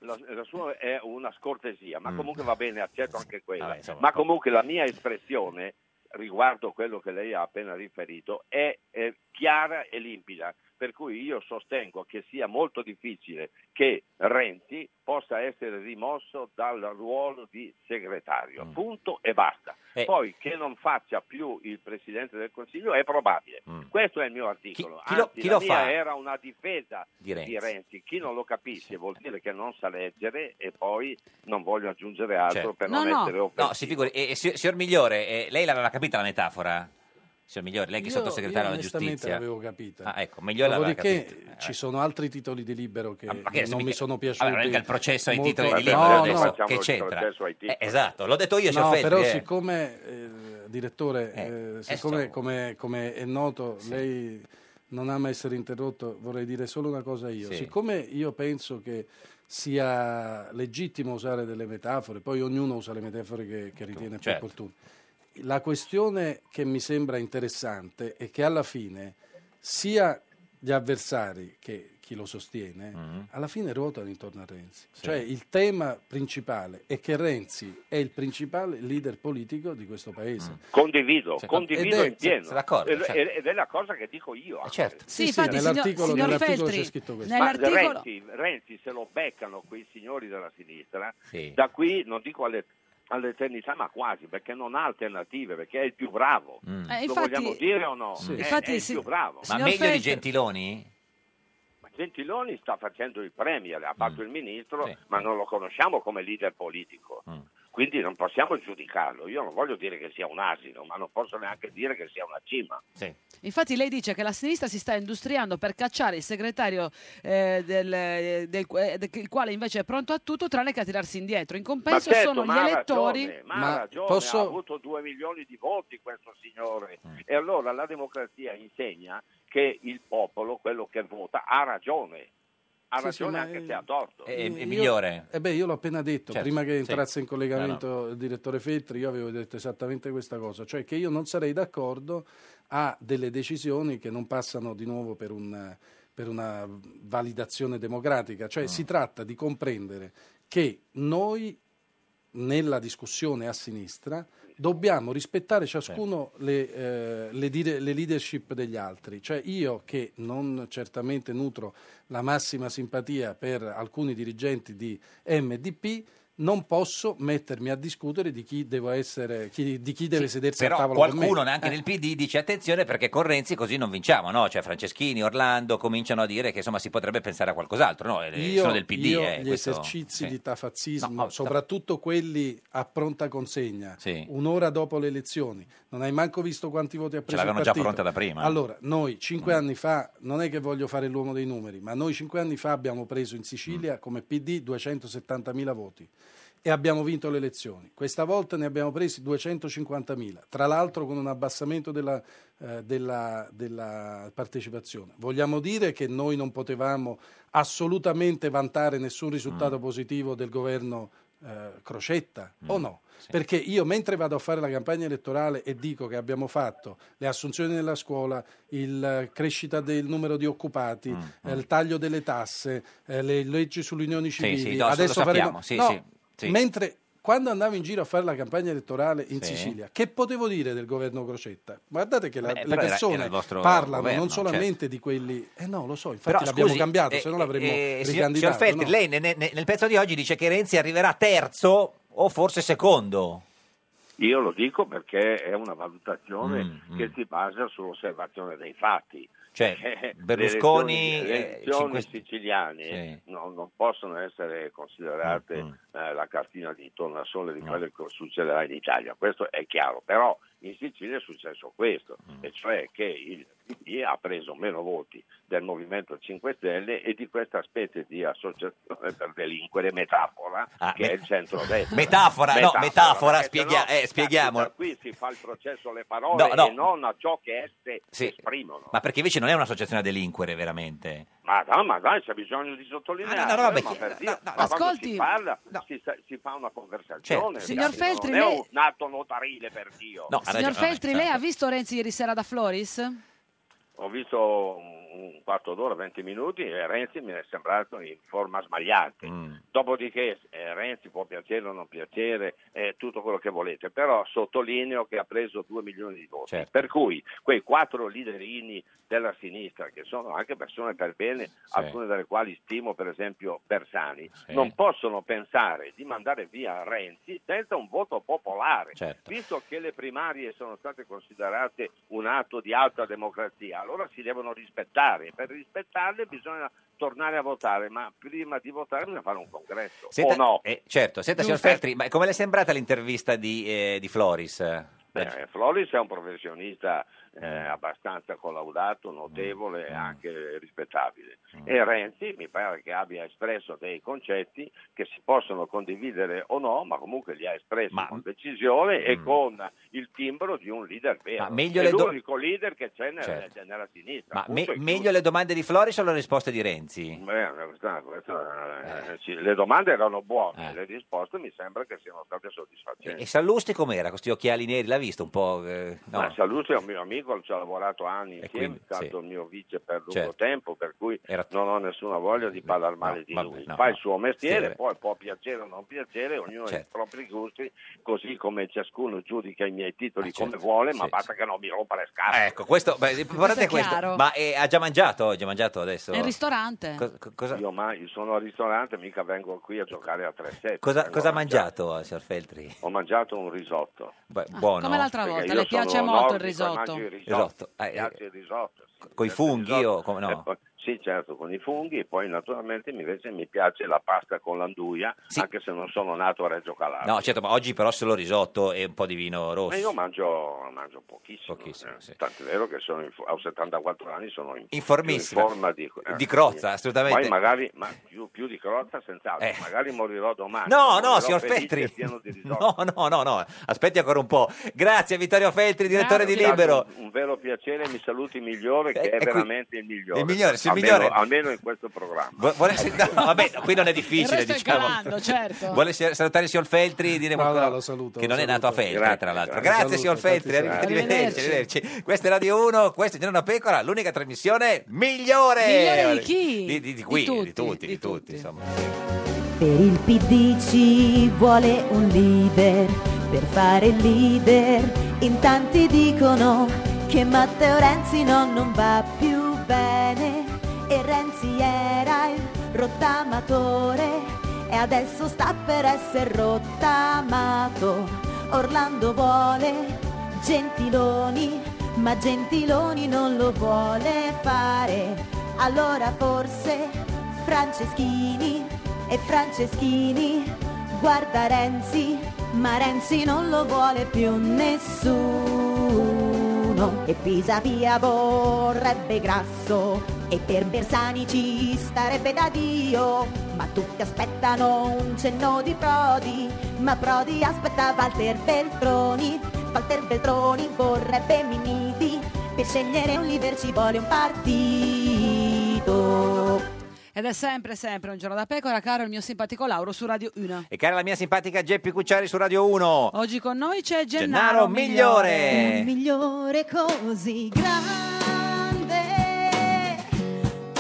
S13: La, la sua è una scortesia, ma
S2: Mm.
S13: comunque va bene, accetto anche quella.
S2: Vabbè, insomma,
S13: ma comunque la mia espressione riguardo quello che lei ha appena riferito è, è chiara e limpida, per cui io sostengo che sia molto difficile che Renzi possa essere rimosso dal ruolo di segretario,
S2: Mm.
S13: punto e basta.
S2: Eh.
S13: Poi che non faccia più il Presidente del Consiglio è probabile. Questo è il mio articolo.
S2: Mm. chi lo-
S13: Anzi,
S2: chi
S13: la
S2: lo
S13: mia
S2: fa?
S13: era una difesa
S2: Di
S13: di
S2: Renzi.
S13: Renzi. Chi non lo capisce vuol dire che non sa leggere e poi non voglio aggiungere
S2: Certo.
S13: altro per non essere offeso.
S2: No, si figuri. E, e, si- signor Migliore, eh, lei l'aveva capita la metafora? Signor Migliore, lei che è
S12: Io-
S2: sottosegretario
S12: io
S2: alla
S12: onestamente
S2: giustizia.
S12: l'avevo capita.
S2: Ah, ecco, Migliore l'aveva
S12: Dopodiché
S2: capita.
S12: ci sono altri titoli di libero che
S2: ma che adesso
S12: non mi
S2: mica-
S12: sono
S2: vabbè,
S12: piaciuti.
S2: non è mica il processo ai
S12: molto-
S2: titoli di
S12: No,
S2: libero adesso,
S12: no.
S2: che c'entra? Eh, esatto, l'ho detto io,
S12: No,
S2: ci offendi,
S12: però
S2: eh.
S12: siccome, eh, direttore, eh, siccome come, come è noto, lei non ama essere interrotto, vorrei dire solo una cosa io.
S14: Sì.
S12: Siccome io penso che sia legittimo usare delle metafore, poi ognuno usa le metafore che,
S2: Ecco,
S12: che ritiene più
S14: certo.
S12: opportune, la questione che mi sembra interessante è che alla fine sia gli avversari che chi lo sostiene,
S13: Mm-hmm.
S12: alla fine ruotano intorno a Renzi. Cioè il tema principale è che Renzi è il principale leader politico di questo
S13: Mm.
S12: paese.
S13: Condivido, condivido
S12: Ed è-
S13: in pieno.
S12: Sei d'accordo,
S13: Ed-
S12: certo. Eh,
S13: Ed è la cosa che dico io. anche.
S12: Sì, Sì, sì, infatti, signor- nell'articolo- signor nell'articolo Feltri, c'è scritto questo.
S13: Ma
S12: nell'articolo-
S13: Renzi, Renzi, se lo beccano quei signori della sinistra,
S2: Sì.
S13: da qui non dico alle- all'eternità, ma quasi, perché non ha alternative, perché è il più bravo.
S12: Mm.
S1: Eh,
S13: lo
S1: infatti-
S13: vogliamo dire o no?
S1: Sì.
S13: È,
S1: Infatti,
S13: Eh, è il
S1: sì.
S13: più bravo.
S2: Ma meglio di Gentiloni?
S13: Ma Gentiloni sta facendo il premier, ha
S12: Mm.
S13: fatto il ministro, ma non lo conosciamo come leader politico.
S12: Mm.
S13: Quindi non possiamo giudicarlo. Io non voglio dire che sia un asino, ma non posso neanche dire che sia una cima.
S1: Infatti lei dice che la sinistra si sta industriando per cacciare il segretario eh, del, del- eh, de- il quale invece è pronto a tutto tranne che a tirarsi indietro. In compenso
S13: ma certo,
S1: sono gli
S13: ma ha
S1: elettori...
S13: ragione, ma, ha ragione, ha avuto due milioni di voti questo signore.
S12: Mm.
S13: E allora la democrazia insegna che il popolo, quello che vota, ha ragione. Ha
S12: Sì, sì,
S13: ragione
S12: ma
S13: anche
S12: è-
S13: se ha torto.
S1: Mm,
S12: Io- eh beh, io l'ho appena detto,
S13: Certo,
S12: prima che
S13: sì.
S12: entrasse in collegamento il direttore Feltri, io avevo detto esattamente questa cosa, cioè che io non sarei d'accordo a delle decisioni che non passano di nuovo per, un- per una validazione democratica,
S13: Mm.
S12: cioè si tratta di comprendere che noi nella discussione a sinistra dobbiamo rispettare ciascuno
S2: Certo.
S12: le, eh, le dire- le leadership degli altri. Cioè io che non certamente nutro la massima simpatia per alcuni dirigenti di MDP, non posso mettermi a discutere di chi, devo essere, chi- di chi deve sedersi a
S2: Però
S12: tavola con me. Eh.
S2: qualcuno neanche nel PD dice attenzione perché con Renzi così non vinciamo, no? Cioè Franceschini, Orlando cominciano a dire che insomma si potrebbe pensare a qualcos'altro, no? Eh,
S12: Io,
S2: sono del PD,
S12: io
S2: eh,
S12: gli
S2: questo-
S12: esercizi
S2: sì.
S12: di tafazzismo, soprattutto quelli a pronta consegna,
S2: Sì.
S12: un'ora dopo le elezioni, non hai manco visto quanti voti ha
S2: Ce
S12: preso
S2: l'avevano
S12: il
S2: già
S12: partito.
S2: pronta da prima. Mm.
S12: Allora, noi cinque anni fa, non è che voglio fare l'uomo dei numeri, ma noi cinque anni fa abbiamo preso in Sicilia
S2: Mm.
S12: come PD 270.000 voti e abbiamo vinto le elezioni. Questa volta ne abbiamo presi 250.000, tra l'altro con un abbassamento della, eh, della- della partecipazione. Vogliamo dire che noi non potevamo assolutamente vantare nessun risultato
S2: Mm.
S12: positivo del governo eh, Crocetta o no? Perché io mentre vado a fare la campagna elettorale e dico che abbiamo fatto le assunzioni nella scuola, il eh, crescita del numero di occupati,
S2: Mm,
S12: eh, il taglio delle tasse, eh, le leggi sulle unioni
S2: Sì, sì,
S12: civili,
S2: no, lo
S12: adesso
S2: sappiamo,
S12: faremo...
S2: sì,
S12: No,
S2: sì, sì.
S12: mentre quando andavo in giro a fare la campagna elettorale in
S2: Sì.
S12: Sicilia, che potevo dire del governo Crocetta? Guardate che la-
S2: Beh,
S12: le
S2: però era-
S12: persone
S2: era il vostro
S12: parlano
S2: governo,
S12: non solamente
S2: certo.
S12: di quelli... Eh no, lo so, infatti
S2: Però,
S12: l'abbiamo
S2: scusi,
S12: cambiato,
S2: eh,
S12: se no l'avremmo
S2: eh, signor-
S12: ricandidato.
S2: signor Feltri,
S12: no?
S2: lei ne- ne- nel pezzo di oggi dice che Renzi arriverà terzo o forse secondo.
S13: Io lo dico perché è una valutazione
S2: Mm,
S13: che si basa sull'osservazione dei fatti.
S2: Cioè,
S13: Perché le
S2: Berlusconi,
S13: elezioni-
S2: eh,
S13: le elezioni
S2: cinque-
S13: siciliane non, non possono essere
S2: Mm,
S13: considerate eh, la cartina di tornasole di quello che succederà in Italia, questo è chiaro, però in Sicilia è successo questo,
S2: Mm.
S13: e cioè che il PD ha preso meno voti del Movimento 5 Stelle e di questa specie di associazione per delinquere metafora
S2: Ah,
S13: che
S2: met-
S13: è il centrodestra.
S2: Metafora, no, metafora,
S13: perché
S2: spieghi- eh,
S13: da-
S2: spieghiamo.
S13: da Qui si fa il processo alle parole
S2: No, no.
S13: e non a ciò che esse
S2: Sì.
S13: esprimono.
S2: Ma perché invece non è un'associazione a delinquere, veramente.
S13: Ma no, ma dai, c'è bisogno di sottolineare.
S2: Ah,
S13: eh,
S2: no, no, vabbè,
S13: ma
S2: chi-
S13: per
S2: no,
S13: dire,
S2: no,
S13: ma quando
S1: ascolti.
S13: si parla, si, sa- si fa una conversazione.
S2: Certo.
S1: Signor
S13: capito?
S1: Feltri,
S13: non è
S1: lei-
S13: un atto notarile per Dio.
S2: No, ha
S1: Signor
S2: ragione,
S1: Feltri,
S13: certo.
S1: lei ha visto Renzi ieri sera da Floris?
S13: Ho visto un quarto d'ora, 20 minuti e Renzi mi è sembrato in forma sbagliata. Dopodiché eh, Renzi può piacere o non piacere, eh, tutto quello che volete, però sottolineo che ha preso 2 milioni di voti.
S2: Certo.
S13: Per cui quei quattro liderini della sinistra, che sono anche persone per bene, alcune delle quali stimo per esempio Bersani, non possono pensare di mandare via Renzi senza un voto popolare.
S2: Certo.
S13: Visto che le primarie sono state considerate un atto di alta democrazia, allora si devono rispettare. Per rispettarle bisogna tornare a votare, ma prima di votare bisogna fare un congresso.
S2: Senta-
S13: o no?
S2: eh, certo, senta, signor
S13: Giusto.
S2: Feltri, ma come le è sembrata l'intervista di, eh, di Floris?
S13: Eh, Floris è un professionista eh, abbastanza collaudato, notevole
S2: Mm.
S13: e anche rispettabile. E Renzi mi pare che abbia espresso dei concetti che si possono condividere o no, ma comunque li ha espressi con decisione e
S2: Mm.
S13: con il timbro di un leader vero.
S2: Ma meglio
S13: è
S2: le do-
S13: l'unico leader che c'è nel-
S2: Certo.
S13: nella sinistra.
S2: Ma me-
S13: punto e
S2: meglio le domande di Floris o le risposte di Renzi?
S13: Beh, questa- questa- eh, sì, le domande erano buone,
S2: Eh.
S13: le risposte mi sembra che siano state soddisfacenti.
S2: E Sallusti com'era? Con questi occhiali neri l'ha visto un po'? eh, no.
S13: Ma Saluzzi è un mio amico, ci ho lavorato anni insieme,
S2: quindi,
S13: è stato il mio vice per lungo
S2: Certo.
S13: tempo, per cui non ho nessuna voglia di parlare male di
S2: vabbè,
S13: lui.
S2: no,
S13: Fa
S2: no.
S13: il suo mestiere,
S2: Sì,
S13: poi può piacere o non piacere, ognuno ha i
S2: Certo.
S13: propri gusti, così come ciascuno giudica i miei titoli
S2: Ah, certo.
S13: come vuole, ma
S2: Sì,
S13: basta che non mi rompa le scatole.
S2: Ecco, questo, beh, guardate questo.
S1: chiaro.
S2: Ma eh, ha già mangiato oggi? Ha mangiato adesso?
S1: Nel ristorante.
S2: Co- co- cosa,
S13: Io mai sono al ristorante, mica vengo qui a
S2: Ecco.
S13: giocare a 3-7.
S2: cosa-
S13: vengo
S2: cosa
S13: a
S2: ha mangiato, eh, signor Feltri?
S13: Ho mangiato un risotto.
S2: Beh, buono.
S1: Ah, come l'altra
S13: Perché
S1: volta,
S13: io
S1: le piace
S13: sono
S1: molto il
S13: nordico e
S1: risotto.
S13: mangio i
S2: Risotto, eh,
S13: Mi piace il risotto.
S2: Con i funghi o come
S13: E
S2: no?
S13: poi- sì, certo, con i funghi, poi naturalmente invece mi piace la pasta con l'anduia, anche se non sono nato a Reggio Calabria.
S2: No, certo, ma oggi però solo risotto e un po' di vino rosso.
S13: Ma io mangio, mangio pochissimo, eh. tant'è vero che sono in, a 74 anni sono in,
S2: Informissima.
S13: più in forma di, eh,
S2: Di crozza,
S13: sì.
S2: assolutamente.
S13: Poi magari, ma più, più di crozza senz'altro,
S2: Eh.
S13: magari morirò domani.
S2: No,
S13: morirò
S2: no, signor
S13: felice e
S2: Feltri.
S13: pieno di risotto.
S2: No, no, no, no. Aspetti ancora un po'. Grazie Vittorio Feltri, direttore
S13: Grazie.
S2: di Libero.
S13: Un, un vero piacere, mi saluti il migliore, che
S2: Eh,
S13: è
S2: ecco,
S13: veramente il migliore.
S2: il migliore, sì, il
S13: almeno,
S2: migliore.
S13: almeno in questo programma.
S2: Vu- vuole- no, vabbè, no, qui non è difficile,
S13: Il resto è
S2: diciamo.
S13: calando, certo.
S2: Vuole se- salutare il signor Feltri e dire
S12: No,
S2: qualcosa-
S12: no, lo saluto,
S2: che
S12: lo
S2: non è
S12: saluto.
S2: nato a Feltri,
S12: Grazie,
S2: tra l'altro.
S12: grazie.
S2: Grazie,
S12: Saluto,
S2: signor Feltri,
S12: tanti
S2: arrivederci,
S12: saluti.
S2: arrivederci. Questa è Radio 1, questa è Giorno da Pecora, l'unica trasmissione migliore.
S8: Migliore di chi?
S2: Di, di- di qui, di tutti, di tutti, insomma.
S8: Per il PD ci vuole un leader, per fare il leader in tanti dicono che Matteo Renzi no, non va più bene e Renzi era il rottamatore e adesso sta per essere rottamato. Orlando vuole Gentiloni, ma Gentiloni non lo vuole fare. Allora forse Franceschini e Franceschini guarda Renzi, ma Renzi non lo vuole più nessuno. E Pisapia vorrebbe grasso e per Bersani ci starebbe da Dio. Ma tutti aspettano un cenno di Prodi, ma Prodi aspetta Walter Beltroni. Walter Beltroni vorrebbe Minniti, per scegliere un leader ci vuole un partito.
S1: Ed è sempre, sempre un giorno da pecora, caro il mio simpatico Lauro su Radio 1.
S2: E cara la mia simpatica Geppi Cucciari su Radio 1.
S1: Oggi con noi c'è
S2: Gennaro
S1: Gennaro,
S2: Migliore.
S8: migliore così grande,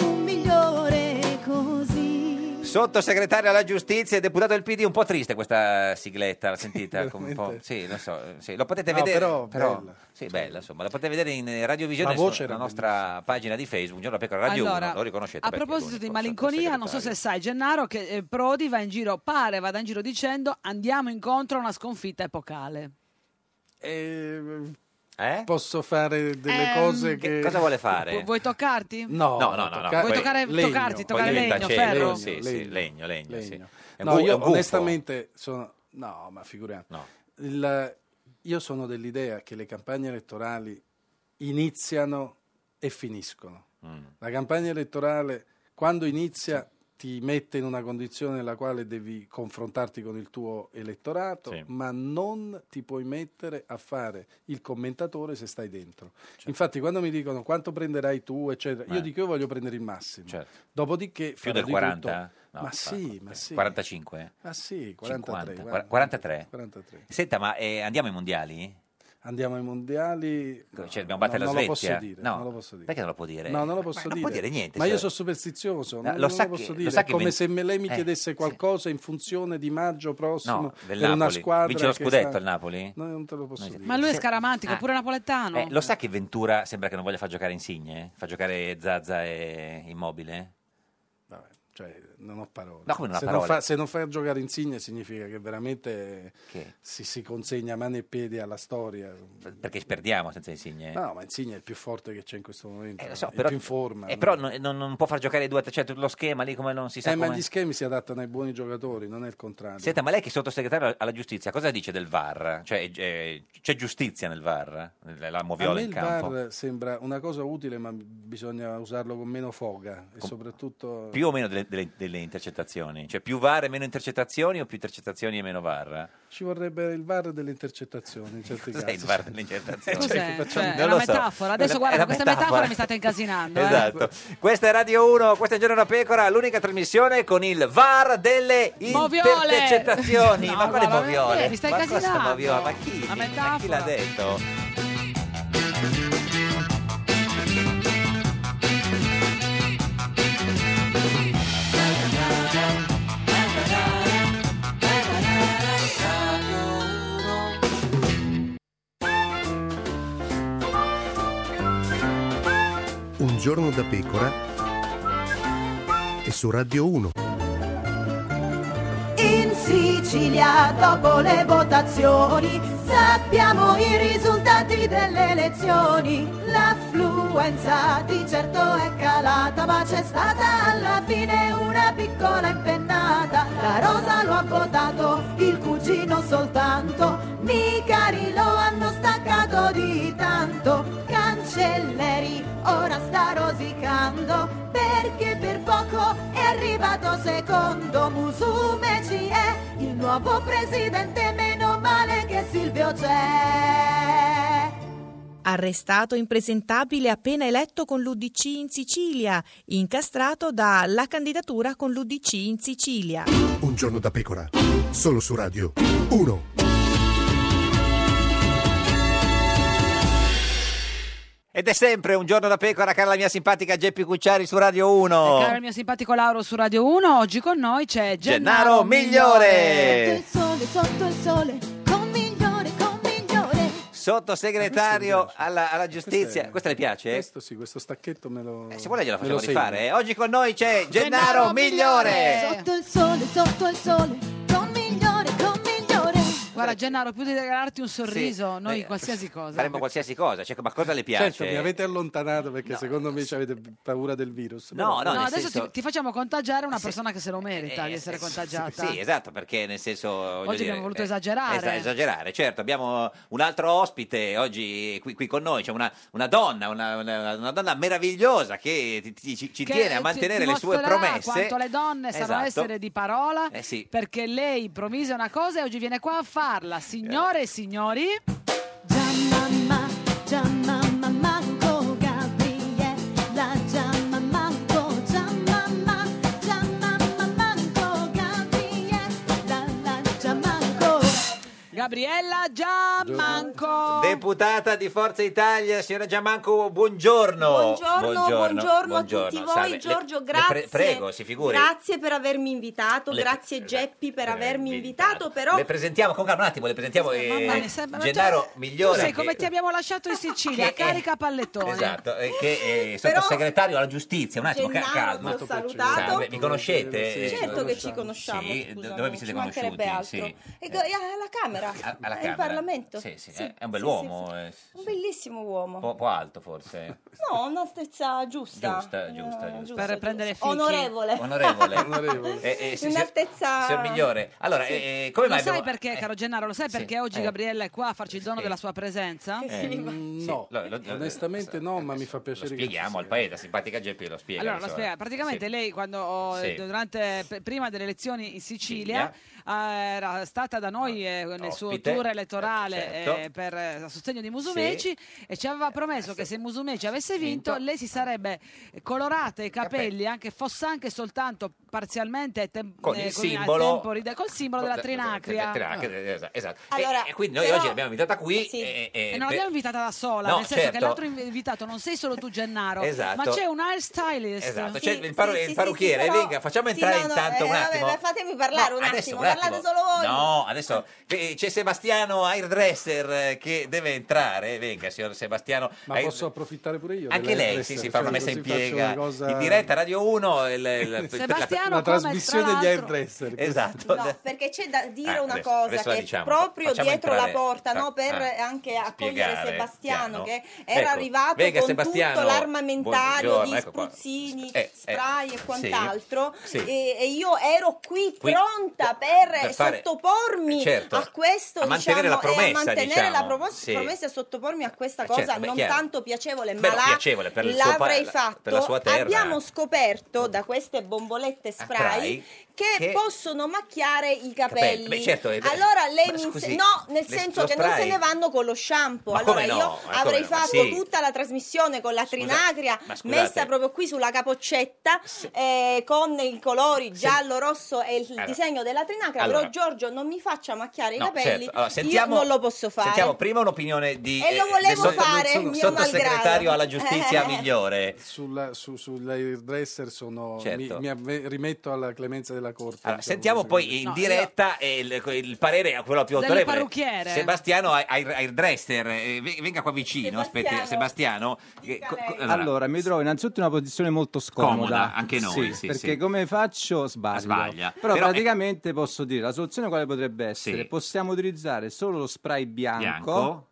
S8: un migliore così.
S2: Sottosegretario alla giustizia e deputato del PD, un po' triste questa sigletta, l'ha sentita? come un po'- Sì, lo so, sì, lo potete
S12: No,
S2: vedere.
S12: però bella.
S2: Sì, bella, insomma, la potete vedere in eh, radiovisione
S12: La voce era
S2: sulla nostra pagina di Facebook, Giorno da Pecora Radio
S1: Allora,
S2: 1, lo riconoscete.
S1: A
S2: perché è
S1: proposito di
S2: l'unico
S1: malinconia, non so se sai, Gennaro, che eh, Prodi va in giro, pare vada in giro dicendo andiamo incontro a una sconfitta epocale.
S12: Eh,
S2: Eh?
S12: Posso fare delle
S1: Ehm,
S12: cose
S1: Che-
S12: che...
S2: cosa vuole fare? Vu-
S1: Vuoi toccarti?
S12: No,
S2: No, no, no, no,
S12: toccare-
S2: poi- Vuoi toccare-
S12: legno.
S1: toccarti,
S2: Poi
S1: toccare
S2: diventa
S1: legno,
S2: acero,
S1: ferro?
S2: sì, sì, legno, legno, sì. È
S12: No,
S2: bu- è
S12: io
S2: un gufo.
S12: onestamente sono... No, ma figuriamo.
S2: No.
S12: Il- Io sono dell'idea che le campagne elettorali iniziano e finiscono.
S2: Mm.
S12: La campagna elettorale, quando inizia, ti mette in una condizione nella quale devi confrontarti con il tuo elettorato,
S14: Sì.
S12: ma non ti puoi mettere a fare il commentatore se stai dentro.
S2: Certo.
S12: Infatti, quando mi dicono quanto prenderai tu, eccetera, io
S2: Eh.
S12: dico io voglio prendere il massimo. Dopodiché,
S2: Certo. Più
S12: farò
S2: del
S12: di
S2: 40?
S12: tutto.
S2: No,
S12: ma
S2: fa-
S12: sì, ma sì.
S2: 45? eh?
S12: Ma sì, 43.
S2: 50,
S12: guarda.
S2: 43?
S12: 43.
S2: Senta, ma eh, andiamo ai mondiali?
S12: Andiamo ai mondiali.
S2: Cioè, dobbiamo battere la
S12: no, non lo
S2: Svezia?
S12: posso dire,
S2: No.
S12: non lo posso dire.
S2: Perché non lo può dire?
S12: No, non
S2: Ma
S12: lo posso
S2: non
S12: dire.
S2: può dire niente,
S12: Ma
S2: cioè-
S12: io sono superstizioso,
S2: Ma lo
S12: non non lo,
S2: sa che-
S12: posso
S2: lo
S12: dire.
S2: sa
S12: È
S2: che
S12: come
S2: ven-
S12: se me- lei mi
S2: Eh,
S12: chiedesse qualcosa in funzione di maggio prossimo
S2: No, del
S12: per una
S2: Napoli.
S12: squadra.
S2: Vince lo
S12: che
S2: scudetto
S12: sta-
S2: il Napoli?
S12: No, non te lo posso
S2: No,
S12: dire.
S1: Ma lui è
S2: Se-
S1: scaramantico,
S2: Ah.
S1: pure napoletano.
S2: Eh, lo sa che Ventura sembra che non voglia far giocare Insigne? Fa giocare Zazza e Immobile?
S12: Vabbè, cioè, non ho parole.
S2: No, come non ha
S12: se,
S2: parole?
S12: Non fa, se non far giocare Insigne significa che veramente
S2: Che?
S12: si, si consegna mani e piedi alla storia.
S2: Perché ci perdiamo senza Insigne.
S12: No, ma Insigne è il più forte che c'è in questo momento,
S2: Eh, lo so,
S12: è il più in forma.
S2: eh, però non, non- non può far giocare due, c'è tutto lo schema lì come non si sa
S12: Eh, ma
S2: come-
S12: gli schemi si adattano ai buoni giocatori, non è il contrario.
S2: Senta, ma lei che è sottosegretario alla giustizia, cosa dice del VAR? Cioè, eh, c'è giustizia nel VAR? La
S12: A
S2: moviola
S12: me
S2: in
S12: il
S2: campo?
S12: VAR sembra una cosa utile, ma bisogna usarlo con meno foga e soprattutto...
S2: Più o meno delle, delle- delle intercettazioni? Cioè, più VAR e meno intercettazioni o più intercettazioni e meno VAR?
S12: Ci vorrebbe il VAR delle intercettazioni, in certi
S2: Cos'è
S12: casi.
S2: il VAR delle intercettazioni?
S12: Cioè,
S1: Cos'è?
S12: facciamo-
S1: Cioè, è
S2: Eh, non
S1: una
S2: lo so.
S1: metafora.
S2: È
S1: Adesso
S2: la-
S1: guarda,
S2: è la
S1: con questa metafora.
S2: metafora.
S1: mi state
S12: ecco.
S1: incasinando. eh.
S2: Esatto. Questa è Radio 1, questa è Giorno da Pecora, l'unica trasmissione con il VAR delle
S1: Moviole!
S2: intercettazioni.
S1: No,
S2: ma quale
S1: guarda,
S2: moviole?
S1: mi stai
S2: ma cosa sta
S1: incasinando.
S2: moviola? Ma chi?
S1: La
S2: Ma chi l'ha
S1: metafora.
S2: detto?
S9: Un giorno da pecora e su Radio 1.
S8: In Sicilia, dopo le votazioni, sappiamo i risultati delle elezioni. L'affluenza di certo è calata, ma c'è stata alla fine una piccola impennata. La Rosa lo ha votato, il cugino soltanto. Micari lo hanno staccato di tanto. Cancelleri ora sta rosicando, perché per poco è arrivato secondo Musumeci è il nuovo presidente, meno male che Silvio c'è.
S10: Arrestato impresentabile appena eletto con l'UDC in Sicilia, incastrato dalla candidatura con l'UDC in Sicilia.
S9: Un giorno da pecora, solo su Radio 1.
S2: Ed è sempre un giorno da pecora, cara la mia simpatica Geppi Cucciari su Radio
S1: E caro
S2: 1.
S1: il mio simpatico Lauro su Radio 1, oggi con noi c'è
S2: Gennaro
S1: Gennaro,
S2: Migliore.
S1: Migliore.
S4: Sole sotto il sole, con migliore, con migliore.
S2: Sottosegretario alla, alla giustizia. Questa le piace?
S12: Questo sì, questo stacchetto me lo...
S2: Se vuole gliela
S12: me lo
S2: facciamo
S12: segno.
S2: rifare. eh. Oggi con noi c'è Gennaro
S4: Gennaro
S2: Migliore.
S4: Sotto il sole, sotto il sole, con migliore, con migliore.
S1: Guarda Gennaro, più di regalarti un sorriso,
S2: Sì,
S1: noi
S2: eh,
S1: qualsiasi cosa.
S2: Faremo qualsiasi cosa, cioè, ma cosa le
S12: Certo, mi
S2: piace?
S12: avete allontanato perché secondo me ci avete paura del virus.
S2: No, no,
S1: No,
S2: nel
S1: adesso
S2: senso- Eh,
S1: ti, ti facciamo contagiare una persona che se lo merita di essere contagiata.
S2: Sì, esatto, perché nel senso... voglio
S1: Oggi
S2: dire,
S1: abbiamo voluto
S2: eh,
S1: esagerare.
S2: esa- esagerare, certo. Abbiamo un altro ospite oggi qui, qui con noi, c'è una, una donna, una, una- una donna meravigliosa che ti- ti- ci, ci
S1: Che
S2: tiene a
S1: ti-
S2: mantenere
S1: ti
S2: le sue
S1: mostrerà
S2: promesse.
S1: Quanto le donne sanno
S2: Esatto.
S1: essere di parola.
S2: Eh sì.
S1: Perché lei promise una cosa e oggi viene qua a farla. Signore e signori,
S4: Giamma manco Gabriella, giamma manco, giamma ma, giamma ma manco Gabriella, la giamma manco.
S1: Gabriella Giammanco.
S2: Deputata di Forza Italia, signora Giamanco, buongiorno.
S14: Buongiorno, buongiorno, a tutti
S2: buongiorno.
S14: voi,
S2: Salve. Le-
S14: Giorgio,
S2: le
S14: grazie.
S2: pre- prego, si figuri.
S14: Grazie per avermi invitato,
S2: Le- esatto,
S14: grazie Geppi per avermi invitato, però
S2: Le presentiamo, con calma un attimo, le presentiamo eh,
S1: mamma mia, sembra-
S2: Gennaro
S1: tu
S2: Migliore.
S1: sai
S2: che-
S1: come ti abbiamo lasciato in Sicilia,
S2: Che-
S1: carica pallettone.
S2: Esatto, eh, che è
S14: Però-
S2: sottosegretario alla giustizia, un attimo, ca-
S14: Gennaro
S2: calma.
S14: ti ho salutato.
S2: Salve, mi conoscete?
S14: Sì,
S2: Eh,
S14: certo che ci conosciamo,
S2: Sì,
S14: scusa,
S2: do-
S14: non
S2: dove vi siete
S14: ci mancherebbe
S2: conosciuti?
S14: altro.
S2: Sì. Eh.
S14: E co- e alla Camera,
S2: A- alla
S14: in
S2: Camera.
S14: Parlamento.
S2: Sì, sì,
S14: Sì,
S2: è un
S14: sì,
S2: bell'uomo,
S14: sì, sì.
S2: eh,
S14: Un bellissimo uomo.
S2: un po', po' alto forse.
S14: No, un'altezza giusta.
S2: Giusta, giusta,
S14: Eh,
S2: giusta.
S14: Per giusto. prendere fichi. Onorevole.
S1: Onorevole.
S2: Onorevole. Eh, eh, sì, signor-
S14: Un'altezza-
S2: Signor Migliore. Allora,
S14: Sì.
S2: eh, come
S1: lo
S2: mai
S1: sai
S2: abbiamo-
S1: perché, caro Gennaro, lo sai
S2: sì,
S1: perché oggi
S2: eh.
S1: Gabriella è qua a farci il dono
S2: Sì.
S1: della sua presenza?
S2: Eh, sì,
S12: Mm, No,
S2: lo- lo- lo-
S12: onestamente no, ma mi fa
S2: Lo
S12: piacere che...
S2: spieghiamo al paese, la simpatica Geppi lo spiega.
S1: Allora, lo
S2: insomma.
S1: spiega. praticamente lei quando oh,
S2: Sì.
S1: durante p- prima delle elezioni in Sicilia eh, era stata da noi eh, nel suo
S2: Ah, Ospite.
S1: tour elettorale
S2: Eh, certo. Eh,
S1: eh, per eh, a sostegno di Musumeci e ci aveva promesso che se Musumeci avesse vinto, lei si sarebbe colorata i capelli anche fosse anche soltanto parzialmente ai tem- eh,
S2: Con il
S1: a
S2: simbolo-
S1: tempori de- col simbolo della
S2: Da- da- da-
S1: Trinacria.
S2: Trinacria, esatto, esatto. E-
S1: Allora,
S2: e, quindi noi
S1: però-
S2: oggi l'abbiamo invitata qui.
S1: Sì.
S2: E, e-
S1: E non
S2: per-
S1: l'abbiamo invitata da sola,
S2: Eh, No,
S1: nel senso che
S2: certo.
S1: l'altro invitato non sei solo tu Gennaro,
S2: Esatto.
S1: ma c'è un hairstylist.
S2: Esatto,
S1: stylist
S2: c'è il, paru- il parrucchiere,
S14: però-
S2: venga, facciamo
S14: Sì,
S2: entrare
S14: no, no,
S2: intanto
S14: eh,
S2: un
S14: vabbè,
S2: attimo.
S14: ma fatemi parlare
S2: No,
S14: un
S2: adesso,
S14: attimo,
S2: un attimo.
S14: parlate solo voi.
S2: No, adesso eh, c'è Sebastiano Airdresser eh, che deve entrare. Venga, signor Sebastiano.
S12: Ma
S2: Air-
S12: posso approfittare pure io? cioè,
S2: Anche lei sì, si fa una messa in piega in diretta Radio 1 il- il-
S14: Sebastiano, La come, tra trasmissione degli l'altro-
S12: airdresser
S2: esatto
S14: No, perché c'è da dire
S2: Ah,
S14: una
S2: adesso-
S14: cosa
S2: adesso la
S14: che
S2: diciamo,
S14: proprio
S2: facciamo
S14: dietro la
S2: entrare-
S14: porta,
S2: fa-
S14: no, per
S2: ah,
S14: anche accogliere
S2: spiegare, piano.
S14: Sebastiano che era
S2: Ecco,
S14: arrivato
S2: venga,
S14: con
S2: Sebastiano,
S14: tutto l'armamentario
S2: buongiorno,
S14: di
S2: ecco qua.
S14: spruzzini,
S2: Eh, eh,
S14: spray e
S2: sì,
S14: quant'altro
S2: sì.
S14: e, e io ero qui,
S2: Qui,
S14: pronta per,
S2: per fare-
S14: sottopormi
S2: eh, certo,
S14: a questo
S2: a mantenere
S14: diciamo,
S2: la promessa,
S14: e a mantenere
S2: diciamo,
S14: la promos-
S2: sì.
S14: promessa e sottopormi a questa
S2: Eh,
S14: cosa
S2: certo, beh,
S14: non
S2: chiaro.
S14: tanto piacevole
S2: Beh,
S14: ma
S2: no,
S14: la-
S2: piacevole per il suo pa-
S14: l'avrei
S2: la-
S14: fatto
S2: per la sua terra.
S14: abbiamo scoperto da queste bombolette spray
S2: Spray
S14: che,
S2: che-
S14: possono macchiare i capelli.
S2: Capelli. Beh, certo, eh,
S14: allora lei
S2: ma
S14: mi
S2: scusi,
S14: inse- no, nel
S2: le-
S14: senso
S2: lo
S14: che non se
S2: spray?
S14: ne vanno con lo shampoo.
S2: Ma
S14: allora
S2: come no?
S14: io
S2: Ma come
S14: avrei
S2: no? Ma
S14: fatto
S2: sì.
S14: tutta la trasmissione con la trinacria
S2: ma scusate.
S14: messa proprio qui sulla capoccetta eh, con i colori giallo, rosso e il
S2: Allora.
S14: disegno della trinacria,
S2: Allora.
S14: però Giorgio non mi faccia macchiare i
S2: No,
S14: capelli.
S2: certo. Allora, sentiamo-
S14: io non lo posso fare.
S2: Sentiamo prima un'opinione di eh,
S14: E lo volevo
S2: del
S14: fare,
S2: sotto-
S14: mio malgrado.
S2: sottosegretario alla giustizia migliore.
S12: Sulla, su, sull'airdresser sono,
S2: Certo.
S12: mi, mi avve- rimetto alla clemenza della corte.
S2: Allora,
S12: diciamo
S2: sentiamo
S12: così.
S2: poi in
S12: No,
S2: diretta eh, il, il parere a quello più
S1: Del
S2: autorevole
S1: parrucchiere.
S2: Sebastiano Ai- Ai- Airdresser eh, ve- venga qua vicino aspetti Sebastiano eh, co- co- allora,
S15: Allora, mi trovo innanzitutto in una posizione molto scomoda.
S2: Comoda, anche noi,
S15: Sì,
S2: sì,
S15: perché
S2: sì.
S15: come faccio sbaglio.
S2: Sbaglia.
S15: Però,
S2: Però è-
S15: praticamente posso dire, la soluzione quale potrebbe essere?
S2: Sì.
S15: Possiamo utilizzare solo lo spray bianco,
S2: Bianco.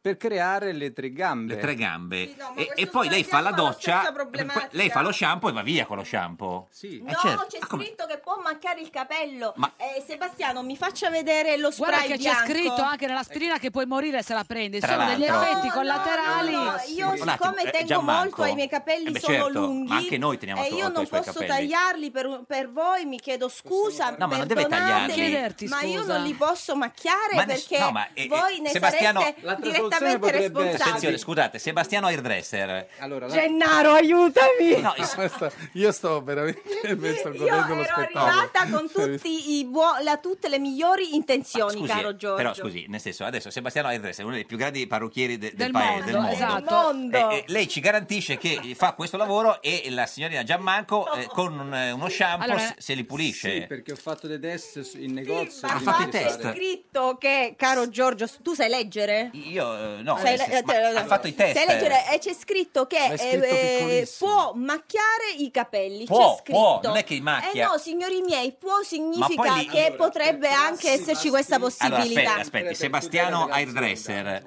S15: per creare le tre gambe.
S2: le tre gambe e, e poi lei fa la
S14: stessa
S2: doccia
S14: problematica.
S2: poi lei fa lo shampoo e va via con lo shampoo Eh, certo. sì.
S14: No, certo, c'è scritto che può macchiare il capello.
S2: Ah, Ma-
S14: Eh, Sebastiano, mi faccia vedere lo spray
S1: Guarda che
S14: bianco.
S1: c'è scritto anche nell'aspirina che puoi morire se la prendi.
S2: Tra
S1: Sono degli
S2: l'altro-
S1: effetti collaterali.
S14: No, no, io
S2: Un attimo,
S14: siccome
S2: eh,
S14: tengo
S2: Gianmarco.
S14: molto ai miei capelli
S2: Eh beh,
S14: sono
S2: certo,
S14: lunghi
S2: ma anche noi teniamo
S14: e
S2: to-
S14: io
S2: ai
S14: non
S2: suoi
S14: posso
S2: capelli.
S14: tagliarli per, per voi, mi chiedo scusa,
S2: No, ma non deve
S14: perdonate,
S2: tagliarli. Chiederti
S14: ma io
S2: scusa.
S14: non li posso macchiare
S2: Ma ne-
S14: perché
S2: no, ma, eh, eh,
S14: voi ne
S2: Sebastiano-
S14: sareste
S2: L'altra
S15: soluzione
S14: direttamente
S15: potrebbe essere-
S14: responsabili.
S2: attenzione scusate Sebastiano Airdresser
S15: allora,
S14: Gennaro, aiutami!
S12: Questa- io sto veramente mi sto
S14: Io
S12: godendo lo
S14: ero
S12: spettacolo.
S14: arrivata con tutti i buo- la- tutte le migliori intenzioni,
S2: Ah, Scusi, eh,
S14: caro Giorgio.
S2: Però scusi, nel senso, adesso Sebastiano Airdresser è uno dei più grandi parrucchieri de- del,
S14: Del
S2: paese,
S14: mondo,
S2: del mondo.
S14: esatto. Del mondo.
S2: Eh, eh, lei ci garantisce che fa questo lavoro e la signorina Gianmanco eh, con un- eh, uno shampoo
S15: Allora-
S2: se- se li pulisce.
S15: Sì, perché ho fatto dei test su- in negozio.
S2: ma
S15: di
S2: fate
S15: utilizzare-
S2: test?
S14: C'è scritto che, caro Giorgio, tu sai leggere?
S2: Io eh, no,
S14: Sai
S2: nel
S14: le-
S2: senso,
S14: eh,
S2: ma
S14: te-
S2: ha fatto i test.
S14: sai leggere? E c'è scritto che
S2: Ma è scritto
S14: eh,
S2: piccolissimo.
S14: può macchiare i capelli.
S2: Può,
S14: c'è scritto.
S2: può, non è che macchia.
S14: Eh no, signori miei, può
S2: Ma
S14: significa
S2: poi lì-
S14: che
S1: eh,
S14: potrebbe anche esserci questa
S2: Allora,
S14: possibilità.
S2: aspetta, aspetti, Sebastiano Airdresser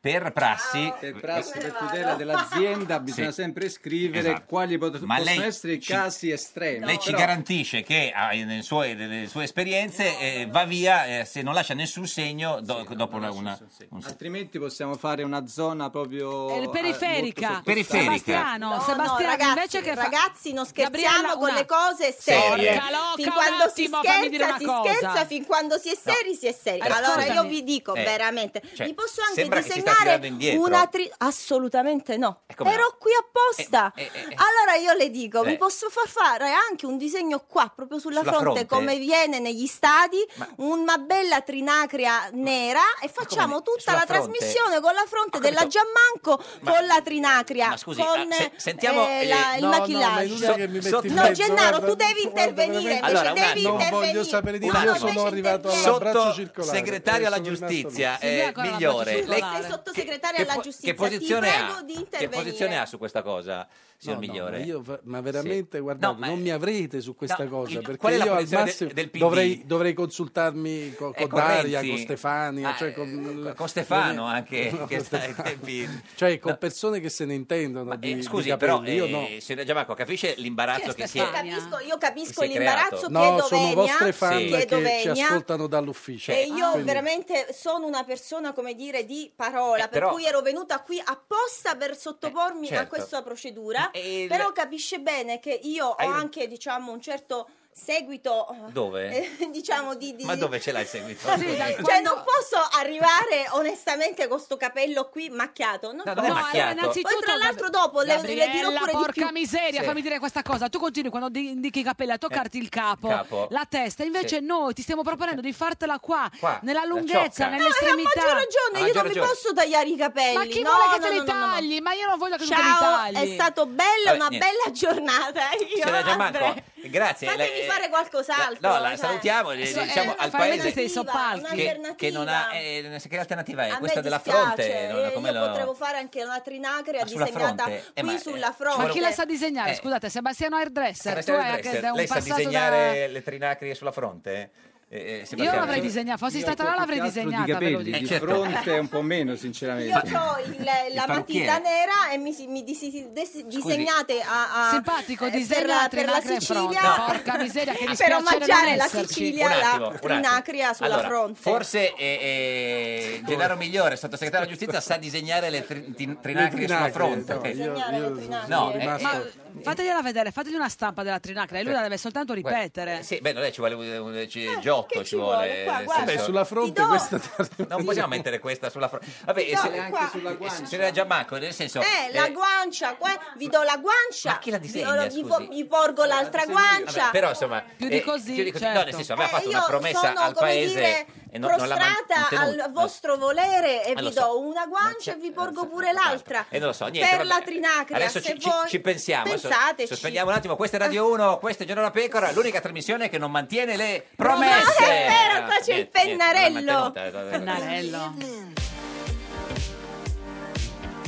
S2: per prassi
S15: Ah, Per prassi, per tutela dell'azienda bisogna
S2: Sì.
S15: sempre scrivere
S2: Esatto.
S15: quali pot-
S2: Ma
S15: possono
S2: lei
S15: essere i
S2: ci-
S15: casi estremi.
S2: eh, Lei ci
S15: Però-
S2: garantisce che ah, nelle sue, nelle sue esperienze eh, va via eh, se non lascia nessun segno do- dopo una, una- un-
S15: Altrimenti possiamo fare una zona proprio...
S1: Eh,
S15: eh,
S1: Periferica.
S15: molto
S2: Periferica.
S1: Sebastiano,
S14: No,
S1: Ah, Sebastiano,
S14: no, ragazzi,
S1: invece che fa-
S14: ragazzi, non scherziamo
S1: Gabriella,
S14: con
S1: una-
S14: le cose
S2: Serie.
S14: serie.
S2: Loca,
S1: loca,
S14: fin
S1: un
S14: quando
S1: attimo,
S14: si
S1: fammi dire una
S14: scherza, si
S1: cosa.
S14: scherza, fin quando si è seri, si è seri.
S1: Eh,
S14: allora io
S1: scusami.
S14: vi dico
S1: Eh,
S14: veramente,
S2: cioè,
S14: vi posso anche
S2: sembra che si sta tirando
S14: disegnare
S2: indietro. Eh,
S14: una tri- assolutamente no.
S2: come
S14: Ero qui apposta. Allora io le dico,
S2: Eh.
S14: vi posso far fare anche un disegno qua proprio sulla,
S2: Sulla fronte?
S14: fronte, come viene negli stadi, una bella trinacria nera e facciamo tutta
S2: sulla
S14: la
S2: fronte?
S14: trasmissione con la fronte
S2: capito.
S14: della Gianmanco con la trinacria
S2: Ma scusi,
S14: con
S2: ah, se- sentiamo,
S14: eh, la-
S2: eh,
S14: il
S2: no, no, ma è
S14: maquillaggio.
S2: inutile che mi metti in
S14: no,
S2: mezzo,
S14: Gennaro,
S12: guarda,
S14: tu devi intervenire.
S12: veramente-
S2: Allora, un
S12: devi
S2: attimo.
S12: non voglio sapere di
S2: Un
S12: più, io
S2: attimo.
S12: sono arrivato all'abbraccio
S2: sotto
S12: circolare.
S2: segretario alla
S12: Eh, sono rimasto lì.
S2: giustizia
S12: Sì, lui
S2: eh,
S12: è ancora
S2: migliore.
S12: all'abbraccio
S2: Lei
S14: Sei sottosegretaria alla giustizia.
S2: che posizione
S14: Ti
S2: ha?
S14: prego di
S2: Che
S14: intervenire.
S2: posizione ha su questa cosa, signor
S12: No, no,
S2: migliore?
S12: ma, io fa- ma veramente, guardate, non mi avrete su questa
S2: No,
S12: cosa,
S2: il-
S12: perché
S2: qual è la
S12: io al
S2: posizione de-
S12: massimo
S2: del PD?
S12: dovrei, dovrei consultarmi co-
S2: Eh,
S12: con,
S2: con
S12: Daria,
S2: Renzi.
S12: con Stefania,
S2: Ah,
S12: cioè con,
S2: Con Stefano anche,
S12: No,
S2: che
S12: con
S2: sta ai
S12: Stefano.
S2: tempi-
S12: Cioè con persone che se ne intendono di,
S2: Eh,
S12: di
S2: scusi,
S12: capelli,
S2: però,
S12: io
S2: eh,
S12: no.
S2: signor Giammanco, capisce l'imbarazzo che si
S14: Io
S2: è...
S14: capisco, io capisco
S2: Si è
S14: l'imbarazzo
S2: creato.
S12: No,
S14: chiedo
S12: sono vostre fan
S2: Sì.
S12: che
S14: chiedo
S12: ci
S14: venia.
S12: ascoltano
S2: Cioè,
S12: dall'ufficio.
S14: E io
S12: Quindi-
S14: veramente sono una persona, come dire, di parola,
S12: Eh,
S14: per
S12: però-
S14: cui ero venuta qui apposta per
S2: Eh,
S14: sottopormi a
S12: certo.
S14: questa procedura, però capisce bene che io ho
S2: Hai-
S14: anche, diciamo, un certo seguito... eh,
S2: Dove?
S14: eh, diciamo di... di-
S2: Ma dove ce l'hai seguito?
S14: Sì, dai, cioè non posso arrivare onestamente con sto capello qui macchiato. Non
S2: No, non è
S14: posso.
S2: macchiato.
S14: Poi tra l'altro dopo le, le dirò
S1: Gabriella,
S14: pure di
S1: porca
S14: più.
S1: miseria,
S2: Sì. Eh,
S1: fammi dire questa cosa. Tu continui quando di- indichi i capelli a toccarti il capo,
S2: il capo.
S1: la testa. Invece
S2: Sì.
S1: noi ti stiamo proponendo di fartela qua,
S2: Qua,
S1: nella
S2: la
S1: lunghezza,
S2: ciocca.
S1: nell'estremità.
S14: No, hai maggior ragione,
S2: Ha
S14: io
S2: maggior
S14: non
S2: ragione.
S14: mi posso tagliare i capelli.
S1: Ma chi
S14: no,
S1: vuole che
S14: no,
S1: te
S14: no,
S1: li
S14: no, no.
S1: tagli? Ma io non voglio che tu te li
S14: Ciao,
S1: tagli.
S14: è stato bello,
S2: Vabbè,
S14: una
S2: niente.
S14: bella giornata. eh, Io
S2: Signora Giammanco,
S14: andrei.
S2: grazie.
S14: Fatemi
S2: lei- eh,
S14: fare qualcos'altro.
S2: No, la
S14: cioè.
S2: salutiamo, eh,
S14: Adesso,
S2: diciamo
S14: eh,
S2: al
S14: fai vedere
S2: paese
S14: dei soppalchi.
S2: che, che non ha eh, non so che alternativa è questa della fronte, non-
S14: eh,
S2: come
S14: io
S2: lo-
S14: potrei fare anche una trinacria
S2: Ma sulla
S14: disegnata
S2: fronte? Eh,
S14: qui
S2: ma, eh,
S14: sulla fronte.
S1: Ma chi la sa disegnare?
S2: Eh.
S1: Scusate, Sebastiano Airdresser,
S2: Sebastiano
S14: eh,
S1: tu hai
S2: Dresser,
S1: anche da un
S2: lei sa
S1: passato
S2: disegnare le trinacrie sulla fronte? Eh, eh,
S1: da... Io
S2: Sebastiano, sì.
S1: l'avrei disegnata, fossi
S2: Io
S1: stata là l'avrei disegnata,
S15: di
S1: ve lo
S15: capelli,
S1: dico.
S15: di
S2: certo.
S15: fronte un po' meno
S14: Eh, Io
S15: sinceramente.
S14: ho il- la
S15: parrucchiere.
S14: matita nera e mi, si- mi disi- des- disegnate a, a
S1: Simpatico,
S14: eh,
S1: disegna la
S14: per, per la
S1: trinacria in fronte.
S14: Sicilia
S1: No. Porca miseria, che
S14: per
S1: dispiacere
S14: omaggiare
S1: non
S14: la
S1: esserci.
S14: Sicilia
S2: Un attimo, un
S14: la
S2: attimo.
S14: trinacria sulla
S2: Allora,
S14: fronte.
S2: Forse eh, eh, Gennaro Migliore, sottosegretario di giustizia, sa disegnare le tri- tin- trinacrie sulla
S12: trinacrie,
S2: fronte.
S12: no, io-
S14: Disegnare le
S2: no,
S14: trinacrie.
S2: eh,
S1: Ma
S2: eh,
S1: fategliela vedere, fategli una stampa della trinacria, e lui la deve soltanto ripetere.
S2: sì, beh, no, lei ci vuole un, un- ci-
S14: Eh,
S2: giotto, ci vuole. nel
S12: guarda.
S2: senso-
S12: Beh, eh, sulla fronte questa
S2: Non possiamo mettere questa sulla fronte. Vabbè,
S14: Ti do
S2: se,
S14: la
S2: eh,
S14: guancia.
S2: sulla guancia. Signorina Giammacco, nel senso...
S14: Eh, la
S2: eh,
S14: guancia, qua- vi do la guancia.
S2: Ma chi la
S14: vi-
S2: disegna,
S14: vi, vo-
S2: scusi?
S14: vi porgo l'altra guancia.
S2: vabbè, però insomma
S14: Più di
S2: eh,
S14: così,
S2: no nel
S14: certo.
S2: senso aveva
S14: Eh,
S2: fatto una
S14: io
S2: promessa
S14: sono,
S2: al
S14: come
S2: paese
S14: dire,
S2: e non, non l'ha man-
S14: prostrata
S2: mantenuta.
S14: al vostro volere e
S2: Eh, lo
S14: vi
S2: so. eh,
S14: do una guancia e vi porgo pure l'altra.
S2: E esatto. non lo so, niente.
S14: per
S2: vabbè.
S14: la trinacria,
S2: Adesso
S14: se
S2: ci, ci-
S14: voi
S2: ci pensiamo. adesso
S14: pensateci.
S2: Sospendiamo un attimo. Questa è Radio 1, questa è Giorno la Pecora, l'unica trasmissione che non mantiene le promesse. Ah,
S14: No, è vero, qua c'è il
S2: Niente, niente, eh,
S14: pennarello.
S2: non l'ha mantenuta.
S1: Pennarello.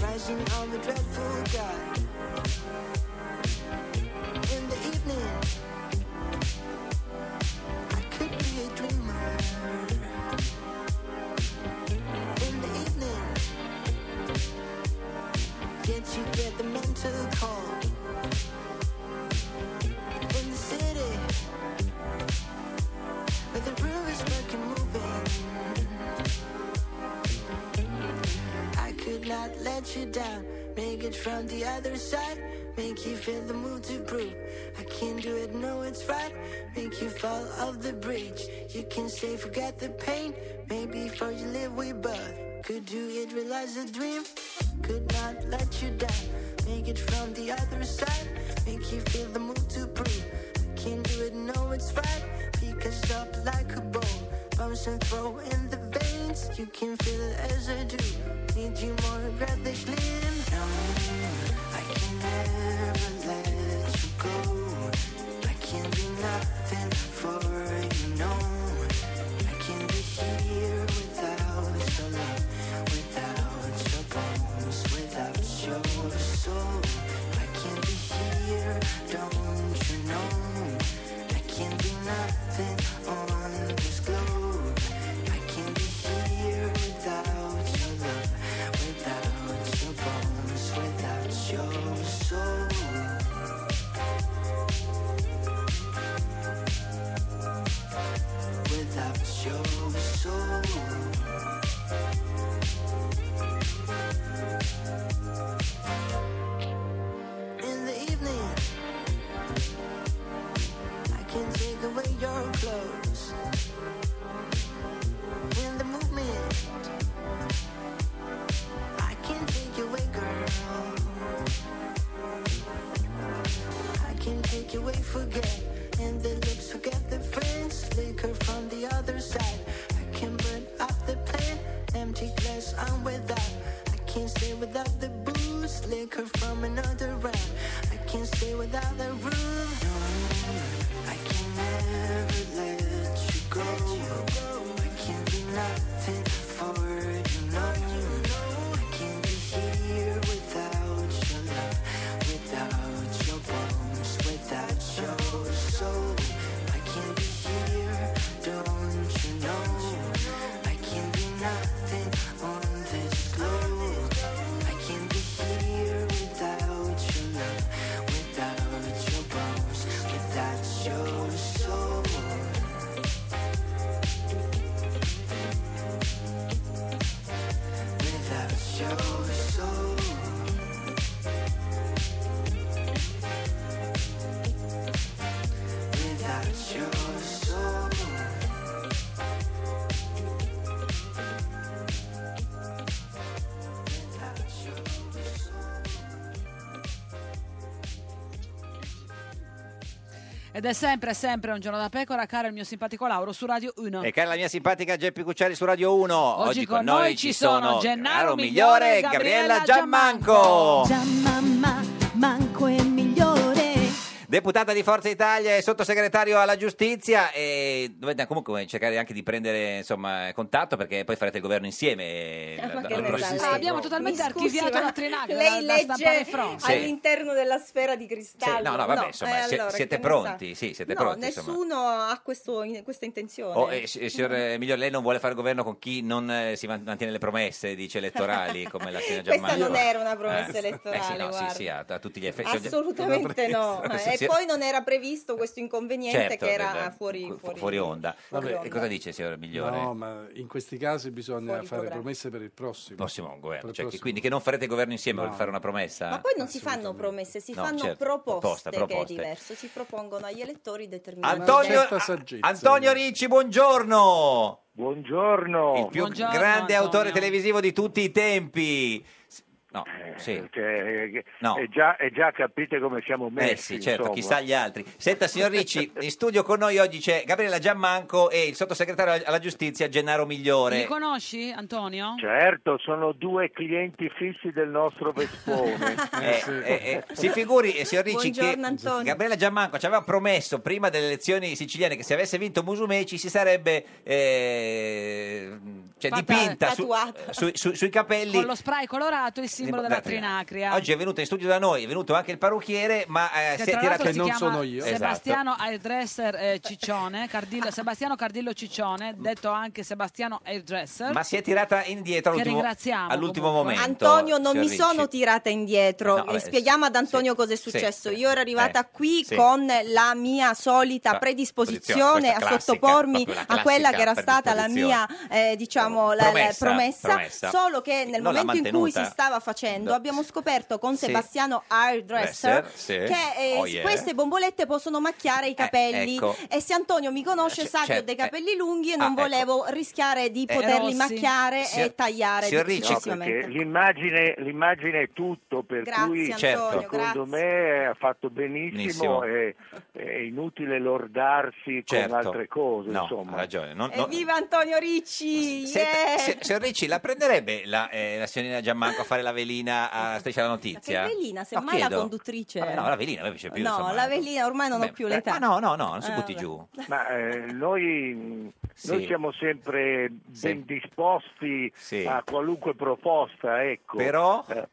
S16: Rising on the dreadful guy. In the evening, I could be a dreamer. In the evening, can't you get the mental call? In the city, where the room is broken, moving. I could not let you down. Make it from the other side. Make you feel the mood to prove. I can do it, no, it's right. Make you fall off the bridge. You can say, forget the pain. Maybe for you live, we both could do it, realize a dream. Could not let you down. Make it from the other side. Make you feel the mood to prove. I can do it, no, it's right. Pick us up like a ball. Bounce and throw in the veins. You can feel it as I do. Need you more, grab the gleam. No, I can never let you go. I can do nothing for you, no. I can be here without your love, without your bones, without your soul. I can be here, don't you know? I can be nothing on this globe. I can be here without your love, without your bones, without your soul. without your soul. In the evening, I can take away your clothes. In the movement, I can take you away, girl. I can take you away, forget. And the lips forget the friends. Liquor from the other side. I can burn up the plan. Empty glass, I'm without. I can't stay without the booze. Liquor from another round. I can't stay without the room. No, I can never let you go. I can be nothing for you. No, I can be here without your love. Without your bones, without your soul, I can't be here, don't you know? I can't be nothing on this globe. I can't be here without your love, without your bones, without your soul. Without your soul. without your soul. Without your
S1: Ed è sempre, sempre un giorno da pecora, caro il mio simpatico Lauro su Radio 1.
S2: E cara la mia simpatica Geppi Cucciari su Radio 1. Oggi,
S1: con noi ci sono Gennaro
S2: Migliore
S1: Migliore e
S2: e Gabriella
S1: Gabriella
S2: Giammanco.
S8: Già mamma, manco e migliore.
S2: Deputata di Forza Italia e sottosegretario alla giustizia. E dovete comunque cercare anche di prendere insomma, contatto perché poi farete il governo insieme. eh,
S14: Ma
S2: la-
S14: che
S2: la- la-
S14: rosa-
S2: la-
S1: Ah, abbiamo totalmente
S14: Mi scusi,
S1: archiviato
S14: ma
S1: la Trinacria,
S14: Lei
S1: la- la stampare
S14: legge
S1: Frost.
S2: Sì.
S14: all'interno della sfera di cristallo.
S2: Sì, no, no, vabbè, insomma,
S14: eh,
S2: si-
S14: allora,
S2: siete
S14: che ne sa?
S2: pronti, sì, siete
S14: no,
S2: pronti, insomma.
S14: nessuno ha questo in- questa intenzione.
S2: Oh, eh, si- eh, signor eh, Migliore, lei non vuole fare governo con chi non eh, si man- mantiene le promesse, dice elettorali, come la signora
S14: Questa
S2: Germania.
S14: non era una promessa
S2: Eh sì,
S14: elettorale,
S2: no, sì,
S14: guarda.
S2: sì, a, a tutti gli effetti.
S14: Assolutamente no.
S2: Sì,
S14: Eh,
S2: sì,
S14: E poi non era previsto questo inconveniente
S2: Certo,
S14: che era
S2: del-
S14: fuori,
S2: fu-
S14: fuori.
S2: fuori onda.
S12: Vabbè.
S2: E cosa dice, signor Migliore?
S12: No, ma in questi casi bisogna
S14: Fuori
S12: fare
S14: programma.
S12: promesse per il prossimo.
S2: Prossimo
S12: Per
S2: governo,
S12: il
S2: cioè, che-
S12: prossimo.
S2: quindi che non farete governo insieme,
S12: No.
S2: vuol fare una promessa?
S14: Ma poi non si fanno promesse, si
S2: No,
S14: fanno
S2: certo, proposte,
S14: proposte, che è
S2: proposte.
S14: diverso. Si propongono agli elettori determinati.
S2: Antonio,
S14: Certo.
S2: A- Antonio Ricci, buongiorno.
S17: Buongiorno.
S2: Il più
S14: Buongiorno,
S2: grande
S14: Antonio.
S2: autore televisivo di tutti i tempi. S- No, sì.
S17: Perché, eh,
S2: No.
S17: E, già, e già capite come siamo messi.
S2: Eh sì, certo,
S17: insomma.
S2: chissà gli altri. Senta, signor Ricci, in studio con noi oggi c'è Gabriella Giammanco e il sottosegretario alla giustizia Gennaro
S1: Li
S2: Migliore.
S1: conosci, Antonio?
S2: Cioè,
S17: Certo, sono due clienti fissi del nostro Vespone.
S2: Eh, eh, eh, si figuri, eh, signor Ricci,
S17: Buongiorno,
S2: che
S17: Antonio.
S2: Gabriella Giammanco ci aveva promesso prima delle elezioni siciliane che se avesse vinto Musumeci si sarebbe eh, cioè,
S1: Fatta-
S2: dipinta su-
S1: tatuata.
S2: su- su- sui capelli
S1: Con lo spray colorato il simbolo della
S2: La Trinacria.
S1: Trinacria.
S2: Oggi è venuto in studio da noi, è venuto anche il parrucchiere, ma eh,
S1: Che
S2: si è
S1: tra
S2: tirato Esatto.
S1: l'altro si chiama Sebastiano Airdresser eh, Ciccione, Cardillo- Sebastiano Cardillo Ciccione, detto anche Sebastiano Airdresser.
S2: Ma si è tirata indietro
S1: Che
S2: all'ultimo,
S1: ringraziamo
S2: all'ultimo
S1: comunque.
S2: momento.
S14: Antonio, non
S2: signor
S14: mi
S2: Ricci.
S14: sono tirata indietro.
S2: No, vabbè,
S14: Eh, Spieghiamo ad Antonio cosa è successo. Io ero arrivata qui
S2: Eh, sì.
S14: con la mia solita
S2: Ah,
S14: predisposizione
S2: posizione, questa
S14: a
S2: classica,
S14: sottopormi
S2: proprio la
S14: a quella che era
S2: classica
S14: stata la mia, eh, diciamo, la- la
S2: Promessa,
S14: promessa,
S2: promessa.
S14: Solo che nel
S2: Non l'ha
S14: momento in cui si
S2: mantenuta.
S14: stava facendo,
S2: No.
S14: abbiamo scoperto con
S2: Sì.
S14: Sebastiano Airdresser
S2: Dresser, sì.
S14: che eh,
S2: Oh, yeah.
S14: queste bombolette possono macchiare i capelli.
S2: ecco.
S14: E se Antonio mi conosce, sa che ho
S2: certo,
S14: dei
S2: eh.
S14: capelli lunghi e
S2: Ah,
S14: non
S2: ecco.
S14: volevo rischiare di
S2: Eh,
S14: poterli
S2: Rossi.
S14: macchiare
S2: Signor-
S14: e tagliare.
S2: signor Ricci,
S17: No, perché
S14: successivamente.
S17: l'immagine, l'immagine è tutto, per
S14: Grazie,
S17: cui
S14: Antonio,
S17: secondo me ha fatto benissimo,
S2: certo. Benissimo.
S17: e- è inutile lordarsi
S2: Certo.
S17: con altre cose.
S2: No,
S17: insomma.
S2: ha ragione.
S1: Eh,
S2: Non, non-
S14: Evviva Antonio Ricci! yeah!
S2: se- signor Ricci, la prenderebbe la, eh, la signorina Giammanco a fare la velina a Striscia la Notizia?
S14: Che velina,
S2: No,
S14: semmai la
S2: chiedo.
S14: conduttrice.
S2: Vabbè, no, la velina a me piace più.
S14: No,
S2: insomma.
S14: la velina ormai non ho più l'età.
S2: Ma no, no, no, non si
S14: Eh,
S2: butti
S14: vabbè.
S2: giù.
S17: Ma eh, noi, mh,
S2: Sì.
S17: noi siamo sempre ben disposti
S2: Sì.
S17: a qualunque proposta, ecco.
S2: Però?
S17: Eh,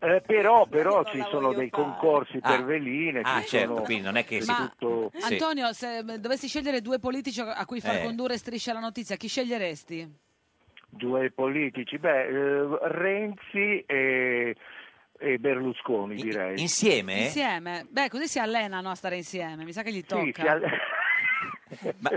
S17: eh, però, però ci sono dei concorsi
S2: Ah.
S17: per veline,
S2: Ah,
S17: ci
S2: certo,
S17: sono
S2: quindi non è che
S17: di
S2: si-
S17: tutto-
S2: Sì.
S1: Antonio, se eh, dovessi scegliere due politici a cui far
S17: Eh.
S1: condurre Striscia la Notizia, chi sceglieresti?
S17: due politici. Beh, eh, Renzi e, e Berlusconi, direi. Eh?
S2: Insieme?
S1: Insieme? Beh, così si allenano a stare insieme, mi sa che gli tocca.
S17: si alle-
S2: Ma,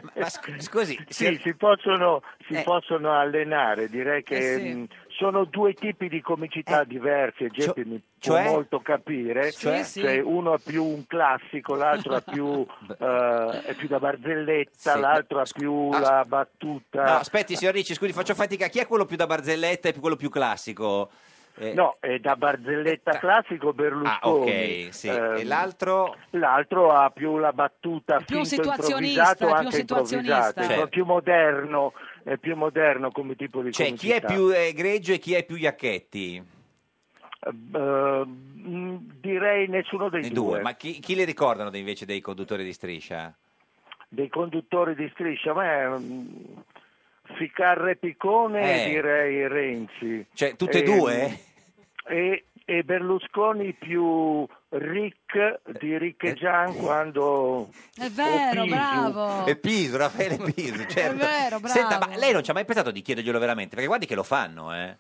S2: scusi,
S17: Sì, si possono, si possono allenare, direi che
S2: Eh sì.
S17: mh, sono due tipi di comicità diverse, Geppi mi
S2: Eh. cioè?
S17: può molto capire,
S2: Sì, Cioè? sì.
S17: Cioè, uno ha più un classico, l'altro ha più, eh, è più da barzelletta,
S2: Sì, ah,
S17: l'altro ha più la battuta.
S2: No, aspetti, signor Ricci, scusi, faccio fatica. Chi è quello più da barzelletta e quello più classico? Eh,
S17: No, è da barzelletta classico Berlusconi. Ehm,
S2: Ah, ok, sì. E l'altro?
S17: L'altro ha più la battuta finto
S1: più situazionista,
S17: improvvisato,
S1: più
S17: anche
S1: situazionista.
S17: improvvisata,
S2: Certo.
S17: è più moderno, è più moderno come tipo di
S2: Cioè, chi è
S17: comicità.
S2: più egregio e chi è più Iacchetti?
S17: Eh, mh, direi nessuno dei
S2: I
S17: due.
S2: due. Ma chi, chi le ricordano de- invece dei conduttori di striscia?
S17: Dei conduttori di striscia, ma mm, Ficarre Piccone
S2: Eh.
S17: direi Renzi.
S2: Cioè, tutte
S17: Ehm,
S2: e due?
S17: E, e Berlusconi più Rick di Rick
S2: Eh.
S17: e Gian quando...
S1: È vero,
S17: Pisu.
S1: bravo.
S2: E Piso, Raffaele
S14: Eh,
S2: Piso, certo.
S1: vero, bravo.
S2: Senta, ma lei non ci ha mai pensato di chiederglielo veramente? Perché guardi che lo fanno, eh.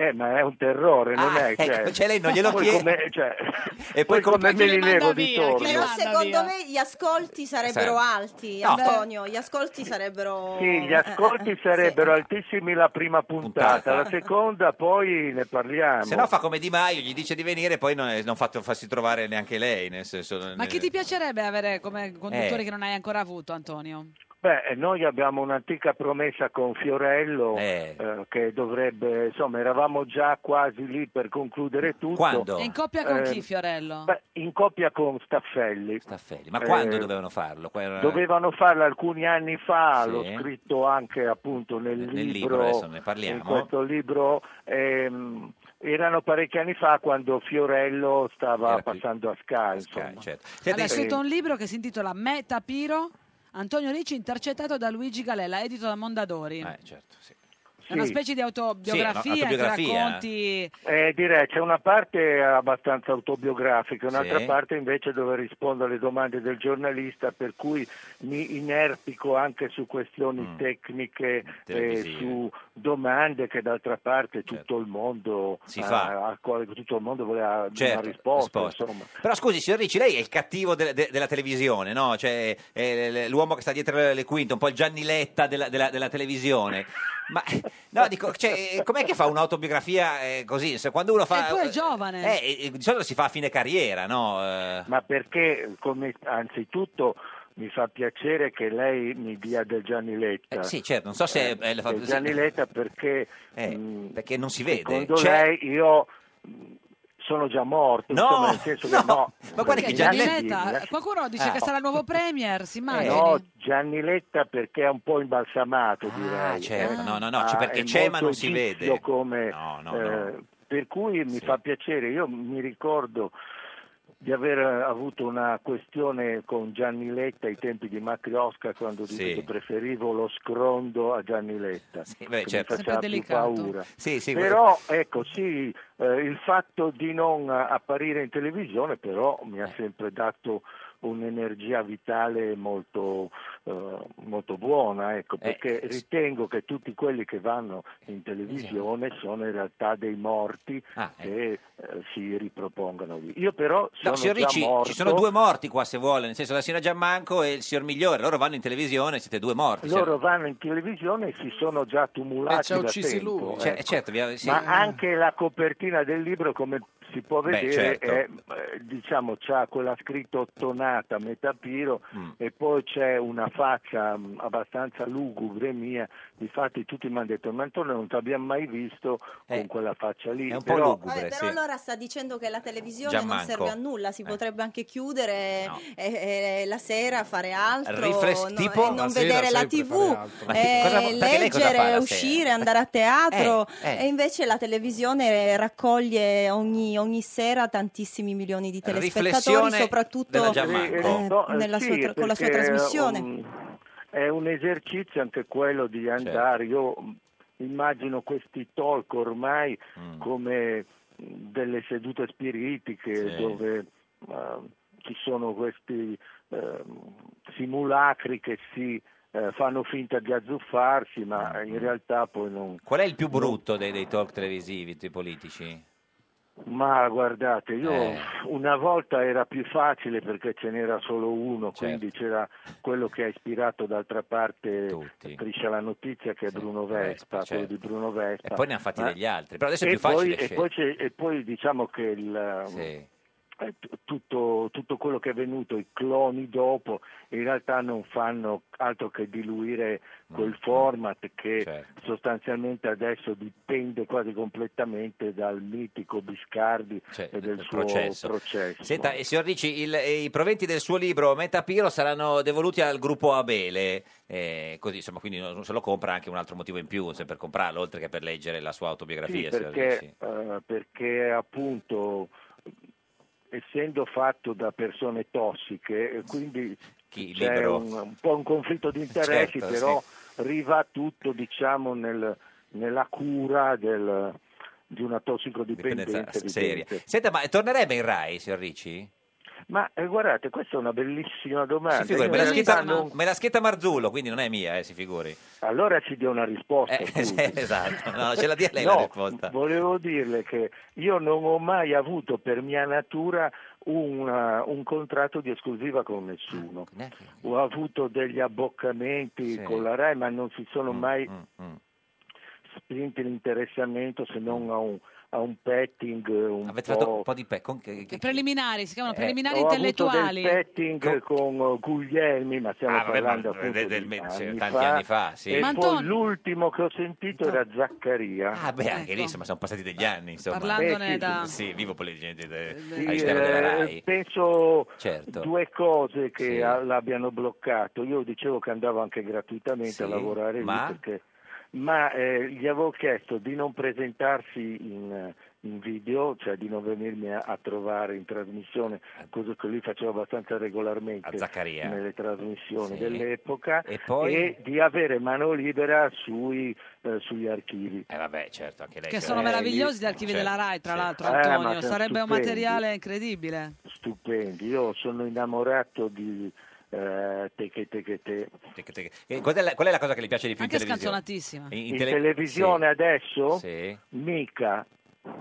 S17: Eh, ma è un terrore, non
S2: Ah,
S17: è che...
S2: ecco, cioè, lei non glielo
S17: Poi
S2: chiede.
S17: come- cioè,
S2: E
S17: poi come me li levo di
S14: Però
S17: torno?
S14: secondo me gli ascolti sarebbero
S17: Sai.
S14: alti,
S17: No.
S14: Antonio. Gli ascolti sarebbero.
S17: Sì, gli ascolti sarebbero altissimi la prima puntata, la seconda poi ne parliamo.
S2: Se no fa come Di Maio, gli dice di venire e poi non, non fa, farsi trovare neanche lei. Nel senso,
S1: Ma chi ti piacerebbe avere come conduttore
S17: Eh.
S1: che non hai ancora avuto, Antonio?
S17: Beh, noi abbiamo un'antica promessa con Fiorello eh, che dovrebbe, insomma, eravamo già quasi lì per concludere tutto.
S1: E in coppia con
S17: Eh,
S1: chi, Fiorello?
S17: beh, in coppia con Staffelli.
S2: Ma quando
S17: Eh,
S2: dovevano farlo? Qua- eh,
S17: Dovevano farlo alcuni anni fa,
S2: Sì.
S17: l'ho scritto anche appunto nel,
S2: Nel libro, adesso ne parliamo. eh.
S17: in questo libro ehm, Erano parecchi anni fa quando Fiorello stava passando a Sky. certo. insomma.
S1: Allora, è
S17: Sì.
S1: scritto un libro che si intitola Me Tapiro, Antonio Ricci intercettato da Luigi Galella, edito da Mondadori. È una
S17: Sì.
S1: specie di autobiografia,
S17: Sì, no,
S1: che
S17: autobiografia.
S1: racconti...
S17: Eh, direi c'è una parte abbastanza autobiografica, un'altra
S2: Sì.
S17: parte invece dove rispondo alle domande del giornalista, per cui mi inerpico anche su questioni
S2: Mm.
S17: tecniche, eh,
S2: Televisive.
S17: su domande che d'altra parte tutto il mondo
S2: Certo. Si
S17: ha-
S2: fa.
S17: a quale tutto il mondo voleva
S2: Certo,
S17: una risposta,
S2: risposta.
S17: insomma.
S2: Però scusi, signor Ricci, lei è il cattivo de- de- della televisione, no? Cioè, è l- l'uomo che sta dietro le quinte, un po' il Gianni Letta della, della- della televisione. Ma no, dico, cioè, com'è che fa un'autobiografia eh, così? Se quando uno
S1: E
S2: fa.
S1: tu è giovane.
S2: Eh, eh, di solito si fa a fine carriera, no? Eh,
S17: Ma perché, come- anzitutto, mi fa piacere che lei mi dia del Gianni Letta.
S2: eh, sì, certo, non so se. eh, la fa-
S17: del Gianni Letta perché... mm,
S2: eh, perché non si vede.
S17: Secondo
S2: C'è-
S17: lei io mh, sono già morto,
S2: No,
S17: insomma, nel senso che
S2: no.
S17: no.
S2: Ma guarda
S1: Perché
S17: che
S1: Gianni Letta, qualcuno dice
S17: Ah. Eh,
S1: che sarà il nuovo premier, si immagini?
S17: No, Gianni Letta perché è un po' imbalsamato, direi.
S2: certo,
S17: eh.
S2: no, no, no, cioè
S17: Ah,
S2: perché
S17: è
S2: c'è ma
S17: molto
S2: non si vede.
S17: giglio come,
S2: no, no.
S17: eh, per cui mi fa piacere, io mi ricordo di aver eh, avuto una questione con Gianni Letta ai tempi di Matriosca quando
S2: Sì.
S17: dico che preferivo lo scrondo a Gianni Letta
S2: beh,
S17: che mi
S2: certo.
S17: faceva
S2: Sempre
S17: più
S2: delicato.
S17: paura
S2: Sì, sì,
S17: però ecco sì eh, il fatto di non eh, apparire in televisione però mi
S2: Eh.
S17: ha sempre dato un'energia vitale molto, eh, molto buona,
S2: Eh,
S17: ecco, perché ritengo che tutti quelli che vanno in televisione
S2: Esatto.
S17: sono in realtà dei morti che eh, si ripropongono lì. Io però sono
S2: Ah, ecco. No, signor
S17: già
S2: Ricci,
S17: morto.
S2: ci sono due morti qua se vuole, nel senso la signora Giammanco e il signor Migliore, loro vanno in televisione, siete due morti.
S17: Loro vanno in televisione e si sono già
S2: Eh,
S17: tumulati
S2: ci ha
S17: da
S2: uccisi
S17: tempo,
S2: lui. Cioè,
S17: ecco.
S2: certo, vi- sì.
S17: Ma anche la copertina del libro, come si può
S2: Beh,
S17: vedere,
S2: certo.
S17: è, eh, diciamo, c'ha quella scritta ottonata, metà piro,
S2: Mm.
S17: e poi c'è una faccia mh, abbastanza lugubre mia. Difatti tutti mi hanno detto, ma Antonio non ti abbiamo mai visto con quella faccia lì.
S2: Eh, è un po'
S17: però,
S2: lugubre,
S14: Vabbè, però allora sta dicendo che la televisione non
S17: Giammanco.
S14: serve a nulla,
S2: Eh.
S14: si potrebbe anche chiudere eh, eh, la sera, fare altro,
S2: Rifless-
S14: no-
S2: tipo?
S14: e non
S2: La sera
S14: vedere la
S2: sempre
S14: tv,
S2: fare altro. Ma
S14: eh,
S2: che- cosa- perché lei cosa fa la
S14: leggere,
S2: sera?
S14: uscire, andare a teatro.
S2: Eh, eh.
S14: E invece la televisione raccoglie ogni, ogni sera tantissimi milioni di telespettatori,
S2: Riflessione della
S14: soprattutto
S2: Giammanco.
S14: eh,
S17: No, eh,
S14: nella sua
S17: sì,
S14: tra- con la sua
S17: perché,
S14: trasmissione.
S17: um, è un esercizio anche quello di andare, io mm, immagino questi talk ormai come mm, delle sedute spiritiche dove eh, ci sono questi eh, simulacri che si eh, fanno finta di azzuffarsi ma in realtà poi non...
S2: Qual è il più brutto dei, dei talk televisivi, dei politici?
S17: Ma guardate, io
S2: Eh.
S17: una volta era più facile perché ce n'era solo uno,
S2: Certo.
S17: quindi c'era quello che ha ispirato d'altra parte Striscia la notizia che è Bruno Vespa,
S2: Vespa,
S17: quello
S2: certo.
S17: di Bruno Vespa.
S2: E poi ne hanno fatti
S17: Ma-
S2: degli altri, però adesso è
S17: e
S2: più
S17: poi-
S2: facile
S17: E poi, c'è- e poi diciamo che il, eh, t- tutto, tutto quello che è venuto, i cloni dopo, in realtà non fanno altro che diluire quel format che
S2: Certo.
S17: sostanzialmente adesso dipende quasi completamente dal mitico Biscardi e del suo
S2: Cioè, processo.
S17: processo.
S2: Senta, eh, signor Ricci, il- eh, i proventi del suo libro Metapiro saranno devoluti al gruppo Abele, eh, così insomma, quindi non se lo compra anche un altro motivo in più se per comprarlo, oltre che per leggere la sua
S17: Sì,
S2: autobiografia. signor Ricci.
S17: perché, eh, perché appunto essendo fatto da persone tossiche, eh, quindi
S2: Chi
S17: c'è
S2: libero?
S17: un, un po' un conflitto di interessi,
S2: Certo,
S17: però riva tutto diciamo nel- nella cura del- di una tossicodipendenza
S2: Dipendenza seria.
S17: evidente.
S2: Senta, ma tornerebbe in Rai, signor Ricci?
S17: Ma eh, guardate, questa è una bellissima domanda.
S2: Si figuri,
S17: Io
S2: me, l'ha
S17: in
S2: scritta,
S17: realtà non-
S2: me l'ha scritta Marzullo, quindi non è mia, eh, si figuri.
S17: Allora ci dia una risposta.
S2: Eh,
S17: scusi.
S2: sì, esatto, no, ce la dia lei
S17: No,
S2: la risposta.
S17: Volevo dirle che io non ho mai avuto per mia natura una- un contratto di esclusiva con nessuno. Ho avuto degli abboccamenti con la RAI, ma non si
S2: Mm,
S17: sono mai spinti l'interessamento se non a un, a un petting un
S2: Avete
S17: po'...
S2: fatto un po' di pe... con- che- che-
S1: I preliminari, si chiamano
S17: Eh,
S1: preliminari
S17: ho
S1: intellettuali.
S17: avuto del petting con eh, Guglielmi, ma stiamo
S2: Ah, vabbè, ma-
S17: parlando appunto
S2: del-
S17: di
S2: del-
S17: anni
S2: sì, tanti
S17: fa.
S2: anni fa, sì.
S17: E
S2: Ma
S17: poi
S2: Antonio-
S17: l'ultimo che ho sentito era Zaccaria.
S2: Ah, beh, anche lì insomma, sono passati degli anni. Insomma.
S17: Ecco. Parlandone Eh, sì, da-
S2: Sì, vivo poi le gente de-
S17: Sì,
S2: all'interno della
S17: eh,
S2: Rai.
S17: penso
S2: Certo.
S17: due cose che
S2: Sì.
S17: a- l'abbiano bloccato. Io dicevo che andavo anche gratuitamente
S2: Sì,
S17: a lavorare
S2: ma?
S17: lì perché ma eh, gli avevo chiesto di non presentarsi in, in video, cioè di non venirmi a, a trovare in trasmissione, cosa che lui faceva abbastanza
S2: A
S17: regolarmente
S2: Zaccaria.
S17: nelle trasmissioni
S2: Sì.
S17: dell'epoca
S2: E poi?
S17: e di avere mano libera sui, eh, sugli archivi.
S2: Eh vabbè, certo, anche lei.
S1: Che
S17: Eh,
S1: sono
S17: lì-
S1: meravigliosi gli archivi
S17: certo,
S1: della RAI, tra
S17: sì.
S1: l'altro,
S17: Eh, ma
S1: Antonio.
S17: sono
S1: Sarebbe un
S17: stupendi.
S1: materiale incredibile.
S17: Stupendi, io sono innamorato di eh, Teche Teche Te.
S2: Eh, Qual è, la, qual è la cosa che le piace di più
S1: Anche
S2: in televisione?
S1: scanzonatissima.
S2: In,
S17: In
S2: tele-
S17: televisione adesso?
S2: Sì.
S17: Mica,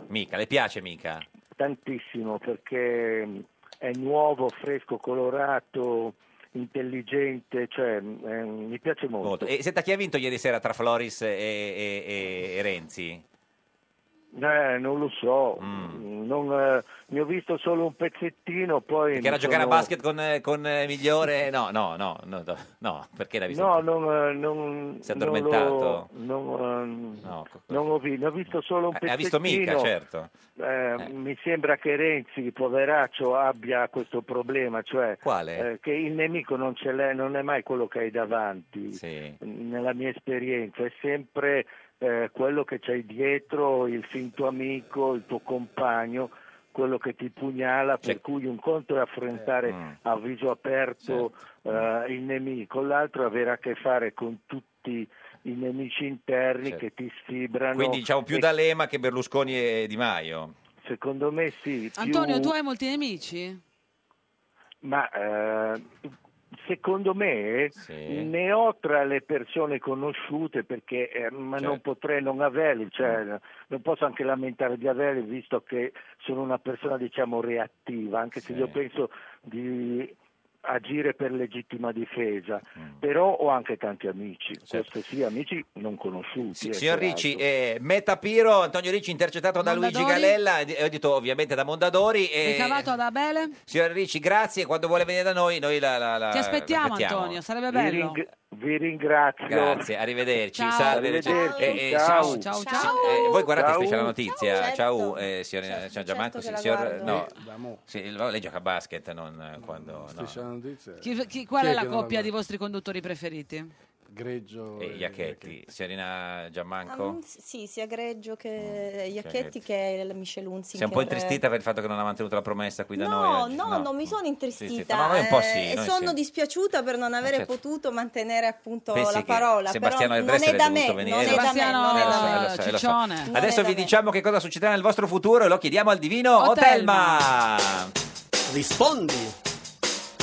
S2: Mica, le piace mica?
S17: tantissimo, perché mh, è nuovo, fresco, colorato, intelligente, cioè mh, eh, mi piace molto.
S2: E senta, chi ha vinto ieri sera tra Floris e, e- e- e Renzi?
S17: Eh, non lo so,
S2: Mm.
S17: non, eh, ne ho visto solo un pezzettino, poi...
S2: Che era
S17: mi
S2: giocare a
S17: sono-
S2: basket con, eh, con eh, Migliore? No, no, no, no, no, no, perché l'ha visto?
S17: No, non, eh, non,
S2: Si è
S17: non
S2: addormentato?
S17: l'ho- non, eh,
S2: No, co-
S17: non ho visto, ne ho visto solo un
S2: Ecco,
S17: pezzettino.
S2: Eh, ha visto mica, certo.
S17: Eh, Mi sembra che Renzi, poveraccio, abbia questo problema, cioè
S2: Quale?
S17: eh, che il nemico non, ce l'è, non è mai quello che hai davanti, nella mia esperienza, è sempre eh, quello che c'hai dietro, il finto amico, il tuo compagno, quello che ti pugnala, per cui un conto è
S2: Eh,
S17: affrontare
S2: mm.
S17: a viso aperto eh, il nemico, l'altro è avere a che fare con tutti i nemici interni che ti sfibrano.
S2: Quindi diciamo più
S17: E
S2: D'Alema che Berlusconi e Di Maio.
S17: eh, Secondo me sì. più-
S1: Antonio, tu hai molti nemici?
S17: Ma eh, secondo me ne ho tra le persone conosciute perché eh, ma non
S2: Certo.
S17: potrei non averli, cioè,
S2: Mm.
S17: non posso anche lamentare di averli visto che sono una persona diciamo reattiva, anche se
S2: Sì.
S17: io penso di agire per legittima difesa,
S2: Mm.
S17: però ho anche tanti amici, questo sì, amici non conosciuti. eh,
S2: Certo. Signor
S17: peraltro.
S2: Ricci, eh, Meta Piro, Antonio Ricci intercettato da
S1: Mondadori.
S2: Luigi Galella, eh, ho detto ovviamente da Mondadori. eh,
S1: Ricavato ad Abele?
S2: Signor Ricci, grazie, quando vuole venire da noi, noi la, la-
S17: eh,
S2: la-
S1: Ti aspettiamo,
S2: l'aspettiamo.
S1: Antonio, sarebbe
S17: Vi,
S1: bello.
S17: ring- vi ringrazio.
S2: Grazie, arrivederci.
S1: Ciao.
S2: salve,
S17: Arrivederci,
S2: eh, eh,
S17: ciao.
S2: signor-
S17: Ciao,
S2: eh, voi guardate
S17: Ciao.
S2: Felice la notizia. Ciao,
S17: Ciao,
S2: eh, signor signor Giamanco.
S1: certo. che la
S2: sì, signor,
S1: guardo.
S2: no,
S1: Eh,
S2: sì, lei gioca a basket, non eh, quando.
S12: Striscia la
S2: no.
S12: notizia.
S1: Chi- chi- qual
S12: Chi
S1: è
S12: è
S1: la
S12: che non
S1: coppia dei vostri conduttori preferiti?
S12: Greggio
S2: E Iacchetti, signorina Giammanco.
S14: Ah, sì, sia Greggio che
S2: Mm. Iacchetti.
S14: Iacchetti che il Michelunzi.
S2: Sei un po' intristita per il fatto che non ha mantenuto la promessa qui da noi.
S14: eh. No,
S2: oggi?
S14: no, non mi sono
S2: Sì,
S14: intristita.
S2: sì, ma noi un po' sì,
S14: eh, e
S2: noi
S14: sono
S2: sì.
S14: dispiaciuta per non avere
S2: certo.
S14: potuto mantenere appunto
S2: Pensi
S14: la
S2: che
S14: parola.
S2: Sebastiano del
S14: però non è
S2: Dresser
S14: da
S2: è
S14: me,
S2: dovuto
S14: non
S2: venire.
S14: è da me, non
S2: Eh,
S14: è da me.
S2: lo so, eh, lo so.
S1: Ciccione. Non
S2: Adesso
S1: è da
S2: vi
S1: me.
S2: diciamo che cosa succederà nel vostro futuro e lo chiediamo al divino Otelma.
S18: Rispondi,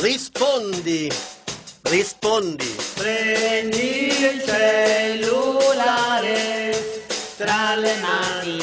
S18: rispondi, rispondi.
S16: Prendi il cellulare tra le mani.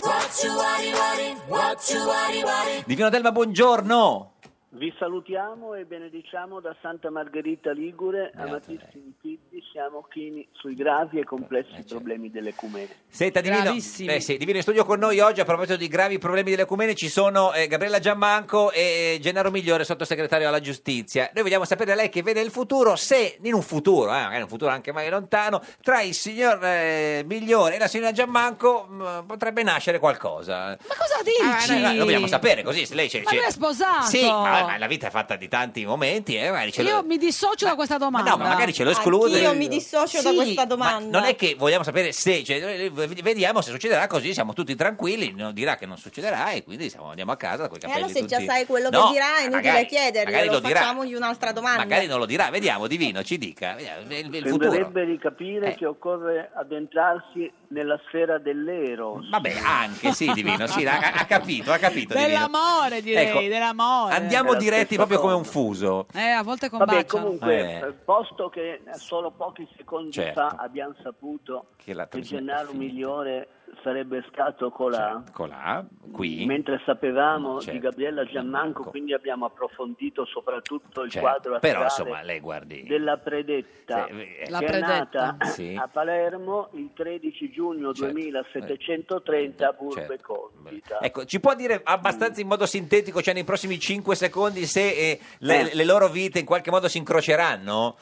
S4: What you worry, worry, what you worry, worry.
S2: Divino Otelma, buongiorno.
S19: Vi salutiamo e benediciamo da Santa Margherita Ligure, amatissimi figli, siamo chini sui gravi e
S16: Eh,
S19: complessi
S16: certo.
S19: problemi dell'ecumene.
S2: Senta, divino, eh, sì, divino in studio con noi oggi a proposito di gravi problemi dell'ecumene ci sono eh, Gabriella Giammanco e eh, Gennaro Migliore, sottosegretario alla giustizia. Noi vogliamo sapere lei che vede il futuro, se in un futuro, eh, magari in un futuro anche mai lontano, tra il signor eh, Migliore e la signora Giammanco mh, potrebbe nascere qualcosa.
S1: Ma cosa
S2: Ah, no,
S1: dici?
S2: no, lo vogliamo sapere così. se Lei c'è,
S1: Ma
S2: c'è-
S1: lui è sposato.
S2: Sì, ma, ma la vita è fatta di tanti momenti. Eh, magari ce lo-
S1: Io mi dissocio da questa domanda.
S2: no, ma magari ce lo esclude.
S14: Io mi dissocio da
S1: Sì,
S14: questa
S2: Ma
S14: domanda.
S2: non è che vogliamo sapere se, cioè, noi- noi vediamo se succederà così, siamo tutti tranquilli, non dirà che non succederà e quindi siamo- andiamo a casa con i
S14: E
S2: capelli
S14: allora Eh, se già
S2: tutti-
S14: sai quello
S2: No,
S14: che dirà è inutile
S2: magari-
S14: chiederglielo,
S2: magari lo dirà.
S14: facciamogli un'altra domanda.
S2: Magari non lo dirà, vediamo, divino, ci dica vediamo, il, il futuro.
S19: Sembrerebbe di capire
S16: Eh.
S19: che occorre addentrarsi nella sfera dell'eros.
S2: Vabbè, anche sì, divino, sì, ha, ha capito, ha capito. divino.
S1: Dell'amore, direi,
S2: Ecco,
S1: dell'amore.
S2: Andiamo diretti proprio come un fuso.
S1: Eh, a volte
S19: Vabbè,
S1: combaciano.
S19: comunque,
S2: Eh.
S19: posto che solo pochi secondi
S2: Certo.
S19: fa abbiamo saputo
S2: Che la
S19: che
S2: trasmissione è
S19: Gennaro
S2: finita.
S19: Migliore sarebbe stato colà,
S2: Colà, qui.
S19: mentre sapevamo
S2: Certo.
S19: di Gabriella Giammanco, quindi abbiamo approfondito soprattutto il
S2: Certo,
S19: quadro
S2: però,
S19: attuale
S2: insomma, lei guardi-
S19: della predetta
S2: Sì, eh,
S19: che
S2: La
S19: è
S2: predetta.
S19: nata
S2: Sì. Certo.
S19: a Palermo il 13 giugno 2730 Burbe Condita.
S2: Eh, Ecco, ci può dire abbastanza in modo sintetico, cioè nei prossimi 5 secondi, se eh, le, le loro vite in qualche modo si incroceranno?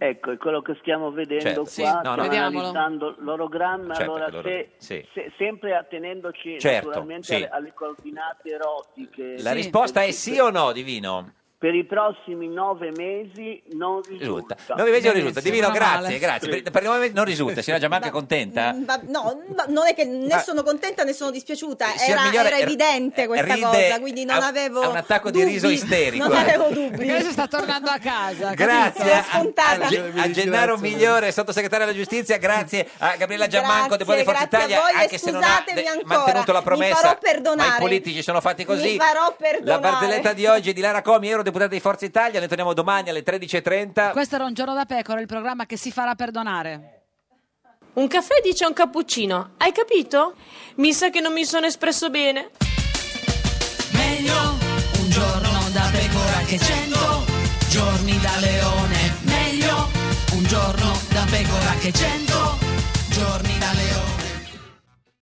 S19: Ecco, è quello che stiamo vedendo
S2: Certo.
S19: qua,
S2: Sì, no, no,
S19: stiamo
S2: vediamolo.
S19: analizzando l'orogramma,
S2: Certo
S19: allora
S2: che loro-
S19: se,
S2: sì.
S19: se- sempre attenendoci
S2: Certo,
S19: naturalmente
S2: sì.
S19: alle, alle coordinate erotiche.
S2: La risposta è sì o no, Divino?
S19: Per i prossimi nove mesi non risulta.
S2: risulta. Nove mesi non risulta. Divino, grazie, grazie. Per, per il momento non risulta. Signora Giammanca è contenta?
S14: Ma no, ma non è che né
S2: Ah.
S14: sono contenta né sono dispiaciuta,
S2: Signor
S14: era,
S2: Migliore,
S14: era
S2: r-
S14: evidente questa
S2: ride
S14: cosa, quindi non
S2: a-
S14: avevo
S2: a un attacco di
S14: dubbi,
S2: riso isterico,
S14: Non
S2: eh.
S14: avevo dubbi.
S20: Adesso sta tornando a casa. capito?
S2: Grazie a,
S14: scontata.
S2: a Ge- a Gennaro Migliore, sottosegretario della giustizia, grazie a Gabriella Giammanco, deputata di Forza
S14: grazie a
S2: Italia,
S14: voi e
S2: anche se non ha
S14: scusatemi
S2: de-
S14: ancora.
S2: mantenuto la
S14: Mi
S2: promessa.
S14: farò perdonare.
S2: Ma i politici sono fatti così.
S14: Mi farò
S2: La
S14: perdonare.
S2: barzelletta di oggi è di Lara Comi, eurodeputata di Forza Italia. Ne torniamo domani alle 13.30.
S20: Questo era un giorno da pecora, il programma che si farà perdonare.
S10: Un caffè dice un cappuccino, hai capito? Mi sa che non mi sono espresso bene.
S1: Meglio un giorno da pecora che cento giorni da leone. Meglio un giorno da pecora che cento giorni da leone.